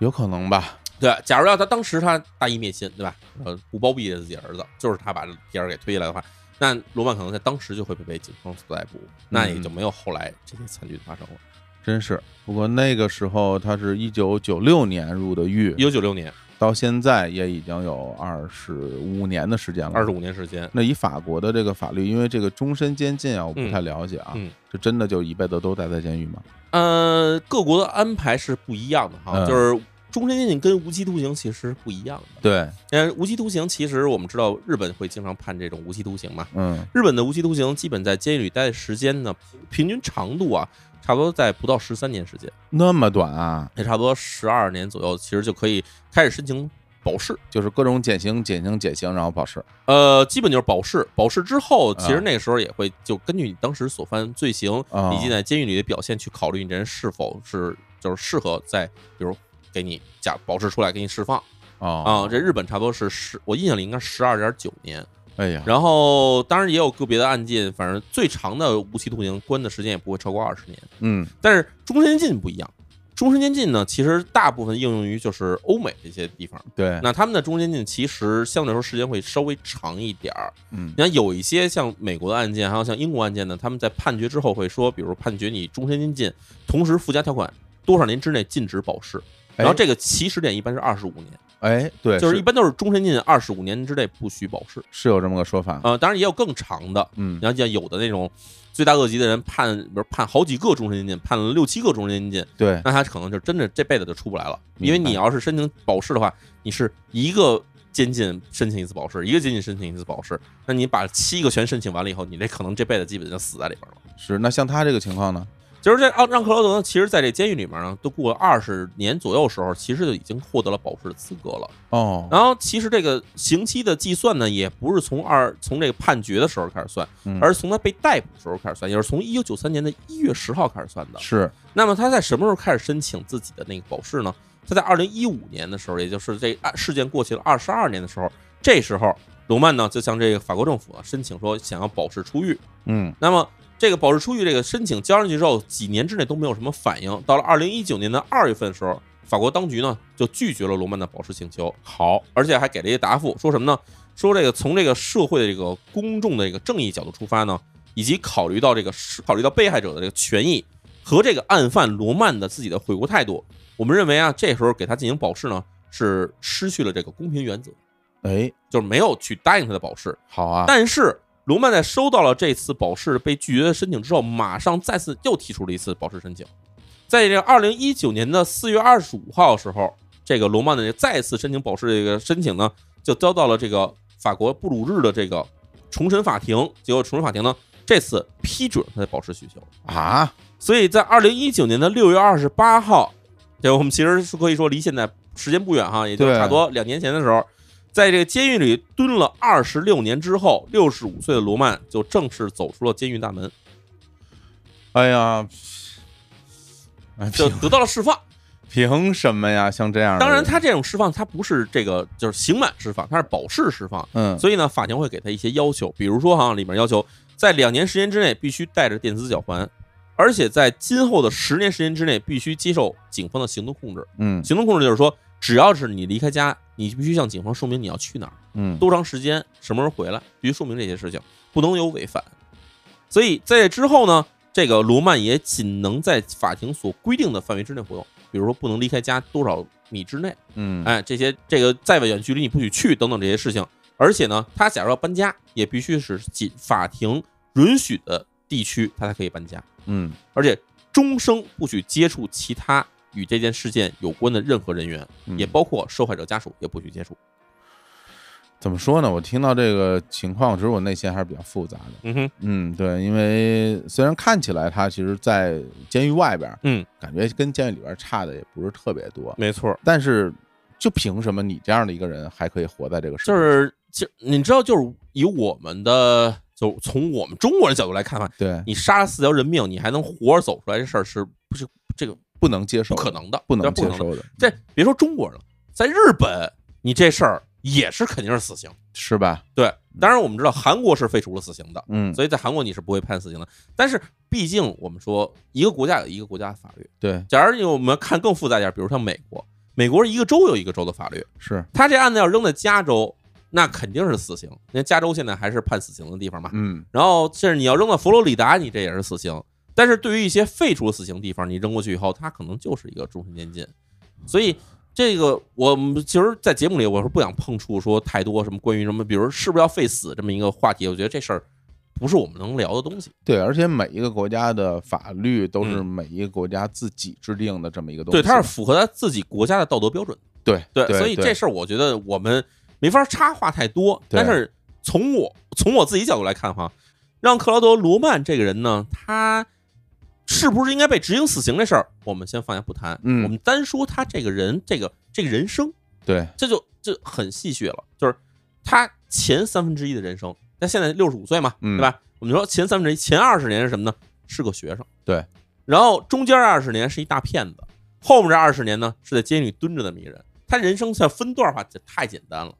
B: 有可能吧，
A: 对，假如要他当时他大义灭亲，对吧？呃，不包庇自己儿子，就是他把皮尔给推下来的话，那罗曼可能在当时就会被被警方所逮捕，那也就没有后来这些惨剧的发生了。
B: 真是。不过那个时候他是一九九六年入的狱
A: 一，九九六年，
B: 到现在也已经有二十五年的时间了，
A: 二十五年时间，
B: 那以法国的这个法律，因为这个终身监禁啊，我不太了解啊，
A: 嗯嗯
B: 这真的就一辈子都待在监狱吗？
A: 呃，各国的安排是不一样的哈，
B: 嗯
A: 就是终身监禁跟无期徒刑其实不一样的。
B: 对，
A: 嗯，无期徒刑其实我们知道日本会经常判这种无期徒刑嘛，
B: 嗯，
A: 日本的无期徒刑基本在监狱里待的时间呢，平均长度啊，差不多在不到十三年时间，
B: 那么短啊，
A: 也差不多十二年左右，其实就可以开始申请保释。
B: 就是各种减刑、减刑、减刑，然后保释。
A: 呃，基本就是保释，保释之后，其
B: 啊
A: 实那个时候也会就根据你当时所犯罪行
B: 啊
A: 以及在监狱里的表现去考虑你这人是否是就是适合在比如给你假保释出来给你释放啊、
B: 哦，
A: 这日本差不多是十，我印象里应该十二点九年。
B: 哎呀，
A: 然后当然也有个别的案件，反正最长的无期徒刑关的时间也不会超过二十年。
B: 嗯，
A: 但是终身监禁不一样，终身监禁呢，其实大部分应用于就是欧美这些地方。
B: 对，
A: 那他们的终身监禁其实相对来说时间会稍微长一点儿。
B: 嗯
A: 你看有一些像美国的案件，还有像英国案件呢，他们在判决之后会说，比如判决你终身监禁，同时附加条款多少年之内禁止保释。然后这个起始点一般是二十五年，
B: 哎，对，
A: 就是
B: 是
A: 一般都是终身禁二十五年之内不许保释。
B: 是有这么个说法，
A: 呃，当然也有更长的，
B: 嗯
A: 你，要像有的那种罪大恶极的人判，比如判好几个终身监禁，判了六七个终身监禁，
B: 对，
A: 那他可能就真的这辈子就出不来了，
B: 明白
A: 因为你要是申请保释的话，你是一个监禁申请一次保释，一个监禁申请一次保释，那你把七个全申请完了以后，你这可能这辈子基本就死在里边了。
B: 是。那像他这个情况呢？
A: 就是这奥让克劳德呢，其实在这监狱里面呢，都过了二十年左右时候，其实就已经获得了保释的资格了。
B: 哦，
A: 然后其实这个刑期的计算呢，也不是从二从这个判决的时候开始算，
B: 嗯
A: 而是从他被逮捕的时候开始算，也就是从一九九三年的一月十号开始算的。
B: 是，
A: 那么他在什么时候开始申请自己的那个保释呢？他在二零一五年的时候，也就是这案事件过去了二十二年的时候，这时候罗曼呢就向这个法国政府啊申请说想要保释出狱。
B: 嗯，
A: 那么这个保释出狱这个申请交上去之后，几年之内都没有什么反应。到了二零一九年的二月份的时候，法国当局呢就拒绝了罗曼的保释请求，
B: 好，
A: 而且还给了一个答复，说什么呢？说这个从这个社会的这个公众的这个正义角度出发呢，以及考虑到这个是考虑到被害者的这个权益和这个案犯罗曼的自己的悔过态度，我们认为啊，这时候给他进行保释呢是失去了这个公平原则，
B: 哎，
A: 就是没有去答应他的保释。
B: 好啊，
A: 但是罗曼在收到了这次保释被拒绝的申请之后，马上再次又提出了一次保释申请。在这个二零一九年的四月二十五号时候，这个罗曼的这个再次申请保释这个申请呢，就遭到了这个法国布鲁日的这个重审法庭。结果重审法庭呢，这次批准他的保释取消。
B: 啊，
A: 所以在二零一九年的六月二十八号，对，我们其实是可以说离现在时间不远哈，也就
B: 对
A: 差不多两年前的时候，在这个监狱里蹲了二十六年之后，六十五岁的罗曼就正式走出了监狱大门，
B: 哎呀，哎
A: 就
B: 凭
A: 得到了释放。
B: 凭什么呀？像这样的人，
A: 当然，他这种释放，他不是这个就是刑满释放，他是保释释放，
B: 嗯，
A: 所以呢，法庭会给他一些要求，比如说哈，里面要求在两年时间之内必须带着电子脚环，而且在今后的十年时间之内必须接受警方的行动控制。
B: 嗯
A: 行动控制就是说，只要是你离开家，你必须向警方说明你要去哪儿，
B: 嗯，
A: 多长时间，什么时候回来，必须说明这些事情，不能有违反。所以在这之后呢，这个罗曼也仅能在法庭所规定的范围之内活动，比如说不能离开家多少米之内，
B: 嗯，
A: 哎，这些这个再远距离你不许去等等这些事情。而且呢，他假如要搬家，也必须是仅法庭允许的地区，他才可以搬家。
B: 嗯
A: 而且终生不许接触其他与这件事件有关的任何人员，
B: 嗯
A: 也包括受害者家属也不许接触。
B: 怎么说呢？我听到这个情况，其实我内心还是比较复杂的。
A: 嗯哼，
B: 嗯，对，因为虽然看起来他其实，在监狱外边，
A: 嗯，
B: 感觉跟监狱里边差的也不是特别多，
A: 没错，
B: 但是就凭什么你这样的一个人还可以活在这个世界
A: 就
B: 上？
A: 是就你知道，就是以我们的就从我们中国人角度来看吧，
B: 对，
A: 你杀了四条人命，你还能活着走出来这事儿是不是这个
B: 不能接受
A: 不
B: 的，
A: 可能的，
B: 不
A: 对啊
B: 能
A: 不
B: 接
A: 可能的。
B: 受的，
A: 这别说中国人了，在日本，你这事儿也是肯定是死刑。
B: 是吧？
A: 对，当然我们知道韩国是废除了死刑的，
B: 嗯，
A: 所以在韩国你是不会判死刑的。但是毕竟我们说一个国家有一个国家的法律，
B: 对，
A: 假如我们看更复杂一点，比如像美国，美国是一个州有一个州的法律，
B: 是，
A: 他这案子要扔在加州，那肯定是死刑，因为加州现在还是判死刑的地方嘛。
B: 嗯，
A: 然后甚至你要扔到佛罗里达，你这也是死刑。但是对于一些废除死刑地方，你扔过去以后，它可能就是一个终身监禁。所以这个我们其实，在节目里我是不想碰触说太多什么关于什么，比如是不是要废死这么一个话题。我觉得这事儿不是我们能聊的东西。
B: 对，而且每一个国家的法律都是
A: 嗯
B: 每一个国家自己制定的这么一个东西，
A: 对，它是符合他自己国家的道德标准。
B: 对
A: 对，
B: 对，
A: 所以
B: 对
A: 这事儿我觉得我们没法插话太多。
B: 对
A: 但是从我从我自己角度来看哈，让克劳德·罗曼这个人呢，他是不是应该被执行死刑这事儿，我们先放下不谈。
B: 嗯
A: 我们单说他这个人，这个这个人生，
B: 对，
A: 这就这很戏谑了，就是他前三分之一的人生，他现在六十五岁嘛，
B: 嗯
A: 对吧？我们说前三分之一，前二十年是什么呢？是个学生，
B: 对。
A: 然后中间二十年是一大骗子，后面这二十年呢是在监狱里蹲着的迷人。他人生要分段化，这太简单了。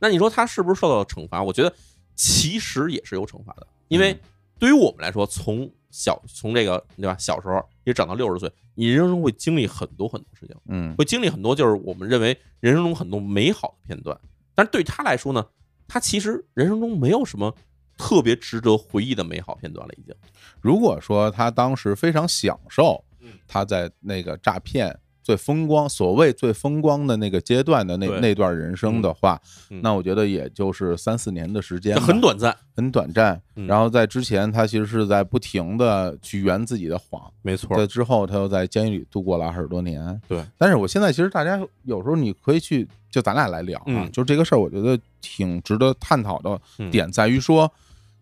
A: 那你说他是不是受到了惩罚？我觉得其实也是有惩罚的，因为
B: 嗯
A: 对于我们来说，从小从这个对吧，小时候一直长到六十岁，你人生会经历很多很多事情。
B: 嗯，
A: 会经历很多就是我们认为人生中很多美好的片段，但是对他来说呢，他其实人生中没有什么特别值得回忆的美好片段了，已经。
B: 如果说他当时非常享受
A: 嗯，
B: 他在那个诈骗最风光，所谓最风光的那个阶段的那
A: 对
B: 那段人生的话，
A: 嗯
B: 那我觉得也就是三四年的时间
A: 这
B: 吧，
A: 很短暂，
B: 很短暂。
A: 嗯
B: 然后在之前，他其实是在不停的去圆自己的谎。
A: 没错
B: 在之后，他又在监狱里度过了二十多年。
A: 对，
B: 但是我现在其实大家有时候你可以去，就咱俩来聊啊
A: 嗯，
B: 就这个事儿，我觉得挺值得探讨的
A: 嗯
B: 点在于说，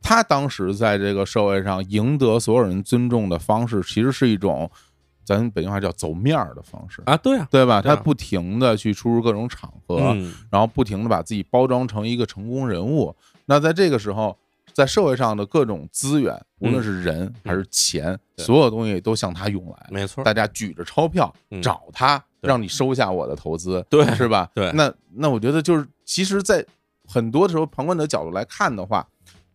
B: 他当时在这个社会上赢得所有人尊重的方式，其实是一种咱北京话叫走面儿的方式，
A: 啊，对啊，
B: 对吧？
A: 对
B: 他
A: 啊
B: 不停的去出入各种场合，
A: 嗯，
B: 然后不停的把自己包装成一个成功人物。那在这个时候，在社会上的各种资源，无论是人还是钱，
A: 嗯对
B: 所有东西都向他涌来。
A: 没错，
B: 大家举着钞票
A: 嗯
B: 找他，
A: 对
B: 让你收下我的投资，
A: 对
B: 是吧？
A: 对
B: 那那我觉得就是，其实，在很多的时候，旁观者角度来看的话，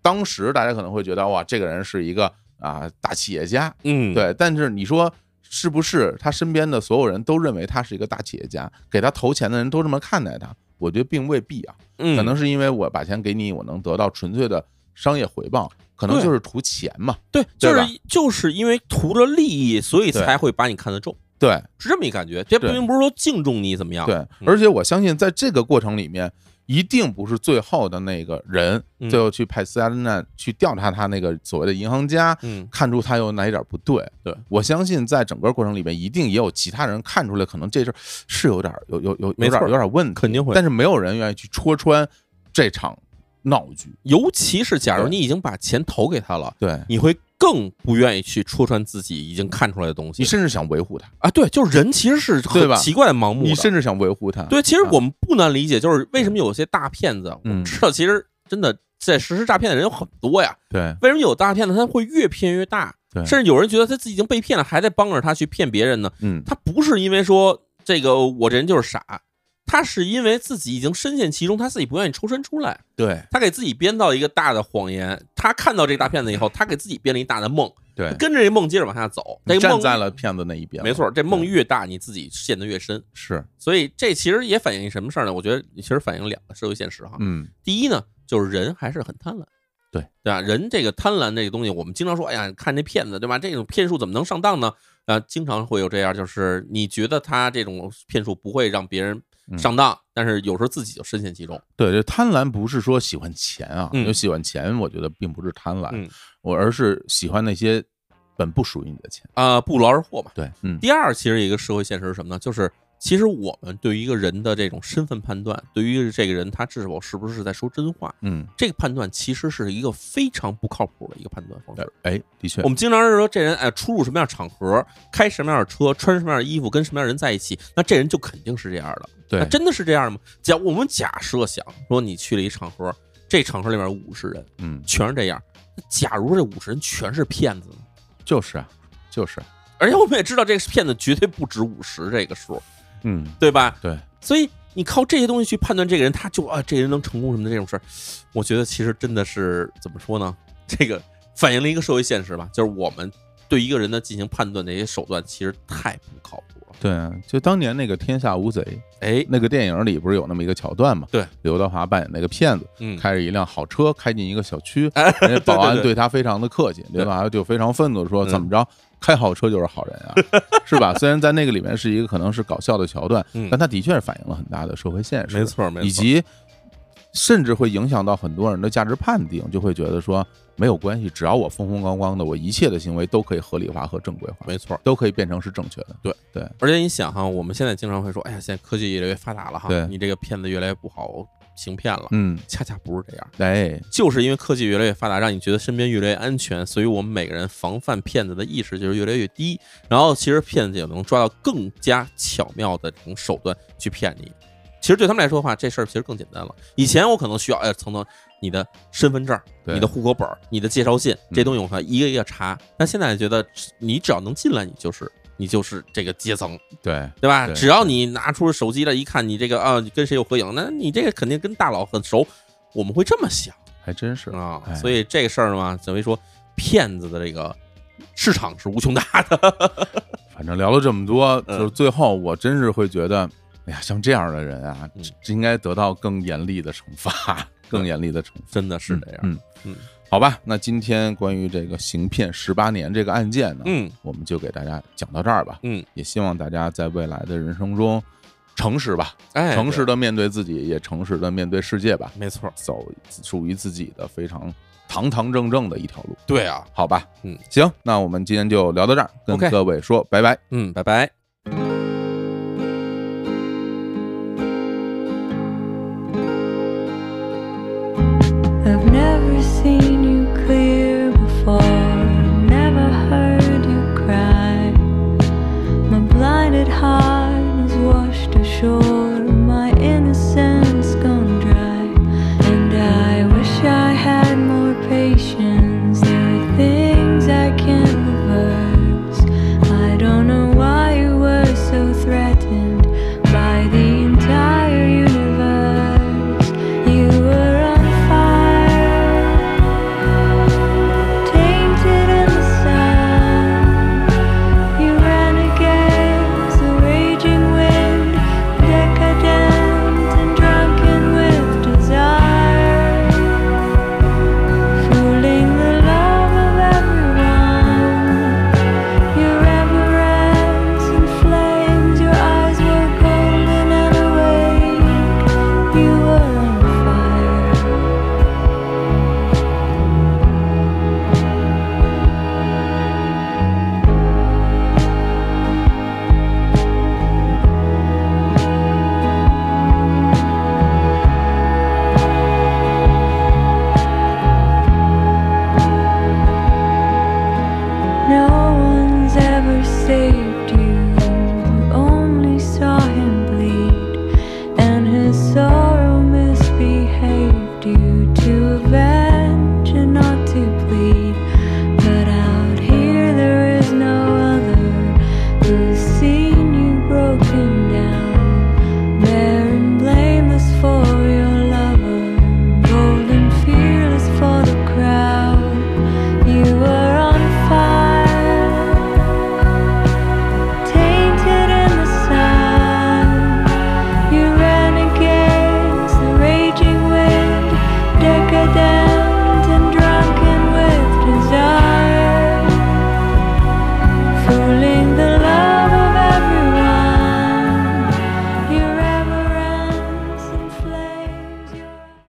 B: 当时大家可能会觉得，哇，这个人是一个啊、大企业家，
A: 嗯，，
B: 对。但是你说是不是他身边的所有人都认为他是一个大企业家，给他投钱的人都这么看待他？我觉得并未必啊，
A: 嗯，
B: 可能是因为我把钱给你，我能得到纯粹的商业回报，可能
A: 对
B: 就是图钱嘛。
A: 对，
B: 对
A: 就
B: 吧
A: 是就是因为图了利益，所以才会把你看得重，
B: 对，
A: 啊是这么一感觉。这
B: 对
A: 并不是说敬重你怎么样，
B: 对，而且我相信在这个过程里面，一定不是最后的那个人，
A: 嗯
B: 最后去派斯嘉侦探去调查他那个所谓的银行家，
A: 嗯
B: 看出他有哪一点不对。
A: 对
B: 我相信，在整个过程里面，一定也有其他人看出来，可能这事儿是有点儿有有有有
A: 没
B: 点
A: 错
B: 儿有点儿问题，
A: 肯定会
B: 但是没有人愿意去戳穿这场闹剧。
A: 尤其是假如
B: 对
A: 你已经把钱投给他了，
B: 对
A: 你会更不愿意去戳穿自己已经看出来的东西
B: 你甚至想维护他，
A: 啊。对，就是人其实是
B: 对
A: 很
B: 吧
A: 奇怪盲目
B: 你
A: 的。
B: 甚至想维护他。
A: 对，其实
B: 啊
A: 我们不难理解，就是为什么有些大骗子，我们
B: 嗯
A: 知道其实真的在实施诈骗的人有很多呀。
B: 对
A: 为什么有大骗子他会越骗越大？
B: 对
A: 甚至有人觉得他自己已经被骗了，还在帮着他去骗别人呢？
B: 嗯，
A: 他不是因为说这个我这人就是傻，他是因为自己已经深陷其中，他自己不愿意抽身出来。
B: 对
A: 他给自己编造一个大的谎言，他看到这个大骗子以后，他给自己编了一大的梦，
B: 对，
A: 跟着这梦接着往下走。这
B: 你
A: 个
B: 站
A: 梦
B: 在了骗子那一边，
A: 没错，这啊梦
B: 对
A: 越大，你自己陷得越深。
B: 是，
A: 所以这其实也反映什么事儿呢？我觉得其实反映两个社会现实哈。
B: 嗯，
A: 第一呢，就是人还是很贪婪，
B: 对
A: 对吧？人这个贪婪这个东西，我们经常说，哎呀，看这骗子对吧？这种骗术怎么能上当呢？啊，经常会有这样，就是你觉得他这种骗术不会让别人
B: 嗯
A: 上当，但是有时候自己就深陷其中。
B: 对，这贪婪不是说喜欢钱啊，
A: 嗯
B: 因为喜欢钱，我觉得并不是贪婪，
A: 嗯
B: 我而是喜欢那些本不属于你的钱。
A: 啊、不劳而获嘛。
B: 对，嗯，
A: 第二，其实一个社会现实是什么呢？就是其实我们对于一个人的这种身份判断，对于这个人他是否是不是在说真话，
B: 嗯，
A: 这个判断其实是一个非常不靠谱的一个判断方式。
B: 哎，的确
A: 我，们经常是说这人哎，出入什么样的场合，开什么样的车，穿什么样的衣服，跟什么样的人在一起，那这人就肯定是这样的。
B: 对
A: 那，真的是这样吗？假我们假设想说你去了一场合，这场合里面五十人
B: 嗯，
A: 全是这样，那假如这五十人全是骗子呢？
B: 就是啊，就是啊，
A: 而且我们也知道，这个骗子绝对不止五十这个数，
B: 嗯，
A: 对吧？
B: 对，
A: 所以你靠这些东西去判断这个人，他就啊，这人能成功什么的这种事儿，我觉得其实真的是怎么说呢？ 这个反映了一个社会现实吧，就是我们对一个人的进行判断的一些手段，其实太不靠谱了。
B: 对啊，就当年那个《天下无贼》
A: 哎，
B: 那个电影里，不是有那么一个桥段嘛？
A: 对，
B: 刘德华扮演那个骗子，
A: 嗯，哎
B: 开着一辆好车开进一个小区，人家保安
A: 对对对
B: 对他非常的客气，刘德华就非常愤怒地说：“
A: 嗯
B: 怎么着，开好车就是好人啊，是吧？”虽然在那个里面是一个可能是搞笑的桥段
A: 嗯，
B: 但它的确是反映了很大的社会现实，
A: 没，错，没错，
B: 以及甚至会影响到很多人的价值判定，就会觉得说没有关系，只要我风风光光的，我一切的行为都可以合理化和正规化，
A: 没错。
B: 都可以变成是正确的。
A: 对
B: 对，
A: 而且你想哈，我们现在经常会说，哎呀，现在科技越来越发达了哈
B: 对，
A: 你这个骗子越来越不好行骗了，
B: 嗯，
A: 恰恰不是这样。
B: 哎，
A: 就是因为科技越来越发达，让你觉得身边越来越安全，所以我们每个人防范骗子的意识就是越来越低。然后其实骗子也能抓到更加巧妙的这种手段去骗你。其实对他们来说的话，这事儿其实更简单了。以前我可能需要，哎，层层你的身份证、
B: 对
A: 你的户口本、你的介绍信这东西，我可能一个一个查。但现在觉得你只要能进来，你就是你就是这个阶层，
B: 对，
A: 对吧？
B: 对
A: 只要你拿出手机来一看，你这个啊，你跟谁有合影，那你这个肯定跟大佬很熟。我们会这么想。
B: 还真是。
A: 啊
B: 哎，
A: 所以这个事儿嘛，等于说骗子的这个市场是无穷大的。
B: 反正聊了这么多，
A: 嗯
B: 就是最后我真是会觉得，哎呀，像这样的人啊
A: 嗯，
B: 这应该得到更严厉的惩罚，更严厉的惩罚。
A: 真的是这样。
B: 嗯
A: 嗯
B: 好吧，那今天关于这个行骗十八年这个案件呢，
A: 嗯
B: 我们就给大家讲到这儿吧。
A: 嗯，
B: 也希望大家在未来的人生中，诚实吧，
A: 哎，
B: 诚实
A: 对，
B: 的面对自己，也诚实的面对世界吧，
A: 没错，
B: 走属于自己的非常堂堂正正的一条路，
A: 对啊，
B: 好吧？
A: 嗯，
B: 行，那我们今天就聊到这儿，跟
A: OK
B: 各位说拜拜。
A: 嗯，拜拜。
C: I've never